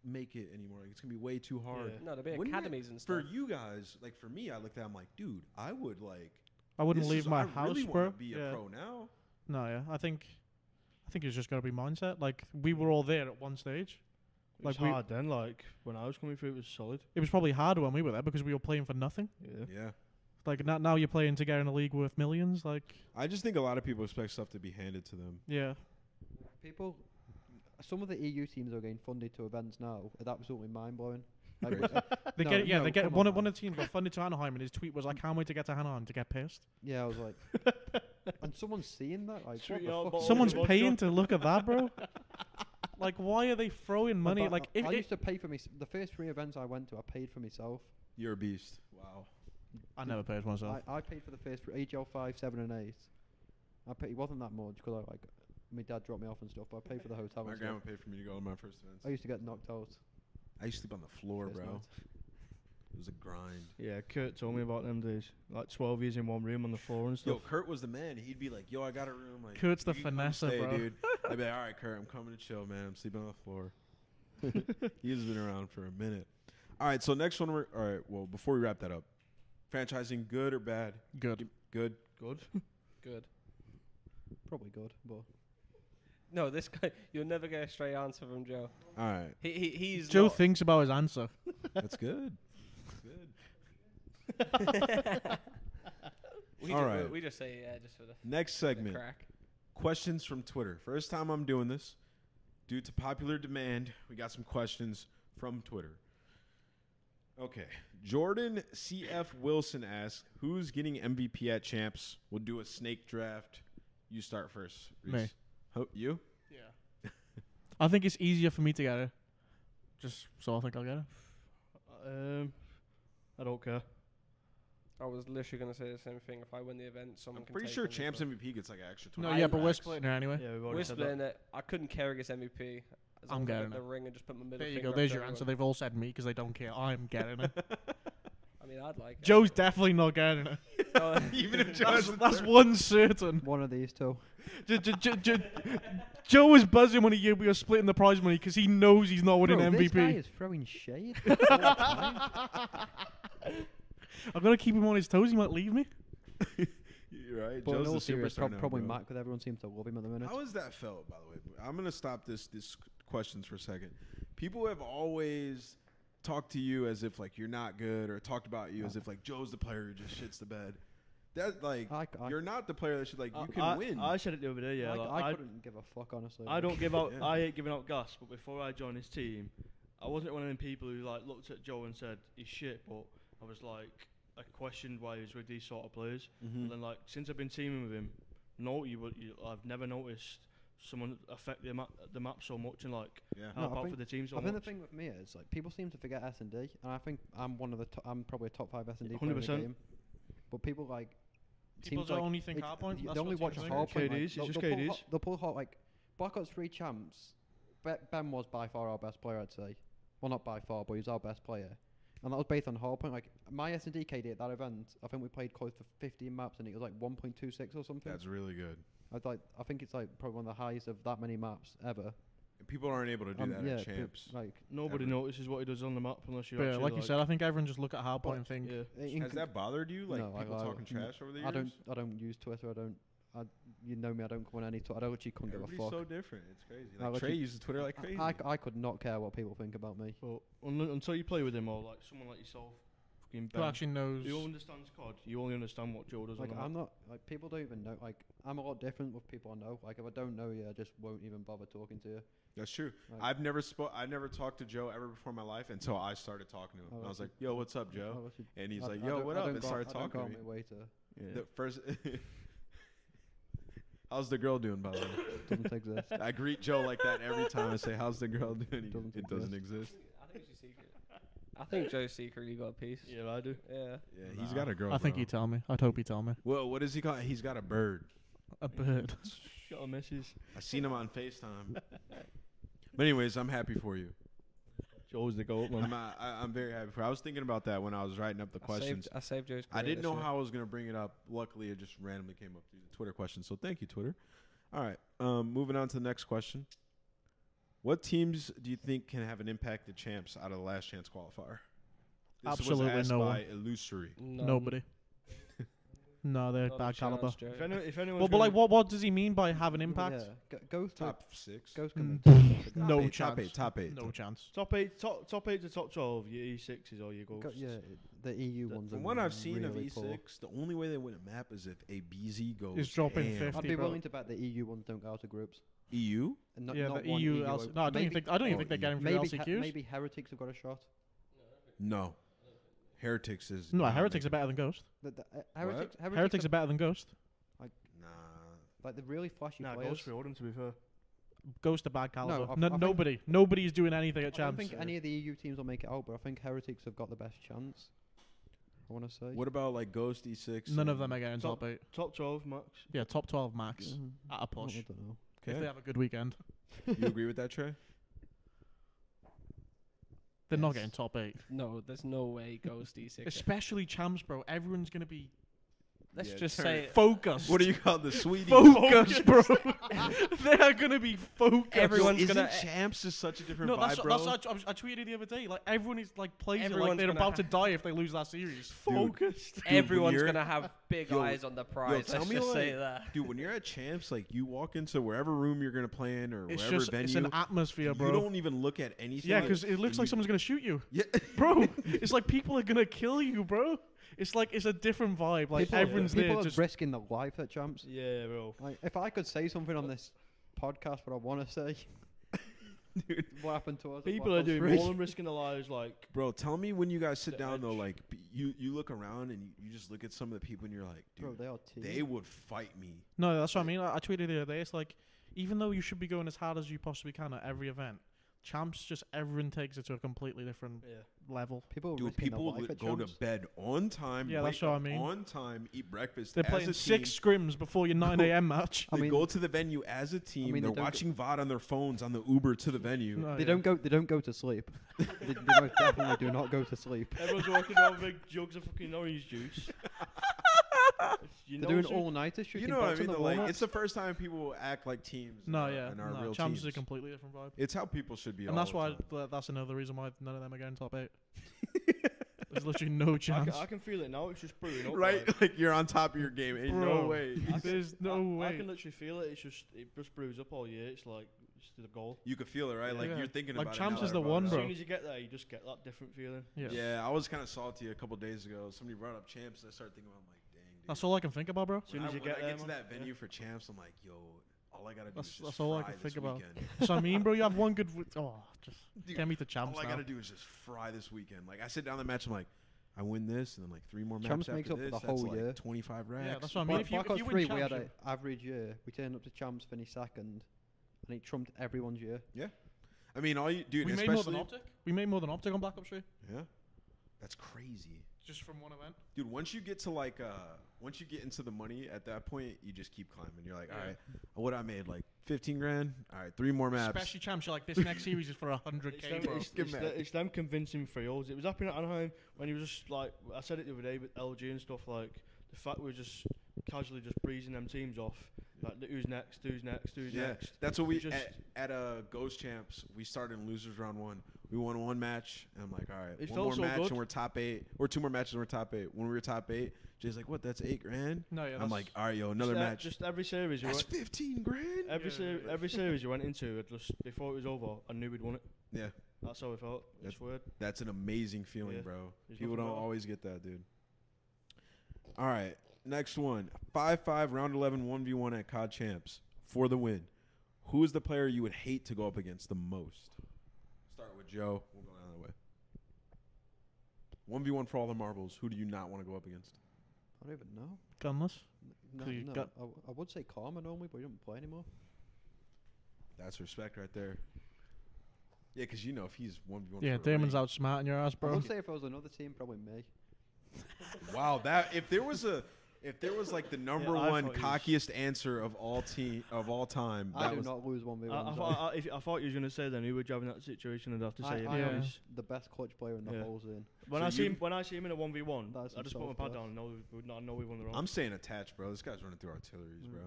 Speaker 1: make it anymore. Like, it's gonna be way too hard."
Speaker 5: Yeah.
Speaker 3: no, there'd be
Speaker 1: Wouldn't it-
Speaker 3: academies and
Speaker 1: For
Speaker 3: stuff.
Speaker 1: you guys, like for me, I looked at, it, I'm like, dude, I would like.
Speaker 2: I wouldn't
Speaker 1: this
Speaker 2: leave
Speaker 1: is-
Speaker 2: my
Speaker 1: I
Speaker 2: house,
Speaker 1: really
Speaker 2: bro.
Speaker 1: wanna Be
Speaker 2: yeah.
Speaker 1: a pro now.
Speaker 2: No, yeah. I think I think it's just gotta be mindset. Like we were all there at one stage.
Speaker 5: It was
Speaker 2: Like, we-
Speaker 5: hard then. Like when I was coming through, it was solid.
Speaker 2: It was probably harder when we were there because we were playing for nothing.
Speaker 5: Yeah.
Speaker 1: Yeah.
Speaker 2: Like now, now you're playing to get in a league worth millions. Like
Speaker 1: I just think a lot of people expect stuff to be handed to them.
Speaker 2: yeah,
Speaker 4: People, some of the EU teams are getting funded to events now. It's absolutely mind blowing.
Speaker 1: Crazy.
Speaker 2: they
Speaker 4: No,
Speaker 2: get yeah
Speaker 4: no,
Speaker 2: they get
Speaker 4: come
Speaker 2: one
Speaker 4: on,
Speaker 2: of one
Speaker 4: man.
Speaker 2: of the teams got funded to Anaheim and his tweet was I can't wait to get to Anaheim to get pissed.
Speaker 4: Yeah, I was like, and someone's seeing that. Like,
Speaker 5: Shoot
Speaker 4: what
Speaker 5: your
Speaker 4: the fuck?
Speaker 5: ball with
Speaker 2: Someone's
Speaker 5: vodka.
Speaker 2: paying to look at that, bro. like why are they throwing money?
Speaker 4: But
Speaker 2: Like
Speaker 4: I,
Speaker 2: if
Speaker 4: I
Speaker 2: it-
Speaker 4: used to pay for me. The first three events I went to, I paid for myself.
Speaker 1: You're a beast. Wow.
Speaker 2: I never paid myself.
Speaker 4: I, I paid for the first three, AGL five, seven, and eight. I paid. It wasn't that much because I like my dad dropped me off and stuff. But I paid for the hotel.
Speaker 1: My
Speaker 4: and stuff.
Speaker 1: grandma paid for me to go to my first events.
Speaker 2: Oh,
Speaker 4: I used to get knocked out.
Speaker 1: I used to sleep on the floor,
Speaker 4: first
Speaker 1: bro.
Speaker 4: night.
Speaker 1: It was a grind.
Speaker 5: Yeah, Kurt told me about them days. Like 12 years in one room on the floor and
Speaker 1: Yo,
Speaker 5: stuff.
Speaker 1: Kurt was the man. He'd be like, "Yo, I got a room." Like,
Speaker 2: Kurt's the
Speaker 1: "You can come
Speaker 2: finesser,
Speaker 1: stay,
Speaker 2: bro.
Speaker 1: dude. I'd be like, "All right, Kurt, I'm coming to chill, man. I'm sleeping on the floor." He's been around for a minute. All right, so next one. We're all right. Well, before we wrap that up, franchising, good or bad?
Speaker 2: Good.
Speaker 1: Good.
Speaker 5: Good.
Speaker 3: Good.
Speaker 4: Probably good, but
Speaker 3: No, this guy you'll never get a straight answer from Joe.
Speaker 1: All right,
Speaker 3: He, he he's
Speaker 2: Joe
Speaker 3: not-
Speaker 2: thinks about his answer.
Speaker 1: that's good. That's good.
Speaker 3: we,
Speaker 1: All
Speaker 3: ju-
Speaker 1: right.
Speaker 3: we just say yeah just for the,
Speaker 1: Next
Speaker 3: the
Speaker 1: segment.
Speaker 3: crack.
Speaker 1: questions from Twitter. First time I'm doing this. Due to popular demand, we got some questions from Twitter. Okay. Jordan CF Wilson asks, "Who's getting MVP at champs? We'll do a snake draft. You start first. Reese.
Speaker 2: Me.
Speaker 1: Ho- you?
Speaker 2: Yeah. I think it's easier for me to get it. Just so I think I'll get it.
Speaker 5: um, I don't care.
Speaker 3: I was literally gonna say the same thing. If I win the event, someone
Speaker 1: I'm
Speaker 3: can
Speaker 1: pretty
Speaker 3: take
Speaker 1: sure
Speaker 3: him as
Speaker 1: champs
Speaker 3: well.
Speaker 1: MVP gets like an extra
Speaker 2: No,
Speaker 1: twenty.
Speaker 2: yeah,
Speaker 3: I-
Speaker 2: but we're
Speaker 3: Max.
Speaker 2: splitting it anyway.
Speaker 5: Yeah, we've already said
Speaker 3: Whispering
Speaker 5: that.
Speaker 3: that I couldn't care against MVP. As
Speaker 2: I'm
Speaker 3: long as I
Speaker 2: getting
Speaker 3: got
Speaker 2: it.
Speaker 3: the ring and just put my middle
Speaker 2: There you go.
Speaker 3: finger up
Speaker 2: There's
Speaker 3: to
Speaker 2: your
Speaker 3: everyone.
Speaker 2: answer. They've all said me because they don't care. I'm getting it.
Speaker 3: I mean, I'd like. it.
Speaker 2: Joe's definitely not getting it.
Speaker 3: Oh,
Speaker 1: Even if Joe
Speaker 2: That's,
Speaker 1: hasn't
Speaker 2: that's
Speaker 1: done it.
Speaker 2: one certain.
Speaker 4: one of these two.
Speaker 2: J- j- j- j- Joe was buzzing when he we were splitting the prize money because he knows he's not winning
Speaker 4: Bro, This guy
Speaker 2: MVP.
Speaker 4: is throwing shade. all the time.
Speaker 2: I've got to keep him on his toes. He might leave me.
Speaker 1: You're right.
Speaker 4: But in
Speaker 1: Joe's
Speaker 4: all
Speaker 1: a
Speaker 4: seriousness,
Speaker 1: superstar
Speaker 4: prob-
Speaker 1: now,
Speaker 4: probably
Speaker 1: bro.
Speaker 4: Mac, because everyone seems to love him at the minute.
Speaker 1: How has that felt, by the way? I'm gonna stop this this questions for a second. People have always talked to you as if like you're not good, or talked about you as if like Joe's the player who just shits the bed. That like
Speaker 4: I c- I- Uh,
Speaker 1: you're not the player that should like you can
Speaker 5: I,
Speaker 1: win.
Speaker 5: I said it the other day, yeah.
Speaker 4: I,
Speaker 5: like,
Speaker 4: I
Speaker 5: I,
Speaker 4: couldn't give a fuck, honestly.
Speaker 5: I don't give out.
Speaker 1: Yeah.
Speaker 5: I hate giving out gas. But before I joined his team, I wasn't one of them people who like looked at Joe and said he's shit. But I was like, I questioned why he was with these sort of players.
Speaker 1: Hmm.
Speaker 5: And then like since I've been teaming with him, no, you, would- you I've never noticed someone affect the map the map so much and like
Speaker 1: yeah.
Speaker 4: No,
Speaker 5: help
Speaker 4: I
Speaker 5: out
Speaker 4: think-
Speaker 5: for the team so
Speaker 4: I think the
Speaker 5: much.
Speaker 4: thing with me is like people seem to forget S and D, and I think I'm one of the to- I'm probably a top five S and D player in the
Speaker 5: 100%.
Speaker 4: game. But people like
Speaker 2: People
Speaker 4: seems
Speaker 2: don't
Speaker 4: like
Speaker 2: only think
Speaker 4: it-
Speaker 2: Hardpoint, that's
Speaker 4: you- They
Speaker 2: what
Speaker 4: only
Speaker 2: teams
Speaker 4: watch
Speaker 2: think.
Speaker 4: Hardpoint.
Speaker 5: KDs,
Speaker 4: like,
Speaker 5: it's
Speaker 4: they'll-
Speaker 5: just
Speaker 4: they'll pull
Speaker 5: KDs.
Speaker 4: Hard- They'll pull hard like Black Ops three champs. Be- Ben was by far our best player, I'd say. Well, not by far, but he was our best player, and that was based on Hardpoint. Like my S and D KD at that event, I think we played close to 15 maps, and it was like 1.26 or something.
Speaker 1: That's really good.
Speaker 4: I'd like I think it's like probably one of the highest of that many maps ever.
Speaker 1: And people aren't able to do
Speaker 4: Um,
Speaker 1: that
Speaker 4: yeah,
Speaker 1: at
Speaker 4: pe-
Speaker 1: champs.
Speaker 4: like
Speaker 5: Nobody
Speaker 1: Ever.
Speaker 5: notices what he does on the map unless you.
Speaker 2: But yeah,
Speaker 5: actually,
Speaker 2: like you said, I think everyone just look at Hardpoint and think
Speaker 5: yeah.
Speaker 4: in
Speaker 1: Has
Speaker 4: con-
Speaker 1: that bothered you? Like
Speaker 4: No, I-
Speaker 1: people
Speaker 4: I-
Speaker 1: talking
Speaker 4: n-
Speaker 1: trash over the years?
Speaker 4: I don't. I don't use Twitter. I don't. I, you know me. I don't come on any. Tw- I don't actually couldn't give a
Speaker 1: Everybody's
Speaker 4: fuck.
Speaker 1: so different. It's crazy.
Speaker 4: I
Speaker 1: Like
Speaker 4: look
Speaker 1: Trey
Speaker 4: at-
Speaker 1: uses Twitter like crazy.
Speaker 4: I, I, I could not care what people think about me.
Speaker 5: But un- until you play with him or like someone like yourself fucking
Speaker 2: Who
Speaker 5: Ben.
Speaker 2: actually knows?
Speaker 5: Who understands COD? You only understand what Joe does.
Speaker 4: Like
Speaker 5: on the
Speaker 4: I'm not like people don't even know. Like I'm a lot different with people I know. Like if I don't know you, I just won't even bother talking to you.
Speaker 1: That's true.
Speaker 4: Like,
Speaker 1: I've never spoke. I never talked to Joe ever before in my life until I started talking to him.
Speaker 4: Oh,
Speaker 1: and I was
Speaker 4: that's
Speaker 1: like, "Yo, what's up, Joe?"
Speaker 4: I should-
Speaker 1: And he's
Speaker 4: I-
Speaker 1: like,
Speaker 4: I
Speaker 1: "Yo,
Speaker 4: don't-
Speaker 1: what
Speaker 4: I
Speaker 1: up?"
Speaker 4: don't
Speaker 1: And
Speaker 4: go-
Speaker 1: started
Speaker 4: I don't go
Speaker 1: talking
Speaker 4: on
Speaker 1: to me.
Speaker 4: my way to-
Speaker 5: Yeah.
Speaker 1: The first. How's the girl doing, by the way?
Speaker 4: Doesn't exist.
Speaker 1: I greet Joe like that every time. I say, "How's the girl doing?" He-
Speaker 4: Doesn't
Speaker 1: it doesn't exist.
Speaker 3: I think you secret. I think Joe secretly got a piece. Yeah.
Speaker 5: yeah, I do.
Speaker 1: Yeah, he's
Speaker 2: Nah.
Speaker 1: got a girl.
Speaker 2: I think
Speaker 1: bro.
Speaker 2: he'd tell me. I'd hope he'd tell me.
Speaker 1: Well, what does he call? it? He's got a bird.
Speaker 2: A bird.
Speaker 5: Got a message.
Speaker 1: I seen him on Facetime. but anyways, I'm happy for you.
Speaker 5: Joe's the goat
Speaker 1: I'm,
Speaker 5: man.
Speaker 1: uh, I, I'm very happy for. I was thinking about that when I was writing up the
Speaker 3: I
Speaker 1: questions.
Speaker 3: saved, I saved Joe's.
Speaker 1: I
Speaker 3: career
Speaker 1: didn't
Speaker 3: this
Speaker 1: know
Speaker 3: year.
Speaker 1: how I was gonna bring it up. Luckily, it just randomly came up through the Twitter question. So thank you, Twitter. All right, um, moving on to the next question. What teams do you think can have an impact the champs out of the last chance qualifier? This
Speaker 2: Absolutely
Speaker 1: was asked
Speaker 2: no
Speaker 1: by Illusory.
Speaker 3: None.
Speaker 2: Nobody. no, they're
Speaker 3: Not a
Speaker 2: bad caliber.
Speaker 3: chance, Joe.
Speaker 5: if, any, if anyone's
Speaker 2: But, but like,
Speaker 5: gonna-
Speaker 2: what what does he mean by have an impact?
Speaker 4: Yeah. Go, go
Speaker 1: Top six.
Speaker 4: Ghost
Speaker 2: Mm,
Speaker 4: coming.
Speaker 2: no
Speaker 1: eight,
Speaker 2: chance.
Speaker 1: Top eight. Top eight.
Speaker 2: No chance.
Speaker 5: top eight, top top eight to top twelve, your E sixes or your goals.
Speaker 4: Go, yeah, the EU
Speaker 5: That-
Speaker 4: ones.
Speaker 1: From
Speaker 4: are
Speaker 1: what I've seen of
Speaker 4: really
Speaker 1: E6,
Speaker 4: poor.
Speaker 1: the only way they win a map is if a BZ goes.
Speaker 2: Is dropping
Speaker 1: ham.
Speaker 4: I'd
Speaker 2: 50.
Speaker 4: be
Speaker 2: bro.
Speaker 4: willing to bet the EU ones don't go out of groups.
Speaker 1: EU.
Speaker 4: And not,
Speaker 2: yeah,
Speaker 4: not
Speaker 2: the E
Speaker 4: one
Speaker 2: EU.
Speaker 4: EU
Speaker 2: else-
Speaker 4: op-
Speaker 2: no, I don't even
Speaker 4: maybe-
Speaker 2: think I don't even
Speaker 1: or
Speaker 2: think they're
Speaker 1: E-
Speaker 2: getting through
Speaker 4: Maybe, he-
Speaker 2: LCQs.
Speaker 4: maybe heretics have got a shot.
Speaker 1: No. Heretics is.
Speaker 2: No,
Speaker 1: dominant.
Speaker 2: heretics are better than Ghost.
Speaker 4: The, the, uh, heretics, heretics,
Speaker 2: Heretics are
Speaker 4: are,
Speaker 2: better than Ghost.
Speaker 1: Nah.
Speaker 4: like the really flashy
Speaker 5: Nah,
Speaker 4: players.
Speaker 5: goals for Oldham to be fair.
Speaker 2: Ghost are bad caliber.
Speaker 4: I-
Speaker 2: No,
Speaker 4: I think-
Speaker 2: nobody, nobody is doing anything
Speaker 4: I
Speaker 2: at
Speaker 4: don't
Speaker 2: champs.
Speaker 4: think any of the EU teams will make it out, but I think heretics have got the best chance. I want to say.
Speaker 1: What about like Ghost E6?
Speaker 2: None of
Speaker 1: and-
Speaker 2: them are getting
Speaker 5: Top-
Speaker 2: top eight.
Speaker 5: Top twelve max.
Speaker 2: Yeah, top twelve max
Speaker 4: Mm,
Speaker 2: at a
Speaker 4: I
Speaker 2: push.
Speaker 4: don't know.
Speaker 2: If they
Speaker 1: Okay.
Speaker 2: have a good weekend,
Speaker 1: you agree with that, Trey?
Speaker 2: they're not
Speaker 4: Yes.
Speaker 2: getting top eight.
Speaker 3: No, there's no way Ghost D6.
Speaker 2: Especially champs, bro. Everyone's gonna be
Speaker 3: Let's
Speaker 1: Yeah,
Speaker 3: just
Speaker 1: turn
Speaker 3: say
Speaker 2: focused.
Speaker 1: What do you call the sweetie?
Speaker 2: Focused, bro. they are gonna be focused.
Speaker 3: Everyone's
Speaker 1: Isn't
Speaker 3: gonna-
Speaker 1: champs is such a different
Speaker 2: No,
Speaker 1: vibe,
Speaker 2: that's,
Speaker 1: bro.
Speaker 2: that's what I, t- I tweeted the other day. Like everyone is like plays it like
Speaker 3: Everyone's
Speaker 2: they're
Speaker 3: gonna
Speaker 2: about to
Speaker 3: ha-
Speaker 2: die if they lose that series.
Speaker 5: Focused.
Speaker 1: when
Speaker 3: everyone's
Speaker 1: you're-
Speaker 3: gonna have big
Speaker 1: Yo,
Speaker 3: eyes on the prize.
Speaker 1: tell
Speaker 3: Let's
Speaker 1: me,
Speaker 3: just say
Speaker 1: like,
Speaker 3: that.
Speaker 1: Dude, when you're at champs, like you walk into wherever room you're gonna play in or
Speaker 2: It's
Speaker 1: wherever
Speaker 2: just
Speaker 1: venue,
Speaker 2: it's an atmosphere,
Speaker 1: you
Speaker 2: bro.
Speaker 1: don't even look at anything.
Speaker 2: Yeah, because it
Speaker 1: and
Speaker 2: looks like
Speaker 1: you-
Speaker 2: someone's gonna shoot you,
Speaker 1: Yeah,
Speaker 2: bro. it's like people are gonna kill you, bro. It's like it's a different vibe. Like
Speaker 4: people,
Speaker 2: everyone's
Speaker 4: people
Speaker 2: there
Speaker 4: are
Speaker 2: just
Speaker 4: risking their life at champs.
Speaker 5: Yeah, bro.
Speaker 4: Like, if I could say something on this podcast, what I want to say, what happened to us? at
Speaker 5: People
Speaker 4: Black
Speaker 5: are
Speaker 4: Ops
Speaker 5: doing
Speaker 4: 3?
Speaker 5: more than risking their lives. Like
Speaker 1: bro. Tell me when you guys sit
Speaker 5: The
Speaker 1: down though.
Speaker 5: edge.
Speaker 1: Like p- you, you look around and you, you just look at some of the people and you're like,
Speaker 4: Bro,
Speaker 1: dude,
Speaker 4: they are team.
Speaker 1: they would fight me.
Speaker 2: No, that's what I mean. I, I tweeted the other day. It's like, even though you should be going as hard as you possibly can at every event, champs just everyone takes it to a completely different
Speaker 5: yeah.
Speaker 2: level.
Speaker 4: people are
Speaker 1: Dude,
Speaker 4: risking their
Speaker 1: people
Speaker 4: life
Speaker 1: li-
Speaker 4: at
Speaker 1: go to
Speaker 4: champs.
Speaker 1: bed on time.
Speaker 2: Yeah,
Speaker 1: wake
Speaker 2: that's what I
Speaker 1: up
Speaker 2: mean.
Speaker 1: On time, eat breakfast.
Speaker 2: They're
Speaker 1: as a
Speaker 2: playing
Speaker 1: team.
Speaker 2: six scrims before your 9 a.m. match.
Speaker 4: I
Speaker 1: they
Speaker 4: mean-
Speaker 1: go to the venue as a team.
Speaker 4: mean, they
Speaker 1: they're
Speaker 4: don't go-
Speaker 1: watching VOD on their phones on the Uber to the venue.
Speaker 2: No,
Speaker 5: Oh,
Speaker 4: They
Speaker 2: yeah.
Speaker 4: don't go. They don't go to sleep. they, they most definitely do not go to sleep.
Speaker 5: Everyone's walking around with big jugs of fucking orange juice. you
Speaker 4: They're
Speaker 5: know,
Speaker 4: doing
Speaker 5: so-
Speaker 4: all nighters shooting
Speaker 1: You know what I
Speaker 4: bats in
Speaker 1: mean?
Speaker 4: the
Speaker 1: though, like,
Speaker 4: warm-ups.
Speaker 1: it's the first time people act like teams.
Speaker 2: No,
Speaker 1: and are-
Speaker 2: yeah,
Speaker 1: and are
Speaker 2: no,
Speaker 1: real
Speaker 2: champs
Speaker 1: teams.
Speaker 2: is a completely different vibe.
Speaker 1: It's how people should be.
Speaker 2: and
Speaker 1: all
Speaker 2: that's
Speaker 1: the
Speaker 2: why
Speaker 1: time.
Speaker 2: th- that's another reason why none of them are getting top eight. There's literally no
Speaker 5: I
Speaker 2: chance.
Speaker 5: can, I can feel it now. It's just brewing up. like.
Speaker 1: right? Like you're on top of your game. Ain't no
Speaker 2: Bro.
Speaker 1: way.
Speaker 2: There's no
Speaker 5: I,
Speaker 2: way.
Speaker 5: I can literally feel it. It's just it just brews up all year. It's like it's the goal.
Speaker 1: You could feel it, right? Like
Speaker 2: Yeah.
Speaker 1: you're thinking
Speaker 2: Like,
Speaker 1: about it.
Speaker 2: champs
Speaker 1: now
Speaker 2: is
Speaker 1: that I
Speaker 2: the
Speaker 1: brought
Speaker 2: one,
Speaker 1: it
Speaker 5: As
Speaker 1: up.
Speaker 2: bro.
Speaker 5: soon as you get there, you just get that different feeling.
Speaker 2: yeah.
Speaker 1: Yeah, I was kind of salty a couple days ago. Somebody brought up champs, and I started thinking about. I'm like, dang, dude.
Speaker 2: That's all I can think about, bro.
Speaker 1: When
Speaker 5: soon
Speaker 1: I,
Speaker 5: as you
Speaker 1: when
Speaker 5: get
Speaker 1: I
Speaker 5: there,
Speaker 1: to
Speaker 5: man.
Speaker 1: that
Speaker 5: Yeah.
Speaker 1: venue for champs, I'm like, yo, all I gotta do
Speaker 2: That's-
Speaker 1: is just
Speaker 2: that's all I
Speaker 1: fry
Speaker 2: can
Speaker 1: this
Speaker 2: think about.
Speaker 1: weekend.
Speaker 2: So I mean, bro, you have one good. W- oh, just
Speaker 1: Dude,
Speaker 2: can't meet the champs
Speaker 1: all I
Speaker 2: now.
Speaker 1: gotta do is just fry this weekend. Like I sit down the match, I'm like, I win this, and then like three more maps
Speaker 4: Champs
Speaker 1: after
Speaker 4: makes up for
Speaker 1: this.
Speaker 4: the
Speaker 1: that's
Speaker 4: whole
Speaker 1: like
Speaker 4: year.
Speaker 1: 25 racks.
Speaker 2: Yeah, that's what I mean.
Speaker 4: Black,
Speaker 2: if you,
Speaker 4: Black
Speaker 2: if
Speaker 4: Ops
Speaker 2: you win
Speaker 4: 3, we
Speaker 2: champs,
Speaker 4: had
Speaker 2: you-
Speaker 4: an average year. We turned up to champs, finished second, and it trumped everyone's year.
Speaker 1: I mean, all you, dude,
Speaker 2: we made more
Speaker 1: especially
Speaker 2: than Optic. We made more than Optic on Black Ops 3.
Speaker 1: yeah, that's crazy,
Speaker 2: Just from one event.
Speaker 1: dude. Once you get to like, uh, once you get into the money, at that point, you just keep climbing. You're like, all
Speaker 2: Yeah.
Speaker 1: right, what I made, like 15 grand. All right, three more maps.
Speaker 2: Especially champs, you're like, this next series is for
Speaker 5: It's
Speaker 2: 100k,
Speaker 5: them,
Speaker 2: bro.
Speaker 5: it's,
Speaker 1: Give
Speaker 5: it's
Speaker 1: me
Speaker 5: the-
Speaker 1: that.
Speaker 5: it's them convincing freos. It was happening at Anaheim when he was just like I said it the other day with LG and stuff. Like the fact we were just casually just breezing them teams off. Like who's next? Who's next? Who's
Speaker 1: yeah,
Speaker 5: next?
Speaker 1: that's what we
Speaker 5: You just-
Speaker 1: at, at uh, Ghost Champs. We started in losers round one. We won one match, and I'm like, all right,
Speaker 5: It
Speaker 1: one
Speaker 5: felt
Speaker 1: more
Speaker 5: so
Speaker 1: match,
Speaker 5: good.
Speaker 1: and we're top eight, or two more matches, and we're top eight. When we were top eight, Jay's like, what? That's eight grand.
Speaker 2: No, yeah,
Speaker 1: I'm
Speaker 2: that's-
Speaker 1: like, all right, yo, another
Speaker 5: just, e-
Speaker 1: match.
Speaker 5: Just every series. You
Speaker 1: That's
Speaker 5: went,
Speaker 1: fifteen grand.
Speaker 5: every
Speaker 2: Yeah,
Speaker 5: ser- every series you went into, it just before it was over, I knew we'd won it.
Speaker 1: Yeah,
Speaker 5: That's how I felt.
Speaker 1: That's-
Speaker 5: It's weird.
Speaker 1: That's an amazing feeling,
Speaker 5: Yeah.
Speaker 1: bro.
Speaker 5: There's
Speaker 1: People
Speaker 5: nothing
Speaker 1: don't
Speaker 5: wrong.
Speaker 1: always get that, dude. All right. Next one. 5 5, round 11, 1v1 at COD Champs for the win. Who is the player you would hate to go up against the most? Start with Joe. We'll go down that way. 1v1 for all the marbles. Who do you not want to go up against?
Speaker 4: I don't even know.
Speaker 2: Gunless.
Speaker 4: No,
Speaker 2: you
Speaker 4: no.
Speaker 2: got-
Speaker 4: I, w- I would say Karma normally, but he doesn't play anymore.
Speaker 1: That's respect right there. Yeah, because you know if he's 1v1
Speaker 2: Yeah,
Speaker 1: for a
Speaker 2: Damon's
Speaker 1: ring-
Speaker 2: outsmarting your ass,
Speaker 4: I
Speaker 2: bro.
Speaker 4: would say if I was another team, probably me.
Speaker 1: Wow, that if there was a. If there was like the number
Speaker 5: I
Speaker 1: one
Speaker 5: thought he was-
Speaker 1: cockiest answer of all team of all time,
Speaker 4: I
Speaker 1: that
Speaker 4: do
Speaker 1: was
Speaker 4: not lose one v
Speaker 5: I, I,
Speaker 4: one.
Speaker 5: thought, I, if, I thought you was gonna say then who would you have in that situation? I'd have to
Speaker 4: I,
Speaker 5: say. it.
Speaker 4: I
Speaker 2: Yeah.
Speaker 4: am the best clutch player in the
Speaker 5: Yeah.
Speaker 4: whole zone.
Speaker 5: When
Speaker 1: So
Speaker 5: I
Speaker 1: you-
Speaker 5: see him, when I see him in a one v one,
Speaker 4: That's
Speaker 5: I just put my
Speaker 4: himself,
Speaker 5: pad down. and know we, no, I know we won the round.
Speaker 1: I'm staying attached, bro. This guy's running through artilleries,
Speaker 4: Mm.
Speaker 1: bro.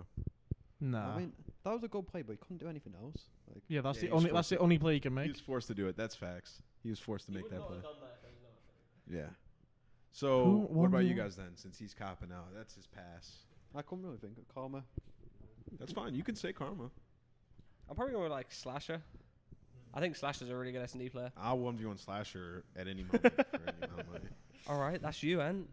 Speaker 2: Nah.
Speaker 4: I mean, that was a good play, but he couldn't do anything else. Like,
Speaker 2: yeah, that's
Speaker 1: Yeah,
Speaker 2: the
Speaker 1: he's
Speaker 2: only that's
Speaker 1: forced
Speaker 2: the only play you can
Speaker 1: He
Speaker 2: make.
Speaker 1: was forced to do it. That's facts. He was forced to
Speaker 3: He
Speaker 1: make
Speaker 3: would
Speaker 1: that
Speaker 3: not
Speaker 1: play.
Speaker 3: have done that if he was not.
Speaker 1: Yeah. So
Speaker 2: Who
Speaker 1: what
Speaker 2: won
Speaker 1: about
Speaker 2: the-
Speaker 1: you guys then? Since he's copping out, that's his pass.
Speaker 4: I couldn't really think of Karma.
Speaker 1: That's fine. You can say karma.
Speaker 3: I'm probably going with like Slasher. I think Slasher's a really good S and D player.
Speaker 1: I'll one v one slasher at any moment for any amount of money.
Speaker 3: All right, that's you, and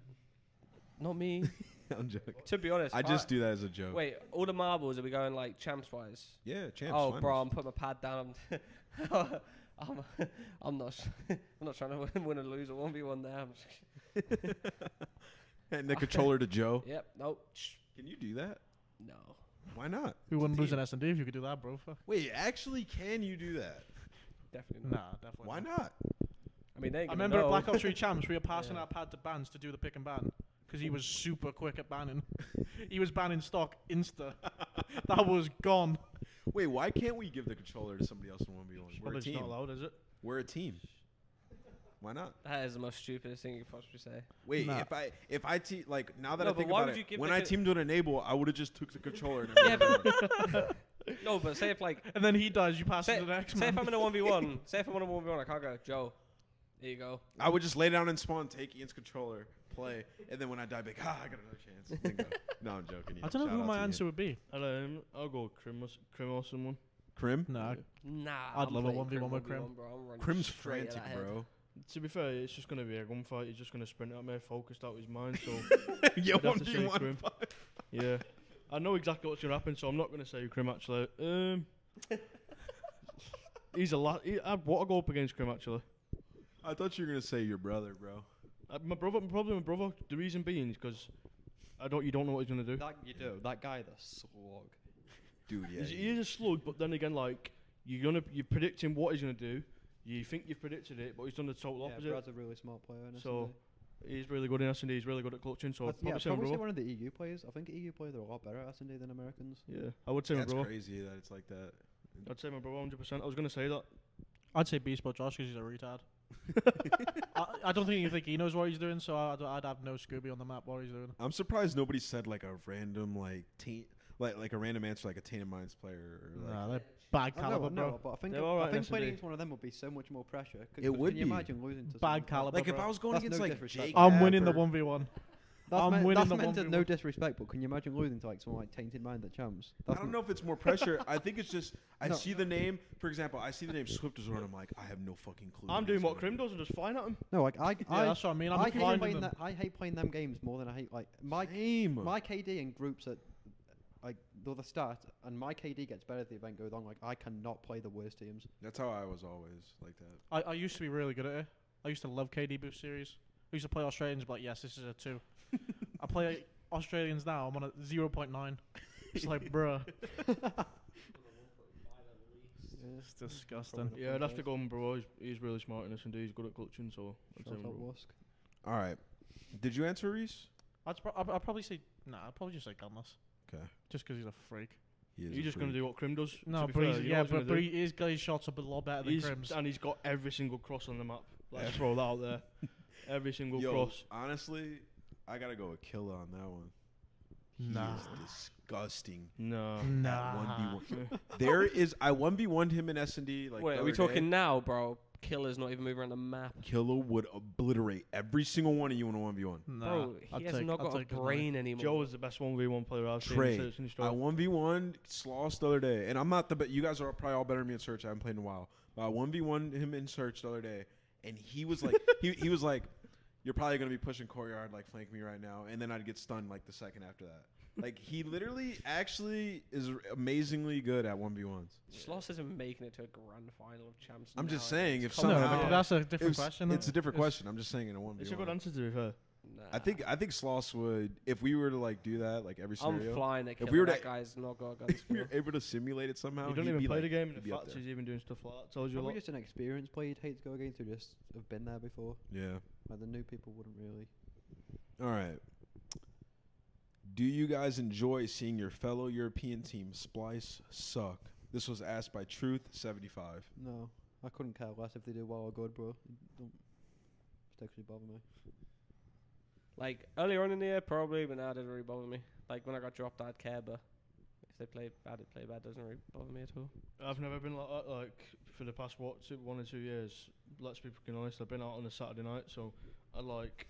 Speaker 3: not me.
Speaker 1: I'm joking.
Speaker 3: to be honest,
Speaker 1: I just do that as a joke.
Speaker 3: Wait, all the marbles are we going like champs wise?
Speaker 1: Yeah, champs.
Speaker 3: oh,
Speaker 1: finals.
Speaker 3: bro, I'm putting my pad down. I'm, I'm, I'm not, s- I'm not trying to win, win or lose a one v one there. I'm just,
Speaker 1: And the controller to Joe.
Speaker 3: yep, nope, shh,
Speaker 1: Can you do that?
Speaker 3: no.
Speaker 1: Why not?
Speaker 2: Who wouldn't lose
Speaker 1: Team.
Speaker 2: an S and D if you could do that, bro? Fuck.
Speaker 1: Wait, actually, can you do that?
Speaker 3: Definitely not.
Speaker 2: Nah, definitely.
Speaker 1: Why not?
Speaker 3: I mean, they ain't
Speaker 2: I
Speaker 3: gonna
Speaker 2: remember at
Speaker 3: know.
Speaker 2: Black Ops 3 Champs, we were passing
Speaker 5: Yeah.
Speaker 2: our pad to Bans to do the pick and ban because he was super quick at banning. he was banning stock insta. that was gone.
Speaker 1: Wait, why can't we give the controller to somebody else in one v one? We're
Speaker 5: Probably
Speaker 1: a
Speaker 5: just
Speaker 1: team.
Speaker 5: not allowed, is it?
Speaker 1: We're a team. Why not?
Speaker 3: That is the most stupidest thing you could possibly say.
Speaker 1: Wait,
Speaker 2: Nah.
Speaker 1: if I if I te- like now that
Speaker 3: No,
Speaker 1: I
Speaker 3: but
Speaker 1: think
Speaker 3: why
Speaker 1: about
Speaker 3: would you
Speaker 1: it,
Speaker 3: give
Speaker 1: when
Speaker 3: the
Speaker 1: I
Speaker 3: co-
Speaker 1: teamed with enable, I would have just took the controller. And
Speaker 3: Yeah,
Speaker 1: everything around.
Speaker 3: No, but say if like,
Speaker 2: And then he dies, you pass
Speaker 3: say,
Speaker 2: it to the next
Speaker 3: say if
Speaker 2: man.
Speaker 3: I'm in a one v one, say if I'm in a one v one, I can't go. Joe, there you go.
Speaker 1: I would just lay down and spawn, take Ian's controller, play, and then when I die, be like, ah, I got another chance. and then go. no, I'm joking.
Speaker 2: I
Speaker 1: Ian.
Speaker 2: don't know
Speaker 1: Shout
Speaker 2: who
Speaker 1: out
Speaker 2: my
Speaker 1: to Ian.
Speaker 2: answer would be.
Speaker 5: And, um, I'll go Crim or, s- Crim or someone.
Speaker 1: Crim.
Speaker 2: Nah,
Speaker 3: Nah,
Speaker 2: I'd
Speaker 3: I'm
Speaker 2: love a
Speaker 3: playing
Speaker 2: 1v1 with
Speaker 3: Crim,
Speaker 2: Crim.
Speaker 3: bro. I'm running
Speaker 1: Crim's
Speaker 3: straight at
Speaker 1: frantic,
Speaker 3: that head.
Speaker 1: bro.
Speaker 5: To be fair, it's just gonna be a gunfight. He's just gonna sprint at me, focused out his mind. So
Speaker 1: yeah,
Speaker 5: I'd have
Speaker 1: one
Speaker 5: to
Speaker 1: v
Speaker 5: say
Speaker 1: one.
Speaker 5: Crim. yeah, I know exactly what's gonna happen, so I'm not gonna say Crim actually. Um, he's a lad. He, I'd want to go up against Crim actually.
Speaker 1: I thought you were gonna say your brother, bro.
Speaker 5: Uh, my brother, probably my brother. The reason being is because I don't. You don't know what he's gonna do.
Speaker 4: That you do. That guy, the slog.
Speaker 1: Dude, yeah.
Speaker 5: He's, he is a slug, but then again, like you're gonna you're predicting what he's gonna do. You think you've predicted it, but he's done the total
Speaker 4: Yeah,
Speaker 5: opposite.
Speaker 4: Brad's a really smart player. In
Speaker 5: So,
Speaker 4: so
Speaker 5: He's really good in S and D. He's really good at clutching. So
Speaker 4: yeah,
Speaker 5: I'd probably say my
Speaker 4: probably say
Speaker 5: brother.
Speaker 4: one of the EU players. I think EU players are a lot better at S and D than Americans.
Speaker 5: Yeah, I would say my
Speaker 1: That's
Speaker 5: brother.
Speaker 1: crazy that it's like that.
Speaker 5: I'd say my brother 100. percent I was gonna say that.
Speaker 2: I'd say Beast Boy Josh because he's a retard. I, I don't think you think he knows what he's doing, so I'd, I'd have no Scooby on the map what he's doing.
Speaker 1: I'm surprised nobody said like a random like taint, like like a random answer like a taint of minds player. Or, like,
Speaker 2: Nah, they're bad
Speaker 4: I know,
Speaker 2: caliber,
Speaker 4: I know,
Speaker 2: bro.
Speaker 4: but I think
Speaker 5: They're all right
Speaker 4: I
Speaker 5: in
Speaker 4: think playing
Speaker 5: S&D.
Speaker 4: against one of them would be so much more pressure. 'cause-
Speaker 1: It
Speaker 4: 'cause can
Speaker 1: would
Speaker 4: you
Speaker 1: be.
Speaker 4: imagine losing to someone
Speaker 2: Bad
Speaker 4: like that?
Speaker 2: caliber,
Speaker 1: Like if
Speaker 2: bro.
Speaker 1: I was going
Speaker 4: That's
Speaker 1: against
Speaker 4: no
Speaker 1: like
Speaker 4: disrespect.
Speaker 1: Jake
Speaker 2: I'm winning the
Speaker 1: Tapper-
Speaker 2: 1v1.
Speaker 4: That's,
Speaker 2: I'm
Speaker 4: meant,
Speaker 2: winning
Speaker 4: that's
Speaker 2: the
Speaker 4: meant to
Speaker 2: 1v1.
Speaker 4: no disrespect, but can you imagine losing to like someone like Tainted Mind that champs?
Speaker 1: I
Speaker 4: That's
Speaker 1: don't
Speaker 4: not-
Speaker 1: know if it's more pressure. I think it's just I
Speaker 4: No.
Speaker 1: see the name. For example, I see the name Swift Resort. and I'm like, I have no fucking clue.
Speaker 5: I'm doing
Speaker 1: who's
Speaker 5: what
Speaker 1: gonna
Speaker 5: Crim does and just flying at him.
Speaker 4: No, like I,
Speaker 2: Yeah,
Speaker 4: I,
Speaker 2: that's what I mean. I'm
Speaker 4: I
Speaker 2: just
Speaker 4: hate
Speaker 2: blinding
Speaker 4: playing
Speaker 2: them.
Speaker 4: that. I hate playing them games more than I hate like my
Speaker 1: Same.
Speaker 4: my KD in groups at like the other start, and my KD gets better as the event goes on. Like I cannot play the worst teams.
Speaker 1: That's how I was always like that.
Speaker 2: I, I used to be really good at it. I used to love KD Boost Series. I used to play Australians, but like, yes, this is a two. I play Australians now. I'm on a 0.9. It's like, bruh. It's disgusting.
Speaker 5: Yeah, I'd have to go with my brother. He's, he's really smart in S and D. He's good at clutching. So I'd say
Speaker 4: Shout
Speaker 5: my
Speaker 4: out
Speaker 5: brother.
Speaker 4: Wusk.
Speaker 1: All right. Did you answer Reese?
Speaker 2: I'd, pro- I'd, I'd probably say, nah, I'd probably just say Gunless.
Speaker 1: 'Kay.
Speaker 2: Just because he's a freak.
Speaker 1: He is
Speaker 5: He's
Speaker 1: a
Speaker 5: just gonna
Speaker 1: freak.
Speaker 5: do what Crim does. to
Speaker 2: No,
Speaker 5: be
Speaker 2: but
Speaker 5: fair.
Speaker 2: he's,
Speaker 5: You know
Speaker 2: yeah,
Speaker 5: what he's
Speaker 2: but,
Speaker 5: gonna
Speaker 2: but
Speaker 5: do.
Speaker 2: he, his guys shots up a lot better than
Speaker 5: He's-
Speaker 2: Crims.
Speaker 5: and he's got every single cross on the map.
Speaker 1: Yeah.
Speaker 5: Let's throw that out there. Every single
Speaker 1: Yo,
Speaker 5: cross.
Speaker 1: honestly, I gotta go with Killer on that one.
Speaker 2: Nah.
Speaker 1: He is disgusting.
Speaker 5: No.
Speaker 1: at
Speaker 2: Nah.
Speaker 1: 1v1. There is I one v one him in S and D. Like
Speaker 3: Wait,
Speaker 1: the
Speaker 3: are we
Speaker 1: other day.
Speaker 3: talking now, bro? Killer's not even moving around the map.
Speaker 1: Killer would obliterate every single one of you in a one v one.
Speaker 2: Nah,
Speaker 3: Bro, he
Speaker 2: I'd
Speaker 3: has
Speaker 2: take-
Speaker 3: not
Speaker 2: I'd
Speaker 3: got a
Speaker 2: take his money.
Speaker 3: brain anymore.
Speaker 5: Joe is the best one v one player I've
Speaker 1: Trey,
Speaker 5: seen in search and destroy.
Speaker 1: I one v one Sloss the other day, and I'm not the best. You guys are probably all better than me in search. I haven't played in a while, but I one v one him in search the other day, and he was like, he, he was like, you're probably gonna be pushing courtyard like flank me right now, and then I'd get stunned like the second after that. Like he literally actually is amazingly good at one v ones.
Speaker 3: Sloss isn't making it to a grand final of champs.
Speaker 1: I'm just
Speaker 3: nowadays.
Speaker 1: saying, if
Speaker 3: Come
Speaker 2: no,
Speaker 3: on.
Speaker 1: somehow-
Speaker 2: but that's a different
Speaker 1: It's-
Speaker 2: question.
Speaker 1: It's
Speaker 2: though.
Speaker 1: a different
Speaker 2: It's-
Speaker 1: question. I'm just saying in a one v
Speaker 5: it's a good
Speaker 1: one.
Speaker 5: answer to be fair.
Speaker 1: I think I think Sloss would if we were to like do that like every
Speaker 3: I'm
Speaker 1: scenario.
Speaker 3: flying at
Speaker 1: we
Speaker 3: Killer.
Speaker 1: were to-
Speaker 3: that guy's not got a gun
Speaker 1: if we were able to simulate it somehow,
Speaker 5: you don't
Speaker 1: he'd
Speaker 5: even
Speaker 1: be
Speaker 5: play
Speaker 1: like,
Speaker 5: the game,
Speaker 1: he'd
Speaker 5: and
Speaker 1: be
Speaker 5: the
Speaker 1: up
Speaker 5: fact
Speaker 1: there.
Speaker 5: he's even doing stuff like that tells you a
Speaker 4: Probably
Speaker 5: lot.
Speaker 4: just an experienced player you'd hate to go against who just have been there before.
Speaker 1: yeah.
Speaker 4: Like the new people wouldn't really.
Speaker 1: All right. Do you guys enjoy seeing your fellow European team splice suck? This was asked by Truth75.
Speaker 4: No, I couldn't care less if they do well or good, bro. Don't actually bother me.
Speaker 3: Like earlier on in the year, probably, but now it doesn't really bother me. Like when I got dropped, I'd care, but if they play bad, it play bad. Doesn't really bother me at all.
Speaker 5: I've never been like that. Like for the past what two, one or two years, let's be fucking honest. I've been out on a Saturday night, so I like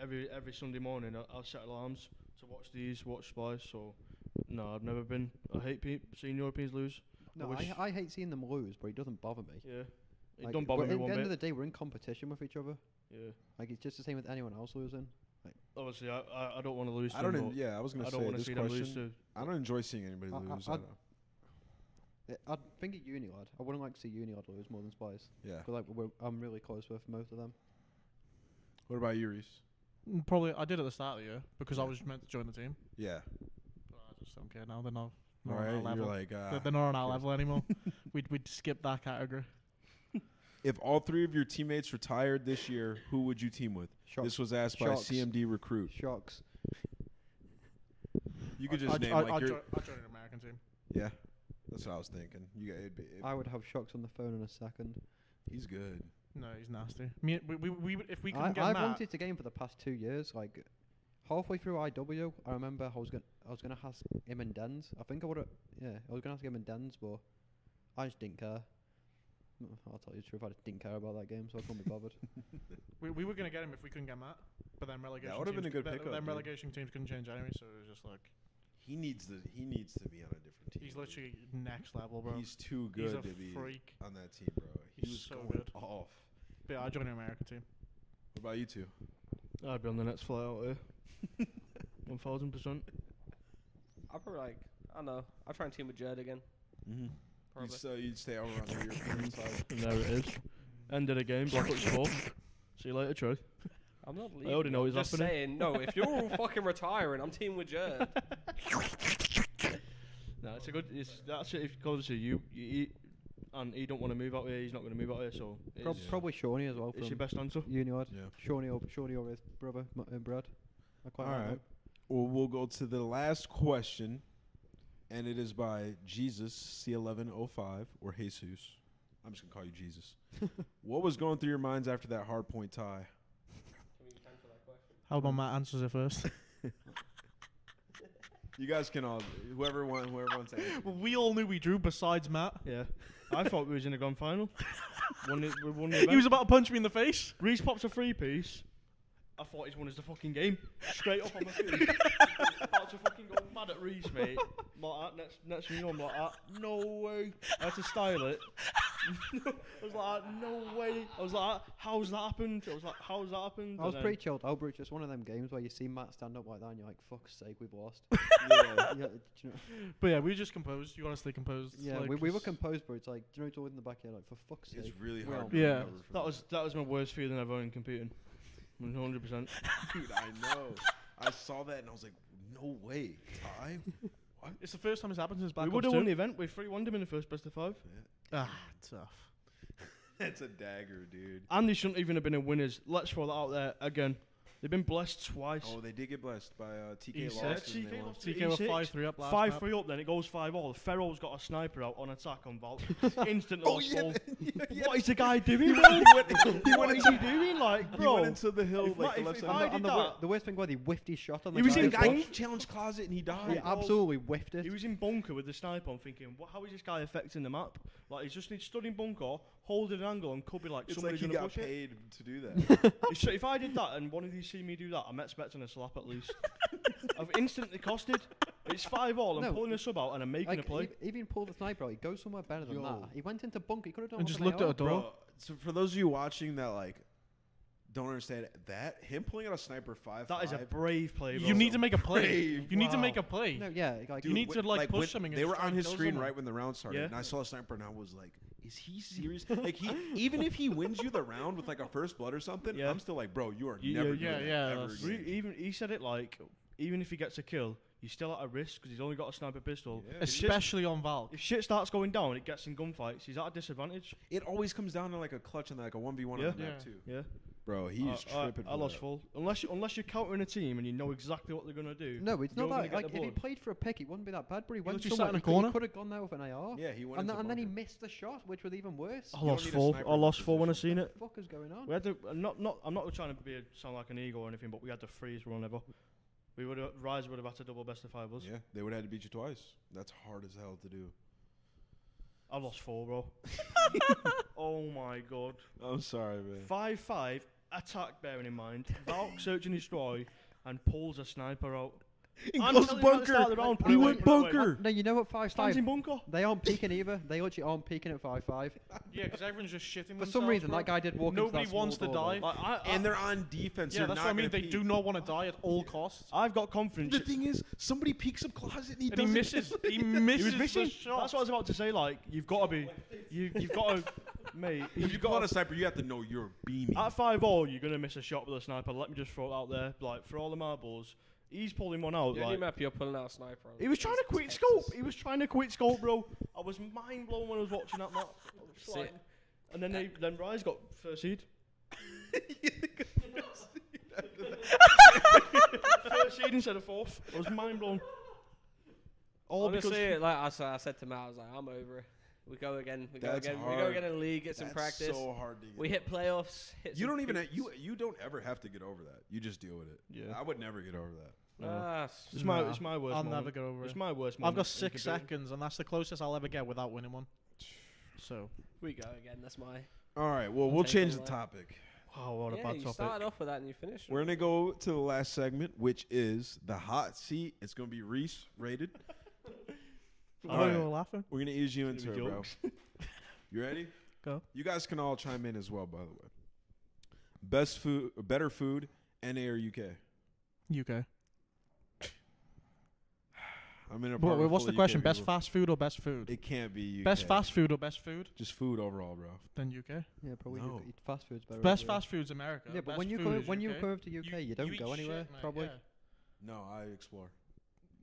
Speaker 5: every every Sunday morning. I, I'll set alarms to watch these, watch Spice. So no, I've never been. I hate pe- seeing Europeans lose.
Speaker 4: No,
Speaker 5: wish-
Speaker 4: I, I hate seeing them lose, but it doesn't bother me.
Speaker 5: Yeah, it
Speaker 4: Like,
Speaker 5: don't bother
Speaker 4: we're-
Speaker 5: me
Speaker 4: At
Speaker 5: one
Speaker 4: the end
Speaker 5: bit.
Speaker 4: of the day, we're in competition with each other.
Speaker 5: yeah,
Speaker 4: Like it's just the same with anyone else losing.
Speaker 5: obviously I I, I don't want to lose.
Speaker 1: I
Speaker 5: to them,
Speaker 1: don't. En-
Speaker 5: but
Speaker 1: yeah, I was gonna
Speaker 5: I
Speaker 1: say
Speaker 5: don't want to
Speaker 1: this
Speaker 5: see them lose
Speaker 1: question.
Speaker 5: to.
Speaker 1: I don't enjoy seeing anybody
Speaker 4: I- I-
Speaker 1: lose. I,
Speaker 4: I-
Speaker 1: don't.
Speaker 4: I- Eh, I'd think at uni lad. I wouldn't like to see uni lad lose more than Spice.
Speaker 1: Yeah.
Speaker 4: 'Cause, like we're, I'm really close with most of them.
Speaker 1: What about you, Reese?
Speaker 2: Mm, Probably I did at the start of the year because I
Speaker 1: Yeah.
Speaker 2: was meant to join the team.
Speaker 1: Yeah.
Speaker 2: But I just don't care now. They're not,
Speaker 1: All
Speaker 2: not on our
Speaker 1: right.
Speaker 2: level.
Speaker 1: You're like,
Speaker 2: They're-
Speaker 1: uh,
Speaker 2: they're not on our
Speaker 1: okay.
Speaker 2: level anymore. we'd we'd skip that category.
Speaker 1: if all three of your teammates retired this year, who would you team with?
Speaker 4: Sharks.
Speaker 1: This was asked
Speaker 4: Sharks.
Speaker 1: by CMD recruit.
Speaker 4: Sharks.
Speaker 1: You could just
Speaker 2: I'd,
Speaker 1: name
Speaker 2: I'd,
Speaker 1: like
Speaker 2: I'd,
Speaker 1: your.
Speaker 2: join, I'd join an American team.
Speaker 1: yeah. That's what I was thinking. You got. It'd be, it-
Speaker 4: I would have Sharks on the phone in a second.
Speaker 1: he's good.
Speaker 2: No, he's nasty. Me, we, we, we, would- if we couldn't
Speaker 4: I,
Speaker 2: get
Speaker 4: I've
Speaker 2: Matt,
Speaker 4: wanted to game for the past two years. Like halfway through IW, I remember I was gonna I was gonna ask him and Dens. I think I would have. Yeah, I was gonna ask him and Dens, but I just didn't care. Mm, I'll tell you the truth. I just didn't care about that game, so I couldn't be bothered.
Speaker 2: we, we were gonna get him if we couldn't get Matt. But then relegation.
Speaker 1: would've been
Speaker 2: teams
Speaker 1: a good
Speaker 2: cou- th-
Speaker 1: pickup,
Speaker 2: Then
Speaker 1: dude.
Speaker 2: relegation teams couldn't change anyway, so it was just like
Speaker 1: He needs to. He needs to be on a different team.
Speaker 2: he's
Speaker 1: dude.
Speaker 2: literally next level, bro.
Speaker 1: He's too good
Speaker 2: He's a
Speaker 1: to be
Speaker 2: freak.
Speaker 1: on that team, bro. He
Speaker 2: He's
Speaker 1: was
Speaker 2: so
Speaker 1: going
Speaker 2: good.
Speaker 1: off.
Speaker 2: But yeah, I join an American team.
Speaker 1: What about you two?
Speaker 5: I'd be on the next flight out here. One thousand percent.
Speaker 3: I probably like I don't know. I will try and team with Jed again.
Speaker 1: Mm-hmm.
Speaker 3: Probably.
Speaker 1: You'd, so you'd stay over on the European side.
Speaker 5: And there it is. End of the game. Blackout score. See you later, Troy.
Speaker 3: I'm not leaving.
Speaker 5: I already know he's
Speaker 3: Just
Speaker 5: happening.
Speaker 3: saying, no. If you're all fucking retiring, I'm teaming with Jed.
Speaker 5: No, it's a good. It's that's it. If obviously you, you he, and he don't want to move out here. He's not going to move out here. So it's,
Speaker 4: Prob-
Speaker 1: Yeah.
Speaker 4: Probably Shawnee as well.
Speaker 5: it's your
Speaker 4: from
Speaker 5: best answer.
Speaker 4: Uniard.
Speaker 1: Yeah.
Speaker 4: Shawnee or Shawnee or his brother M- uh, Brad. I quite
Speaker 1: All
Speaker 4: like
Speaker 1: right.
Speaker 4: them.
Speaker 1: Well, we'll go to the last question, and it is by Jesus C1105 or Jesus. I'm just gonna call you Jesus. what was going through your minds after that hard point tie?
Speaker 2: How about Matt answers it first?
Speaker 1: You guys can all, whoever won, whoever wants to answer.
Speaker 2: well, we all knew we drew. Besides Matt,
Speaker 5: Yeah, I thought we was in a grand final. Won it, we won the
Speaker 2: he
Speaker 5: event.
Speaker 2: was about to punch me in the face.
Speaker 5: Reese pops a three piece. I thought he's won us the fucking game. Straight up on my feet. about to fucking go mad at Reese, mate. Like that. Next, next thing you know, I'm like that. No way. I had to style it. I was like, that, no way. I was like, that, how's that happened? I was like, how's that happened?
Speaker 4: I was
Speaker 5: And then-
Speaker 4: pretty chilled. Oh, bro, it's just one of them games where you see Matt stand up like that, and you're like, "Fuck's sake, we've lost." yeah, do you know,
Speaker 2: But yeah, we were just composed. You honestly composed.
Speaker 4: yeah.
Speaker 2: like,
Speaker 4: we, we were
Speaker 2: s-
Speaker 4: composed, but it's like, do you know, it's all in the back of your head, like, for fuck's sake.
Speaker 1: It's really
Speaker 4: Well,
Speaker 1: hard. to
Speaker 2: Yeah.
Speaker 1: recover from
Speaker 5: That was that was my worst feeling ever in computing. One hundred percent.
Speaker 1: dude. I know. I saw that and I was like, no way, tie.
Speaker 2: It's the first time it's happened since back.
Speaker 5: We would have won the event. We three won them in the first best of five,
Speaker 2: Ah, tough.
Speaker 1: That's a dagger, dude.
Speaker 5: and they shouldn't even have been in winners. Let's throw that out there again. They've been blessed twice.
Speaker 1: Oh, they did get blessed by uh, TK
Speaker 2: He's
Speaker 1: lost.
Speaker 2: sick.
Speaker 1: and
Speaker 5: TK
Speaker 1: they won.
Speaker 5: lost.
Speaker 2: TK were
Speaker 5: E6,
Speaker 2: five three up last.
Speaker 5: five
Speaker 2: map.
Speaker 5: three up, then it goes five all. Ferro's got a sniper out on attack on Val. Instantly,
Speaker 1: Oh,
Speaker 5: lost
Speaker 1: yeah,
Speaker 5: ball.
Speaker 1: yeah.
Speaker 5: what is the guy doing?
Speaker 1: He
Speaker 5: man?
Speaker 1: went, he
Speaker 5: what
Speaker 1: went
Speaker 5: is
Speaker 1: into,
Speaker 5: he doing? Like,
Speaker 1: he went
Speaker 5: bro,
Speaker 1: into the hill
Speaker 5: If
Speaker 1: like
Speaker 5: my-
Speaker 1: the
Speaker 5: if-
Speaker 1: left
Speaker 5: if
Speaker 1: side.
Speaker 5: I
Speaker 1: No,
Speaker 5: did
Speaker 4: and the,
Speaker 5: that-
Speaker 4: wor- the worst thing was he whiffed his shot on the
Speaker 5: He was
Speaker 4: guy
Speaker 5: in
Speaker 4: as well.
Speaker 5: guy-
Speaker 1: challenge closet and he
Speaker 4: He
Speaker 1: died.
Speaker 5: Yeah.
Speaker 4: absolutely whiffed it.
Speaker 5: he was in bunker with the sniper. I'm thinking, what, how is this guy affecting the map? Like, he's just stood in bunker, holding an angle and could be like
Speaker 1: It's
Speaker 5: somebody's
Speaker 1: like you
Speaker 5: gonna
Speaker 1: got
Speaker 5: push it.
Speaker 1: paid to do that.
Speaker 5: So if I did that and one of you see me do that, I'm expecting a slap at least. I've instantly costed. It's five all. I'm
Speaker 4: No,
Speaker 5: pulling a sub out and I'm making a
Speaker 4: Like,
Speaker 5: play.
Speaker 4: he, even pulled the sniper, out, he goes somewhere better than
Speaker 1: Yo.
Speaker 4: that. He went into bunker. He could have done.
Speaker 2: And
Speaker 4: with
Speaker 2: just
Speaker 4: an
Speaker 2: looked at
Speaker 4: AR.
Speaker 2: a door.
Speaker 1: Bro, so for those of you watching that like don't understand that him pulling out a sniper five
Speaker 5: That is a
Speaker 1: five,
Speaker 5: brave play. Bro.
Speaker 2: You need to make a play.
Speaker 1: brave.
Speaker 2: You need to
Speaker 5: Wow.
Speaker 2: make a play.
Speaker 4: No, yeah, like
Speaker 1: Dude,
Speaker 2: need
Speaker 1: wh-
Speaker 2: to, like, push
Speaker 1: when-
Speaker 2: something and
Speaker 1: They
Speaker 2: just
Speaker 1: were
Speaker 2: try
Speaker 1: on
Speaker 2: and
Speaker 1: his
Speaker 2: kill
Speaker 1: screen
Speaker 2: someone.
Speaker 1: right when the round started,
Speaker 5: Yeah.
Speaker 1: and I saw a sniper, and I was like, "Is he serious? like he, even if he wins you the round with like a first blood or something,
Speaker 5: Yeah.
Speaker 1: I'm still like, bro, you are
Speaker 5: You-
Speaker 1: never
Speaker 5: yeah,
Speaker 1: doing
Speaker 2: yeah,
Speaker 1: that ever
Speaker 2: that's-
Speaker 5: Re-
Speaker 1: again."
Speaker 5: even he said it like, even if he gets a kill, he's still at a risk because he's only got a sniper pistol.
Speaker 1: Yeah.
Speaker 5: If shit-
Speaker 2: Especially on Valk.
Speaker 5: If shit starts going down, it gets in gunfights. He's at a disadvantage.
Speaker 1: It always comes down to like a clutch and like a one v one
Speaker 5: Yeah.
Speaker 1: on the map
Speaker 2: Yeah.
Speaker 1: too.
Speaker 5: Yeah,
Speaker 1: Bro, he is
Speaker 5: I, I-
Speaker 1: tripping.
Speaker 5: Uh, I
Speaker 1: for
Speaker 5: lost
Speaker 1: that.
Speaker 5: full. Unless you, unless you're countering a team and you know exactly what they're gonna do.
Speaker 4: No, it's
Speaker 5: you're
Speaker 4: not
Speaker 5: gonna
Speaker 4: that.
Speaker 5: get
Speaker 4: Like,
Speaker 5: the
Speaker 4: if he
Speaker 5: board.
Speaker 4: played for a pick, it wouldn't be that bad. But he
Speaker 2: He
Speaker 4: went
Speaker 2: literally sat
Speaker 4: somewhere.
Speaker 2: in a
Speaker 4: he could- he
Speaker 2: corner.
Speaker 4: could have gone there with an AR.
Speaker 1: Yeah, he went.
Speaker 4: and,
Speaker 1: into
Speaker 4: th- and then he
Speaker 1: bunker.
Speaker 4: missed the shot, which was even worse.
Speaker 2: Oh,
Speaker 5: I
Speaker 1: You don't
Speaker 5: lost
Speaker 1: need a
Speaker 5: full.
Speaker 1: sniper
Speaker 5: I
Speaker 1: in
Speaker 5: lost
Speaker 1: that
Speaker 5: full when I
Speaker 1: position.
Speaker 5: seen it.
Speaker 4: What the fuck is going on?
Speaker 5: We had to uh, not not. I'm not trying to be a, sound like an ego or anything, but we had to freeze run ever. We would have rise would have had to double best of five us.
Speaker 1: Yeah, they would have had to beat you twice. That's hard as hell to do.
Speaker 5: I lost four, bro. oh my god.
Speaker 1: I'm sorry, man.
Speaker 5: Five five attack. Bearing in mind, Valk search and destroy, and pulls a sniper out. I'm telling you at the start of the round, put
Speaker 1: He
Speaker 5: it away,
Speaker 1: went
Speaker 5: put it away.
Speaker 1: bunker.
Speaker 4: No, you know what? Five five.
Speaker 5: Stands in bunker.
Speaker 4: They aren't peeking either. They literally aren't peeking at five five.
Speaker 2: Yeah, because everyone's just shitting
Speaker 4: For some reason, that guy did walk into
Speaker 2: Nobody
Speaker 4: that small
Speaker 2: wants to
Speaker 4: door,
Speaker 2: die.
Speaker 4: though.
Speaker 5: Like, I, I,
Speaker 1: And they're on defense. they're
Speaker 2: Yeah, that's
Speaker 1: not
Speaker 2: what I mean.
Speaker 1: gonna
Speaker 2: They
Speaker 1: peek.
Speaker 2: do not want to die at all costs.
Speaker 5: I've got confidence.
Speaker 1: The thing is, somebody peeks up closet and he,
Speaker 2: And he
Speaker 1: doesn't-
Speaker 2: misses. He misses.
Speaker 5: he was missing.
Speaker 2: The shot.
Speaker 5: That's what I was about to say. Like you've got to be, you you've got to, mate.
Speaker 1: If you
Speaker 5: You've
Speaker 1: call
Speaker 5: got
Speaker 1: out a sniper, you have to know you're beaming.
Speaker 5: At five all, you're gonna miss a shot with a sniper. Let me just throw it out there. Like for all the marbles, he's pulling one out.
Speaker 3: The only
Speaker 5: Like,
Speaker 3: map you're pulling out a sniper on.
Speaker 5: he was trying
Speaker 3: is
Speaker 5: to quit
Speaker 3: Texas.
Speaker 5: scope. He was trying to quit scope, bro. I was mind blown when I was watching that map. I was
Speaker 3: See-
Speaker 5: like- and then they, then Rise got first seed. first seed instead of fourth. I was mind blown. All
Speaker 3: Honestly, like I said, I said to Matt, I was like, I'm over it. We go again. We go
Speaker 1: That's
Speaker 3: again. We go
Speaker 1: hard.
Speaker 3: again in league. Get some
Speaker 1: That's
Speaker 3: practice.
Speaker 1: so hard to get.
Speaker 3: we hit playoffs. Hit
Speaker 1: You
Speaker 3: some
Speaker 1: don't even
Speaker 3: peaks.
Speaker 1: you you don't ever have to get over that. You just deal with it.
Speaker 5: Yeah.
Speaker 1: I would never get over that.
Speaker 3: Ah, s-
Speaker 5: It's my
Speaker 2: Nah,
Speaker 5: it's my worst.
Speaker 2: I'll
Speaker 5: moment.
Speaker 2: never get over
Speaker 5: It's
Speaker 2: it.
Speaker 5: my worst.
Speaker 2: I've
Speaker 5: moment in
Speaker 2: got six
Speaker 5: computing.
Speaker 2: seconds, and that's the closest I'll ever get without winning one. So
Speaker 3: we go again. That's my.
Speaker 1: All right. Well,
Speaker 3: I'll
Speaker 1: we'll
Speaker 3: take
Speaker 1: change
Speaker 3: all
Speaker 1: the
Speaker 3: that.
Speaker 1: topic.
Speaker 5: Wow, what a
Speaker 3: yeah,
Speaker 5: bad
Speaker 3: you
Speaker 5: topic.
Speaker 3: started off with that and you finished.
Speaker 1: We're gonna go to the last segment, which is the hot seat. It's gonna be Reese rated.
Speaker 2: I
Speaker 1: All
Speaker 2: know
Speaker 1: right.
Speaker 2: you're laughing.
Speaker 1: We're gonna ease you into
Speaker 5: Gonna
Speaker 1: it,
Speaker 5: be
Speaker 1: bro. You ready?
Speaker 2: Go.
Speaker 1: You guys can all chime in as well, by the way. Best food, better food, NA or UK?
Speaker 2: UK.
Speaker 1: I'm in a.
Speaker 2: But what's the question? Best fast food or best food?
Speaker 1: It can't be UK.
Speaker 2: Best fast food or best food?
Speaker 1: Just food overall, bro.
Speaker 2: Then UK.
Speaker 4: Yeah, probably
Speaker 1: No.
Speaker 4: UK. fast food's better.
Speaker 2: Best
Speaker 4: over here.
Speaker 2: fast food's America.
Speaker 4: Yeah, but
Speaker 2: Best
Speaker 4: when you
Speaker 2: food
Speaker 4: come
Speaker 2: is
Speaker 4: when you
Speaker 2: UK.
Speaker 4: come to UK, you don't
Speaker 2: eat
Speaker 4: go
Speaker 2: shit,
Speaker 4: anywhere.
Speaker 2: mate,
Speaker 4: Probably.
Speaker 2: yeah.
Speaker 1: No, I explore.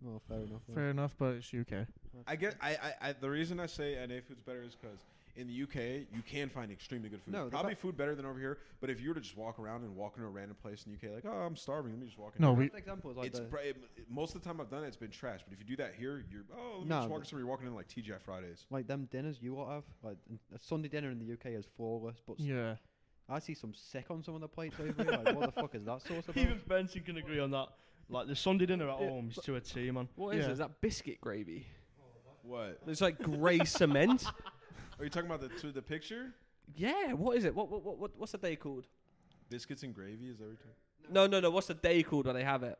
Speaker 4: Well, fair enough. then.
Speaker 2: Fair enough, but it's UK.
Speaker 1: I get. I, I, I. The reason I say NA food's better is because in the UK you can find extremely good food.
Speaker 4: No, the
Speaker 1: probably
Speaker 4: fact-
Speaker 1: food better than over here. But if you were to just walk around and walk into a random place in the UK, like, oh, I'm starving, let me just walk in.
Speaker 2: No, we.
Speaker 4: Perfect example is like
Speaker 1: It's
Speaker 4: the-
Speaker 1: br- it, it- most of the time I've done it, it's been trash. But if you do that here, you're oh, let me
Speaker 4: No,
Speaker 1: just walk
Speaker 4: but-
Speaker 1: in somewhere. You're walking in like TGI Fridays.
Speaker 4: like them dinners you lot have. Like n- a Sunday dinner in the UK is flawless, but s-
Speaker 2: Yeah.
Speaker 4: I see some sick on some of the plates over here. Like, what the fuck is that sauce about?
Speaker 5: Even Benson can agree on that. Like the Sunday dinner at
Speaker 3: Yeah,
Speaker 5: home is to a T, man.
Speaker 3: What is
Speaker 2: Yeah.
Speaker 3: it? Is that biscuit gravy?
Speaker 1: What?
Speaker 3: It's like grey cement.
Speaker 1: Are you talking about the to the picture?
Speaker 3: Yeah. What is it? What what, what what what's the day called?
Speaker 1: Biscuits and gravy is every time.
Speaker 3: No no no. What's the day called when they have it?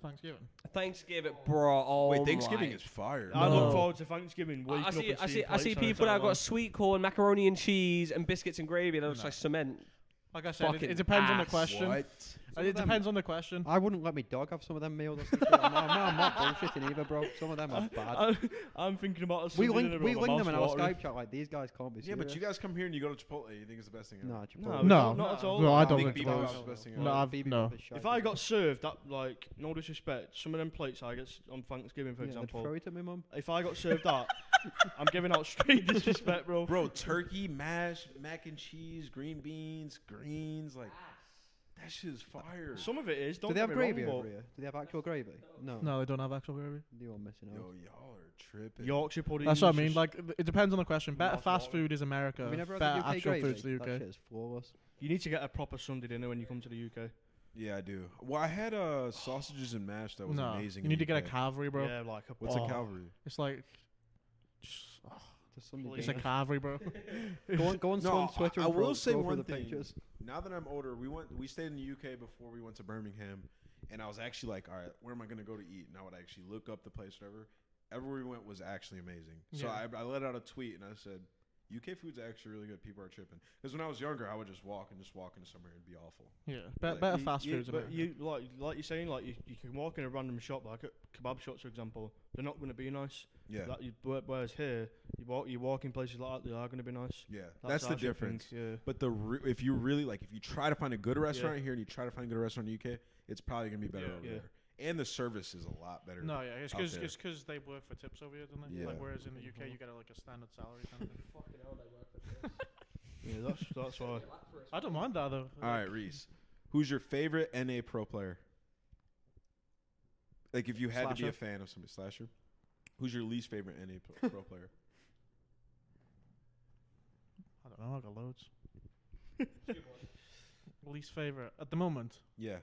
Speaker 2: Thanksgiving.
Speaker 3: Thanksgiving, bro. Oh
Speaker 1: Wait, Thanksgiving
Speaker 3: my.
Speaker 1: is fire.
Speaker 5: I
Speaker 3: No.
Speaker 5: look forward to Thanksgiving. Waking
Speaker 3: I I
Speaker 5: up
Speaker 3: see,
Speaker 5: and
Speaker 3: I see,
Speaker 5: seeing
Speaker 3: I
Speaker 5: plates
Speaker 3: see
Speaker 5: on the
Speaker 3: people that have got
Speaker 5: timeline.
Speaker 3: sweet corn, macaroni and cheese, and biscuits and gravy that looks
Speaker 2: No.
Speaker 3: like cement.
Speaker 2: Like I said, it,
Speaker 3: Fucking
Speaker 2: it depends on the
Speaker 3: ass.
Speaker 2: question.
Speaker 1: What?
Speaker 2: Uh,
Speaker 4: Some
Speaker 2: It
Speaker 4: of them-
Speaker 2: depends on the question.
Speaker 4: I wouldn't let my dog have some of them meals. or something. I'm, not, I'm not bullshitting either, bro. Some of them are bad.
Speaker 5: I, am thinking about a Sunday
Speaker 4: We link,
Speaker 5: dinner.
Speaker 4: we
Speaker 5: with my
Speaker 4: link them in our
Speaker 5: mouth's watering.
Speaker 4: Skype chat. Like these guys can't be.
Speaker 1: Yeah,
Speaker 4: Serious.
Speaker 1: but you guys come here and you go to Chipotle. You think it's the best thing ever?
Speaker 4: Nah,
Speaker 5: No,
Speaker 4: Chipotle.
Speaker 2: No.
Speaker 5: not at all.
Speaker 2: No, I
Speaker 5: I
Speaker 2: don't
Speaker 1: Big
Speaker 2: think
Speaker 1: Big
Speaker 2: so.
Speaker 1: Bebop's the best thing ever.
Speaker 2: No, I've-
Speaker 4: Bebe
Speaker 2: no.
Speaker 4: Bebop is shite,
Speaker 5: If I
Speaker 4: bro.
Speaker 5: got served that, like, no disrespect, some of them plates I get s- on Thanksgiving, for
Speaker 4: Yeah, they'd throw
Speaker 5: example.
Speaker 4: it at my mum.
Speaker 5: If I got served that, I'm giving out straight disrespect, bro.
Speaker 1: Bro, turkey, mash, mac and cheese, green beans, greens, like that shit is fire.
Speaker 5: Some of it is. Don't
Speaker 4: Do they
Speaker 5: get
Speaker 4: have
Speaker 5: me
Speaker 4: gravy
Speaker 5: wrong,
Speaker 4: over
Speaker 5: but
Speaker 4: here? Do they have actual gravy? No.
Speaker 2: No, they don't have actual gravy.
Speaker 4: You're missing out.
Speaker 1: Yo, y'all are tripping.
Speaker 5: Yorkshire pudding.
Speaker 2: That's what I
Speaker 5: is
Speaker 2: mean.
Speaker 5: just-
Speaker 2: Like, it depends on the question. Better
Speaker 5: Not
Speaker 2: fast
Speaker 5: all.
Speaker 2: food is America.
Speaker 4: Have you never had
Speaker 2: Better
Speaker 4: the UK
Speaker 2: actual
Speaker 4: gravy?
Speaker 2: food's the
Speaker 4: That
Speaker 2: UK.
Speaker 4: shit is flawless.
Speaker 5: you need to get a proper Sunday dinner when you come to the UK.
Speaker 1: Yeah, I do. Well, I had uh, sausages and mash that was
Speaker 2: no,
Speaker 1: amazing.
Speaker 2: you
Speaker 1: in
Speaker 2: need to get
Speaker 1: UK.
Speaker 2: a
Speaker 5: Oh.
Speaker 2: Calvary, bro.
Speaker 5: Yeah, like a
Speaker 1: What's
Speaker 5: oh,
Speaker 1: a Calvary?
Speaker 2: It's like, just, oh,
Speaker 4: There's so many
Speaker 5: Please.
Speaker 2: It's a
Speaker 4: games.
Speaker 2: cavalry, bro.
Speaker 4: Go on, go on
Speaker 1: No,
Speaker 4: someone's
Speaker 1: I-
Speaker 4: Twitter.
Speaker 1: I
Speaker 4: and
Speaker 1: will
Speaker 4: go-
Speaker 1: say
Speaker 4: go over
Speaker 1: one
Speaker 4: the
Speaker 1: thing.
Speaker 4: Pictures.
Speaker 1: now that I'm older, we went we stayed in the UK before we went to Birmingham, and I was actually like, all right, where am I gonna go to eat? And I would actually look up the place, whatever. Everywhere we went was actually amazing. So
Speaker 2: Yeah.
Speaker 1: I, I let out a tweet and I said, UK food's actually really good. People are tripping. Because when I was younger, I would just walk and just walk into somewhere and it'd be awful.
Speaker 2: Yeah, be-
Speaker 1: Like,
Speaker 2: better
Speaker 5: You-
Speaker 2: fast
Speaker 5: you-
Speaker 2: foods. in
Speaker 5: But
Speaker 2: America.
Speaker 5: you like like you're saying like you, you can walk in a random shop like a kebab shops for example. They're not going to be nice.
Speaker 1: Yeah,
Speaker 5: That you, wh- whereas here you walk you walk in places like that they are going to be nice.
Speaker 1: yeah, that's,
Speaker 5: how I
Speaker 1: the
Speaker 5: should think,
Speaker 1: difference.
Speaker 5: Yeah.
Speaker 1: But the re- if you really like, if you try to find a good restaurant here and you try to find a good restaurant in the UK, it's probably gonna be better
Speaker 5: Yeah.
Speaker 1: over
Speaker 5: Yeah.
Speaker 1: there. And the service is a lot better.
Speaker 2: No, yeah, it's
Speaker 1: out
Speaker 2: because
Speaker 1: there.
Speaker 2: it's because they work for tips over here, don't they?
Speaker 1: Yeah.
Speaker 2: Like, whereas in the UK, you get a, like a standard salary. Kind of thing.
Speaker 3: Fucking hell, they work for this.
Speaker 5: Yeah, that's that's why.
Speaker 2: I don't mind that though.
Speaker 1: All right, Reese. Who's your favorite NA pro player? Like, if you had to be a
Speaker 2: Slasher.
Speaker 1: fan of somebody, slasher. Who's your least favorite NA pro, pro player?
Speaker 2: I don't know. I got loads. Least favorite at the moment.
Speaker 1: Yeah,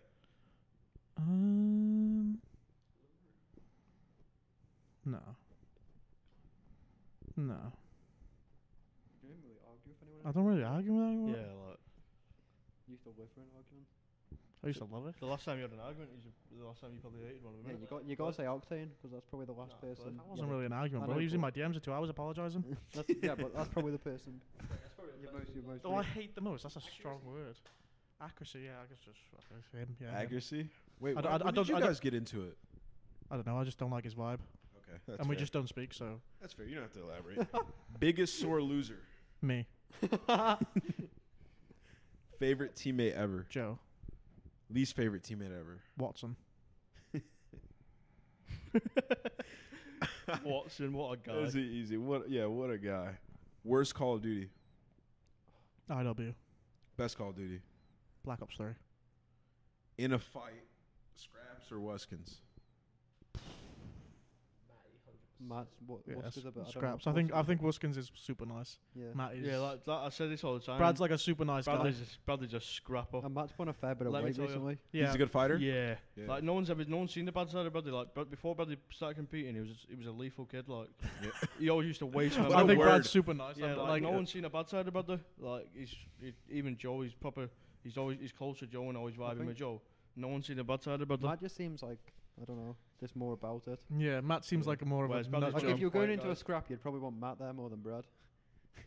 Speaker 2: Um. No. No, I don't really argue with
Speaker 5: Yeah,
Speaker 2: anyone.
Speaker 5: like
Speaker 4: You still with her in argument?
Speaker 2: I used to love it.
Speaker 5: the last time you had an argument is the last time you probably hated one of
Speaker 4: Yeah,
Speaker 5: them.
Speaker 4: you got you gotta say Octane because that's probably the last
Speaker 5: Nah,
Speaker 4: person.
Speaker 2: That wasn't
Speaker 4: yeah,
Speaker 2: really an argument,
Speaker 4: I
Speaker 2: bro.
Speaker 4: know,
Speaker 2: He was in
Speaker 4: but-
Speaker 2: my DMs for two hours apologizing.
Speaker 4: That's, yeah, but that's probably the person you most you most.
Speaker 2: Oh, I
Speaker 4: with.
Speaker 2: hate the most. That's a strong word. Accuracy, yeah, I guess just fucking him. Yeah, him.
Speaker 1: accuracy. Wait,
Speaker 2: I
Speaker 1: I,
Speaker 2: d- I d- I
Speaker 1: when
Speaker 2: don't-
Speaker 1: did you
Speaker 2: I don't-
Speaker 1: guys get into it?
Speaker 2: I don't know. I just don't like his vibe,
Speaker 1: Okay, that's
Speaker 2: and we
Speaker 1: fair.
Speaker 2: just don't speak. So
Speaker 1: that's fair. You don't have to elaborate. Biggest sore loser.
Speaker 2: me,
Speaker 1: Favorite teammate ever.
Speaker 2: Joe
Speaker 1: Least favorite teammate ever.
Speaker 2: Watson.
Speaker 5: Watson, what a guy.
Speaker 1: That was e- easy. What? Yeah, what a guy. Worst Call of Duty.
Speaker 2: IW
Speaker 1: Best Call of Duty.
Speaker 2: Black Ops Three.
Speaker 1: In a fight, Scraps or Weskins.
Speaker 4: Matt's what
Speaker 2: Yeah,
Speaker 4: what's
Speaker 2: s-
Speaker 4: his about? I don't know,
Speaker 2: scraps. I think I
Speaker 4: what's his
Speaker 2: think Wuskins is super nice.
Speaker 4: about?
Speaker 2: Matt is.
Speaker 5: Yeah, like, like I said this all the time.
Speaker 2: Brad's like a super nice guy.
Speaker 5: Bradley's just, Bradley's a
Speaker 4: yeah.
Speaker 5: scrapper.
Speaker 4: And Matt's won a fair bit of
Speaker 5: Let me
Speaker 4: weight
Speaker 5: tell you.
Speaker 4: recently.
Speaker 2: Yeah,
Speaker 1: He's a good fighter.
Speaker 5: Yeah.
Speaker 1: Yeah.
Speaker 5: like no one's ever, no one's seen the bad side of Bradley. Like, but before Bradley started competing, he was, he was a lethal kid. Like,
Speaker 1: Yeah.
Speaker 5: he always used to waste. my
Speaker 1: What
Speaker 2: I
Speaker 1: a
Speaker 5: money.
Speaker 2: think
Speaker 1: word.
Speaker 2: Brad's super nice.
Speaker 5: Yeah,
Speaker 2: I'm
Speaker 5: like,
Speaker 2: like,
Speaker 5: no one's seen a bad side of Bradley. Like, he's he, even Joe. He's proper. He's always he's close to Joe and always vibing
Speaker 4: think-
Speaker 5: with Joe. No one's seen a bad side of Bradley.
Speaker 4: Matt just seems like I don't know, just more about it.
Speaker 2: yeah, Matt seems
Speaker 5: Yeah.
Speaker 2: like a more of
Speaker 5: Whereas
Speaker 2: a nut
Speaker 5: Bradley's
Speaker 4: Like
Speaker 5: Joe
Speaker 2: job.
Speaker 4: if you're going
Speaker 5: quite
Speaker 4: into a
Speaker 5: nice.
Speaker 4: scrap, you'd probably want Matt there more than Brad.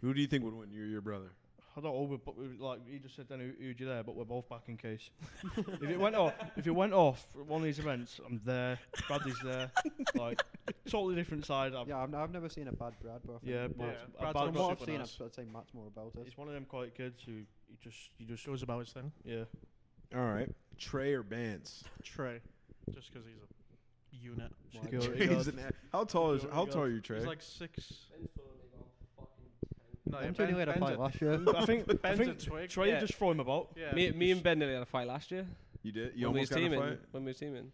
Speaker 1: Who do you think would win? You or your brother?
Speaker 5: I don't know, but we- like he just said, then who, who'd you there? But we're both back in case. if it went off, if it went off at one of these events, I'm there. Bradley's there. like, totally different side. I'm, yeah,
Speaker 4: Yeah, I've, I've never seen a bad Brad, but I think
Speaker 5: yeah,
Speaker 4: Matt's,
Speaker 5: Brad's,
Speaker 2: Brad's
Speaker 5: Brad's
Speaker 4: from what I've
Speaker 5: super
Speaker 4: seen,
Speaker 5: nice.
Speaker 4: I'd, I'd say Matt's more about it.
Speaker 5: It's one of them quiet kids who you just you just
Speaker 2: goes about his thing.
Speaker 5: yeah.
Speaker 1: All right. Trey or Bance?
Speaker 2: Trey, just because he's a unit.
Speaker 4: Why?
Speaker 5: Security
Speaker 1: Trey's
Speaker 5: guard.
Speaker 1: an a- how tall is
Speaker 5: Security
Speaker 1: how
Speaker 5: guard.
Speaker 1: tall are you, Trey?
Speaker 2: He's like six. No,
Speaker 4: I'm
Speaker 2: ben,
Speaker 4: telling you, had a
Speaker 2: Ben's
Speaker 4: fight
Speaker 2: a,
Speaker 4: last year.
Speaker 5: I think I
Speaker 2: Ben's a
Speaker 5: think
Speaker 2: twig.
Speaker 5: Trey
Speaker 3: Yeah.
Speaker 5: just throw him about.
Speaker 2: yeah.
Speaker 3: Me, me and Ben nearly had a fight last year.
Speaker 1: you did. You
Speaker 3: when we
Speaker 1: almost
Speaker 3: was
Speaker 1: got in a
Speaker 3: teaming.
Speaker 1: fight.
Speaker 3: When we was teaming.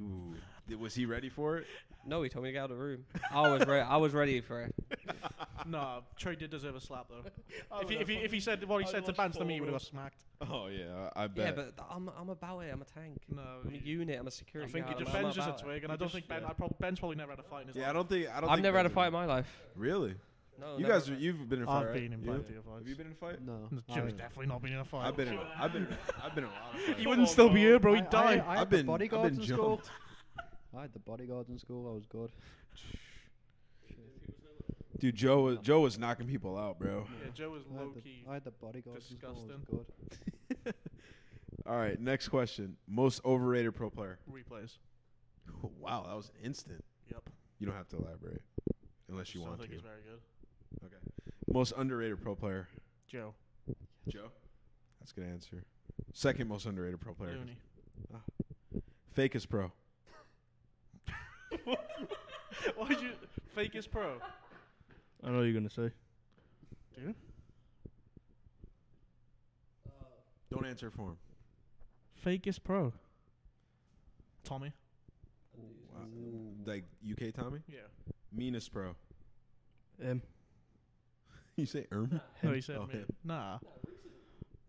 Speaker 1: Ooh. Did- Was he ready for it?
Speaker 3: No, he told me to get out of the room. I was ready. I was ready for it.
Speaker 2: Nah, Trey did deserve a slap though.
Speaker 5: I
Speaker 2: if, he,
Speaker 5: would've
Speaker 2: if, he, if he said what he
Speaker 5: I'd
Speaker 2: said to
Speaker 5: lost
Speaker 2: Bance to me, he
Speaker 5: four
Speaker 2: would have
Speaker 5: of
Speaker 2: got smacked.
Speaker 1: Oh yeah, I, I bet.
Speaker 3: Yeah, but th- I'm, I'm about it. I'm a tank.
Speaker 2: No,
Speaker 3: I'm a unit. I'm a
Speaker 5: I
Speaker 3: security
Speaker 5: think he
Speaker 3: guard.
Speaker 5: just-
Speaker 3: I'm, I'm
Speaker 2: Ben's just a
Speaker 3: about it.
Speaker 2: twig, and
Speaker 5: He
Speaker 2: I don't
Speaker 5: just-
Speaker 2: think Ben.
Speaker 5: yeah.
Speaker 2: I prob- Ben's probably never had a fight in his
Speaker 1: yeah, I
Speaker 2: life.
Speaker 1: don't think I don't.
Speaker 3: I've
Speaker 1: think
Speaker 3: never had a
Speaker 1: Ben's
Speaker 3: fight in
Speaker 1: been-
Speaker 3: my life.
Speaker 1: Really?
Speaker 3: No,
Speaker 1: You
Speaker 3: never
Speaker 1: guys,
Speaker 3: had a
Speaker 1: are,
Speaker 3: fight.
Speaker 1: you've been in a fight.
Speaker 2: I've
Speaker 1: right?
Speaker 2: been in
Speaker 1: You?
Speaker 2: plenty of fights.
Speaker 1: Have you been in a fight?
Speaker 4: No.
Speaker 2: Joe's
Speaker 1: Oh.
Speaker 2: definitely not been in a fight.
Speaker 1: I've been. In a, I've been. I've been in a lot of fights.
Speaker 2: He
Speaker 5: Come
Speaker 2: wouldn't
Speaker 5: on,
Speaker 2: still
Speaker 5: bro.
Speaker 2: be here, bro. He'd
Speaker 4: I-
Speaker 2: die.
Speaker 4: I, I,
Speaker 1: I've
Speaker 4: had
Speaker 1: been-
Speaker 4: the
Speaker 1: I've been
Speaker 4: bodyguards in school.
Speaker 1: jumped.
Speaker 4: I had the bodyguards in school. I was good. Shit.
Speaker 1: Dude, Joe was Joe was knocking people out, bro.
Speaker 2: yeah, Joe was
Speaker 4: I had
Speaker 2: low
Speaker 4: the-
Speaker 2: key.
Speaker 4: I had the bodyguards in
Speaker 2: disgusting.
Speaker 4: school. I was good.
Speaker 1: All right, next question. Most overrated pro player.
Speaker 2: Replays.
Speaker 1: wow, that was instant.
Speaker 2: Yep.
Speaker 1: You don't have to elaborate unless you
Speaker 2: Still
Speaker 1: want to.
Speaker 2: think he's very good.
Speaker 1: Okay. Most underrated pro player.
Speaker 2: Joe.
Speaker 1: Joe. That's a good answer. Second most underrated pro player. Ah.
Speaker 2: Looney.
Speaker 1: Fake is pro.
Speaker 2: Why'd you fake is pro?
Speaker 5: I know you're gonna say.
Speaker 1: Don't answer for him.
Speaker 2: Fake is pro. Tommy.
Speaker 1: Wow. Like UK Tommy?
Speaker 2: Yeah.
Speaker 1: Meanest pro.
Speaker 5: Um,
Speaker 1: you say Erm?
Speaker 2: No, he said
Speaker 1: Oh,
Speaker 2: me.
Speaker 1: him.
Speaker 2: Nah.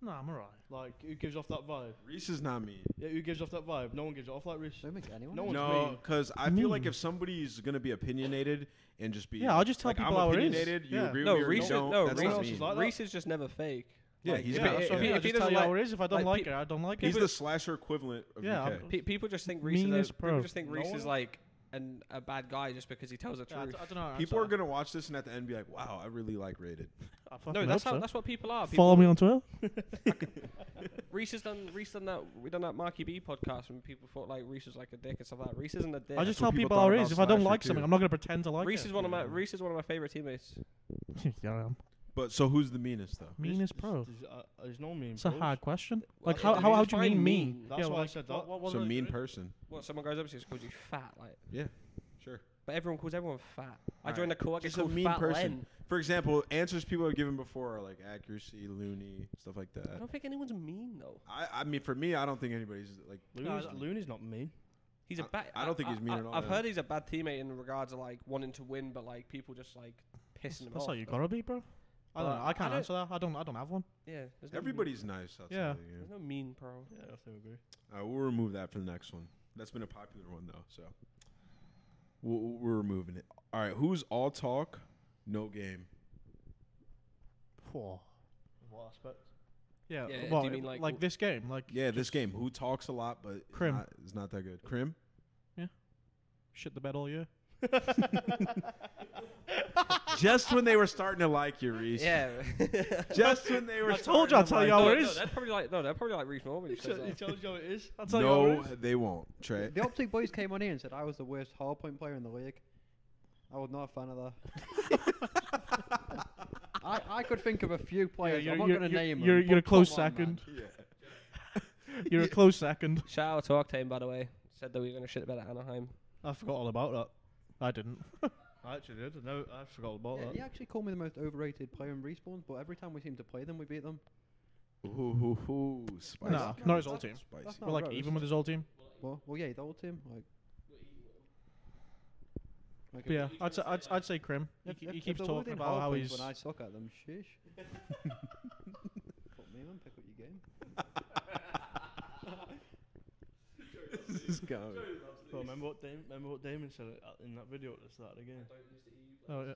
Speaker 2: No, I'm alright.
Speaker 5: Like, who gives off that vibe?
Speaker 1: Reese is not mean.
Speaker 5: Yeah, who gives off that vibe? No one gives it off like Reese.
Speaker 4: Don't make anyone.
Speaker 5: No
Speaker 4: is.
Speaker 5: one's
Speaker 1: No,
Speaker 5: mean.
Speaker 1: because I feel like
Speaker 2: Mean. Mm.
Speaker 1: if somebody's gonna be opinionated and just be
Speaker 2: Yeah, I'll just tell
Speaker 1: like,
Speaker 2: people
Speaker 1: I'm
Speaker 2: how it is.
Speaker 1: opinionated. You
Speaker 2: Yeah.
Speaker 1: agree
Speaker 3: No,
Speaker 1: with me or
Speaker 3: Reese is-
Speaker 1: don't,
Speaker 3: no,
Speaker 1: that's
Speaker 5: Reese
Speaker 1: not
Speaker 5: is
Speaker 1: mean.
Speaker 5: like that.
Speaker 3: Reese is just never fake.
Speaker 1: yeah,
Speaker 5: Like,
Speaker 1: he's
Speaker 5: yeah,
Speaker 1: been-
Speaker 5: so
Speaker 1: yeah,
Speaker 5: if
Speaker 2: I
Speaker 5: he-
Speaker 1: yeah.
Speaker 2: just
Speaker 3: if he
Speaker 2: tell
Speaker 3: doesn't
Speaker 2: you how
Speaker 3: like-
Speaker 2: it is. If I don't
Speaker 3: like,
Speaker 2: like,
Speaker 3: pe-
Speaker 2: it, I don't like
Speaker 1: He's
Speaker 2: it.
Speaker 1: the slasher equivalent of
Speaker 2: Yeah,
Speaker 1: UK.
Speaker 2: I'm-
Speaker 3: Pe- people just think Reese. Is a,
Speaker 2: Meanest
Speaker 3: people
Speaker 2: pro.
Speaker 3: just think
Speaker 5: No
Speaker 3: Reese
Speaker 5: one-
Speaker 3: is like an a bad guy just because he tells the
Speaker 2: Yeah, I,
Speaker 3: truth.
Speaker 2: don't know.
Speaker 1: People are gonna watch this and at the end be like, "Wow, I really like rated."
Speaker 3: no, that's how that's what people are. People,
Speaker 2: Follow me on Twitter.
Speaker 3: Reese has done Reese done that. We done that Marky B podcast when people thought like Reese was like a dick and stuff like that. Reese isn't a dick.
Speaker 2: I just
Speaker 1: what
Speaker 2: tell
Speaker 1: people
Speaker 2: people
Speaker 1: thought
Speaker 2: how it
Speaker 1: about
Speaker 2: is. If I don't
Speaker 1: Slasher
Speaker 2: like
Speaker 1: too.
Speaker 2: something, I'm not gonna pretend to like
Speaker 3: Reese is
Speaker 2: it.
Speaker 3: one of my Reese is one of my favorite teammates.
Speaker 2: yeah, I am.
Speaker 1: But so who's the meanest though?
Speaker 5: There's-
Speaker 2: Meanest
Speaker 5: there's-
Speaker 2: pro.
Speaker 5: There's, uh, there's no mean
Speaker 2: It's a
Speaker 5: pros.
Speaker 2: hard question.
Speaker 3: Well,
Speaker 2: Like
Speaker 3: yeah,
Speaker 2: how
Speaker 3: dude,
Speaker 2: how
Speaker 3: you
Speaker 2: how
Speaker 3: just
Speaker 2: do you mean
Speaker 3: find
Speaker 2: mean?
Speaker 5: That's
Speaker 2: Yeah,
Speaker 5: why I
Speaker 2: like,
Speaker 5: said
Speaker 2: what-
Speaker 5: that.
Speaker 2: what- what
Speaker 1: So
Speaker 2: the-
Speaker 1: mean person.
Speaker 3: What someone goes up to you and calls you fat, like,
Speaker 1: Yeah, sure.
Speaker 3: but everyone calls everyone fat. I
Speaker 1: Alright.
Speaker 3: joined a co-op.
Speaker 1: Just a
Speaker 3: called
Speaker 1: mean
Speaker 3: fat
Speaker 1: person.
Speaker 3: Len.
Speaker 1: For example, answers people have given before are like accuracy, loony, stuff like
Speaker 3: I
Speaker 1: that.
Speaker 3: don't think anyone's mean though.
Speaker 1: I, I mean, for me, I don't think anybody's like.
Speaker 5: Looney's,
Speaker 2: No, I-
Speaker 5: Looney's not mean.
Speaker 3: He's a
Speaker 1: I-
Speaker 3: bad.
Speaker 1: I don't think he's mean
Speaker 3: I,
Speaker 1: at all,
Speaker 3: I've
Speaker 1: yeah.
Speaker 3: heard he's a bad teammate in regards to like wanting to win, but like people just like pissing him
Speaker 2: That's
Speaker 3: off.
Speaker 2: how you gotta be, bro. I don't.
Speaker 3: Well,
Speaker 2: know.
Speaker 3: I
Speaker 2: I can't
Speaker 3: don't-
Speaker 2: answer that. I don't. I don't have one.
Speaker 3: Yeah, there's no mean-
Speaker 1: Everybody's nice. Outside
Speaker 2: Yeah.
Speaker 1: Of the game.
Speaker 3: There's no mean pro.
Speaker 5: Yeah, I have to agree.
Speaker 1: Uh, we'll remove that for the next one. That's been a popular one though, so we'll, we're removing it. All right, who's all talk, no game?
Speaker 5: What aspect?
Speaker 2: Yeah.
Speaker 3: Yeah, do
Speaker 2: well,
Speaker 3: you mean,
Speaker 2: it-
Speaker 3: like,
Speaker 2: like,
Speaker 3: w-
Speaker 2: this game? Like
Speaker 1: Yeah, this game. Who talks a lot but is
Speaker 2: Krim.
Speaker 1: Not, is not that good. Krim.
Speaker 2: shit the bed all year.
Speaker 1: Just when they were starting to like you, Reese.
Speaker 3: Yeah.
Speaker 1: Just when they were.
Speaker 2: I told you,
Speaker 1: starting
Speaker 2: I'll
Speaker 1: to
Speaker 2: tell
Speaker 1: like
Speaker 2: you how
Speaker 3: no,
Speaker 2: Oh, it
Speaker 3: no,
Speaker 2: is.
Speaker 3: they're probably like no, they're probably like Reese Norman. who
Speaker 5: He,
Speaker 3: says
Speaker 5: said, he
Speaker 3: that.
Speaker 5: tells you how it is.
Speaker 2: I'll tell you how it
Speaker 1: No,
Speaker 2: is.
Speaker 1: they won't. Trey.
Speaker 4: The Optic Boys came on here and said I was the worst hardpoint player in the league. I was not a fan of that. I, I could think of a few players.
Speaker 2: you're-
Speaker 4: I'm not
Speaker 2: you're-
Speaker 4: going to
Speaker 2: you're-
Speaker 4: name
Speaker 2: you're-
Speaker 4: them.
Speaker 2: you're a
Speaker 4: but
Speaker 2: close
Speaker 4: come on, man.
Speaker 2: second.
Speaker 1: Yeah.
Speaker 2: You're a close second.
Speaker 3: Shout out to Octane, by the way. Said that we were gonna shit about Anaheim.
Speaker 5: I forgot all about that.
Speaker 2: I didn't.
Speaker 5: I actually did. No, I forgot all about
Speaker 4: Yeah,
Speaker 5: that.
Speaker 4: he actually called me the most overrated player in respawns, but every time we seem to play them, we beat them.
Speaker 1: Ooh, ooh, ooh, spicy.
Speaker 2: Nah, not his whole team.
Speaker 1: Spicy.
Speaker 4: not
Speaker 2: We're like
Speaker 4: roast.
Speaker 2: even with his whole team.
Speaker 4: Well, well, yeah, the whole team. Like, like
Speaker 2: But yeah, I'd say I'd, I'd say Krim. He,
Speaker 4: if-
Speaker 2: he
Speaker 4: if- if
Speaker 2: keeps
Speaker 4: they're
Speaker 2: talking
Speaker 4: winning
Speaker 2: about how
Speaker 4: hardpoints
Speaker 2: he's.
Speaker 4: When I suck at them, shish. Put me on, pick up your game.
Speaker 1: This is going.
Speaker 5: But remember what Damon, remember what Damon said at- in that video at the start of the game.
Speaker 2: Oh, yeah.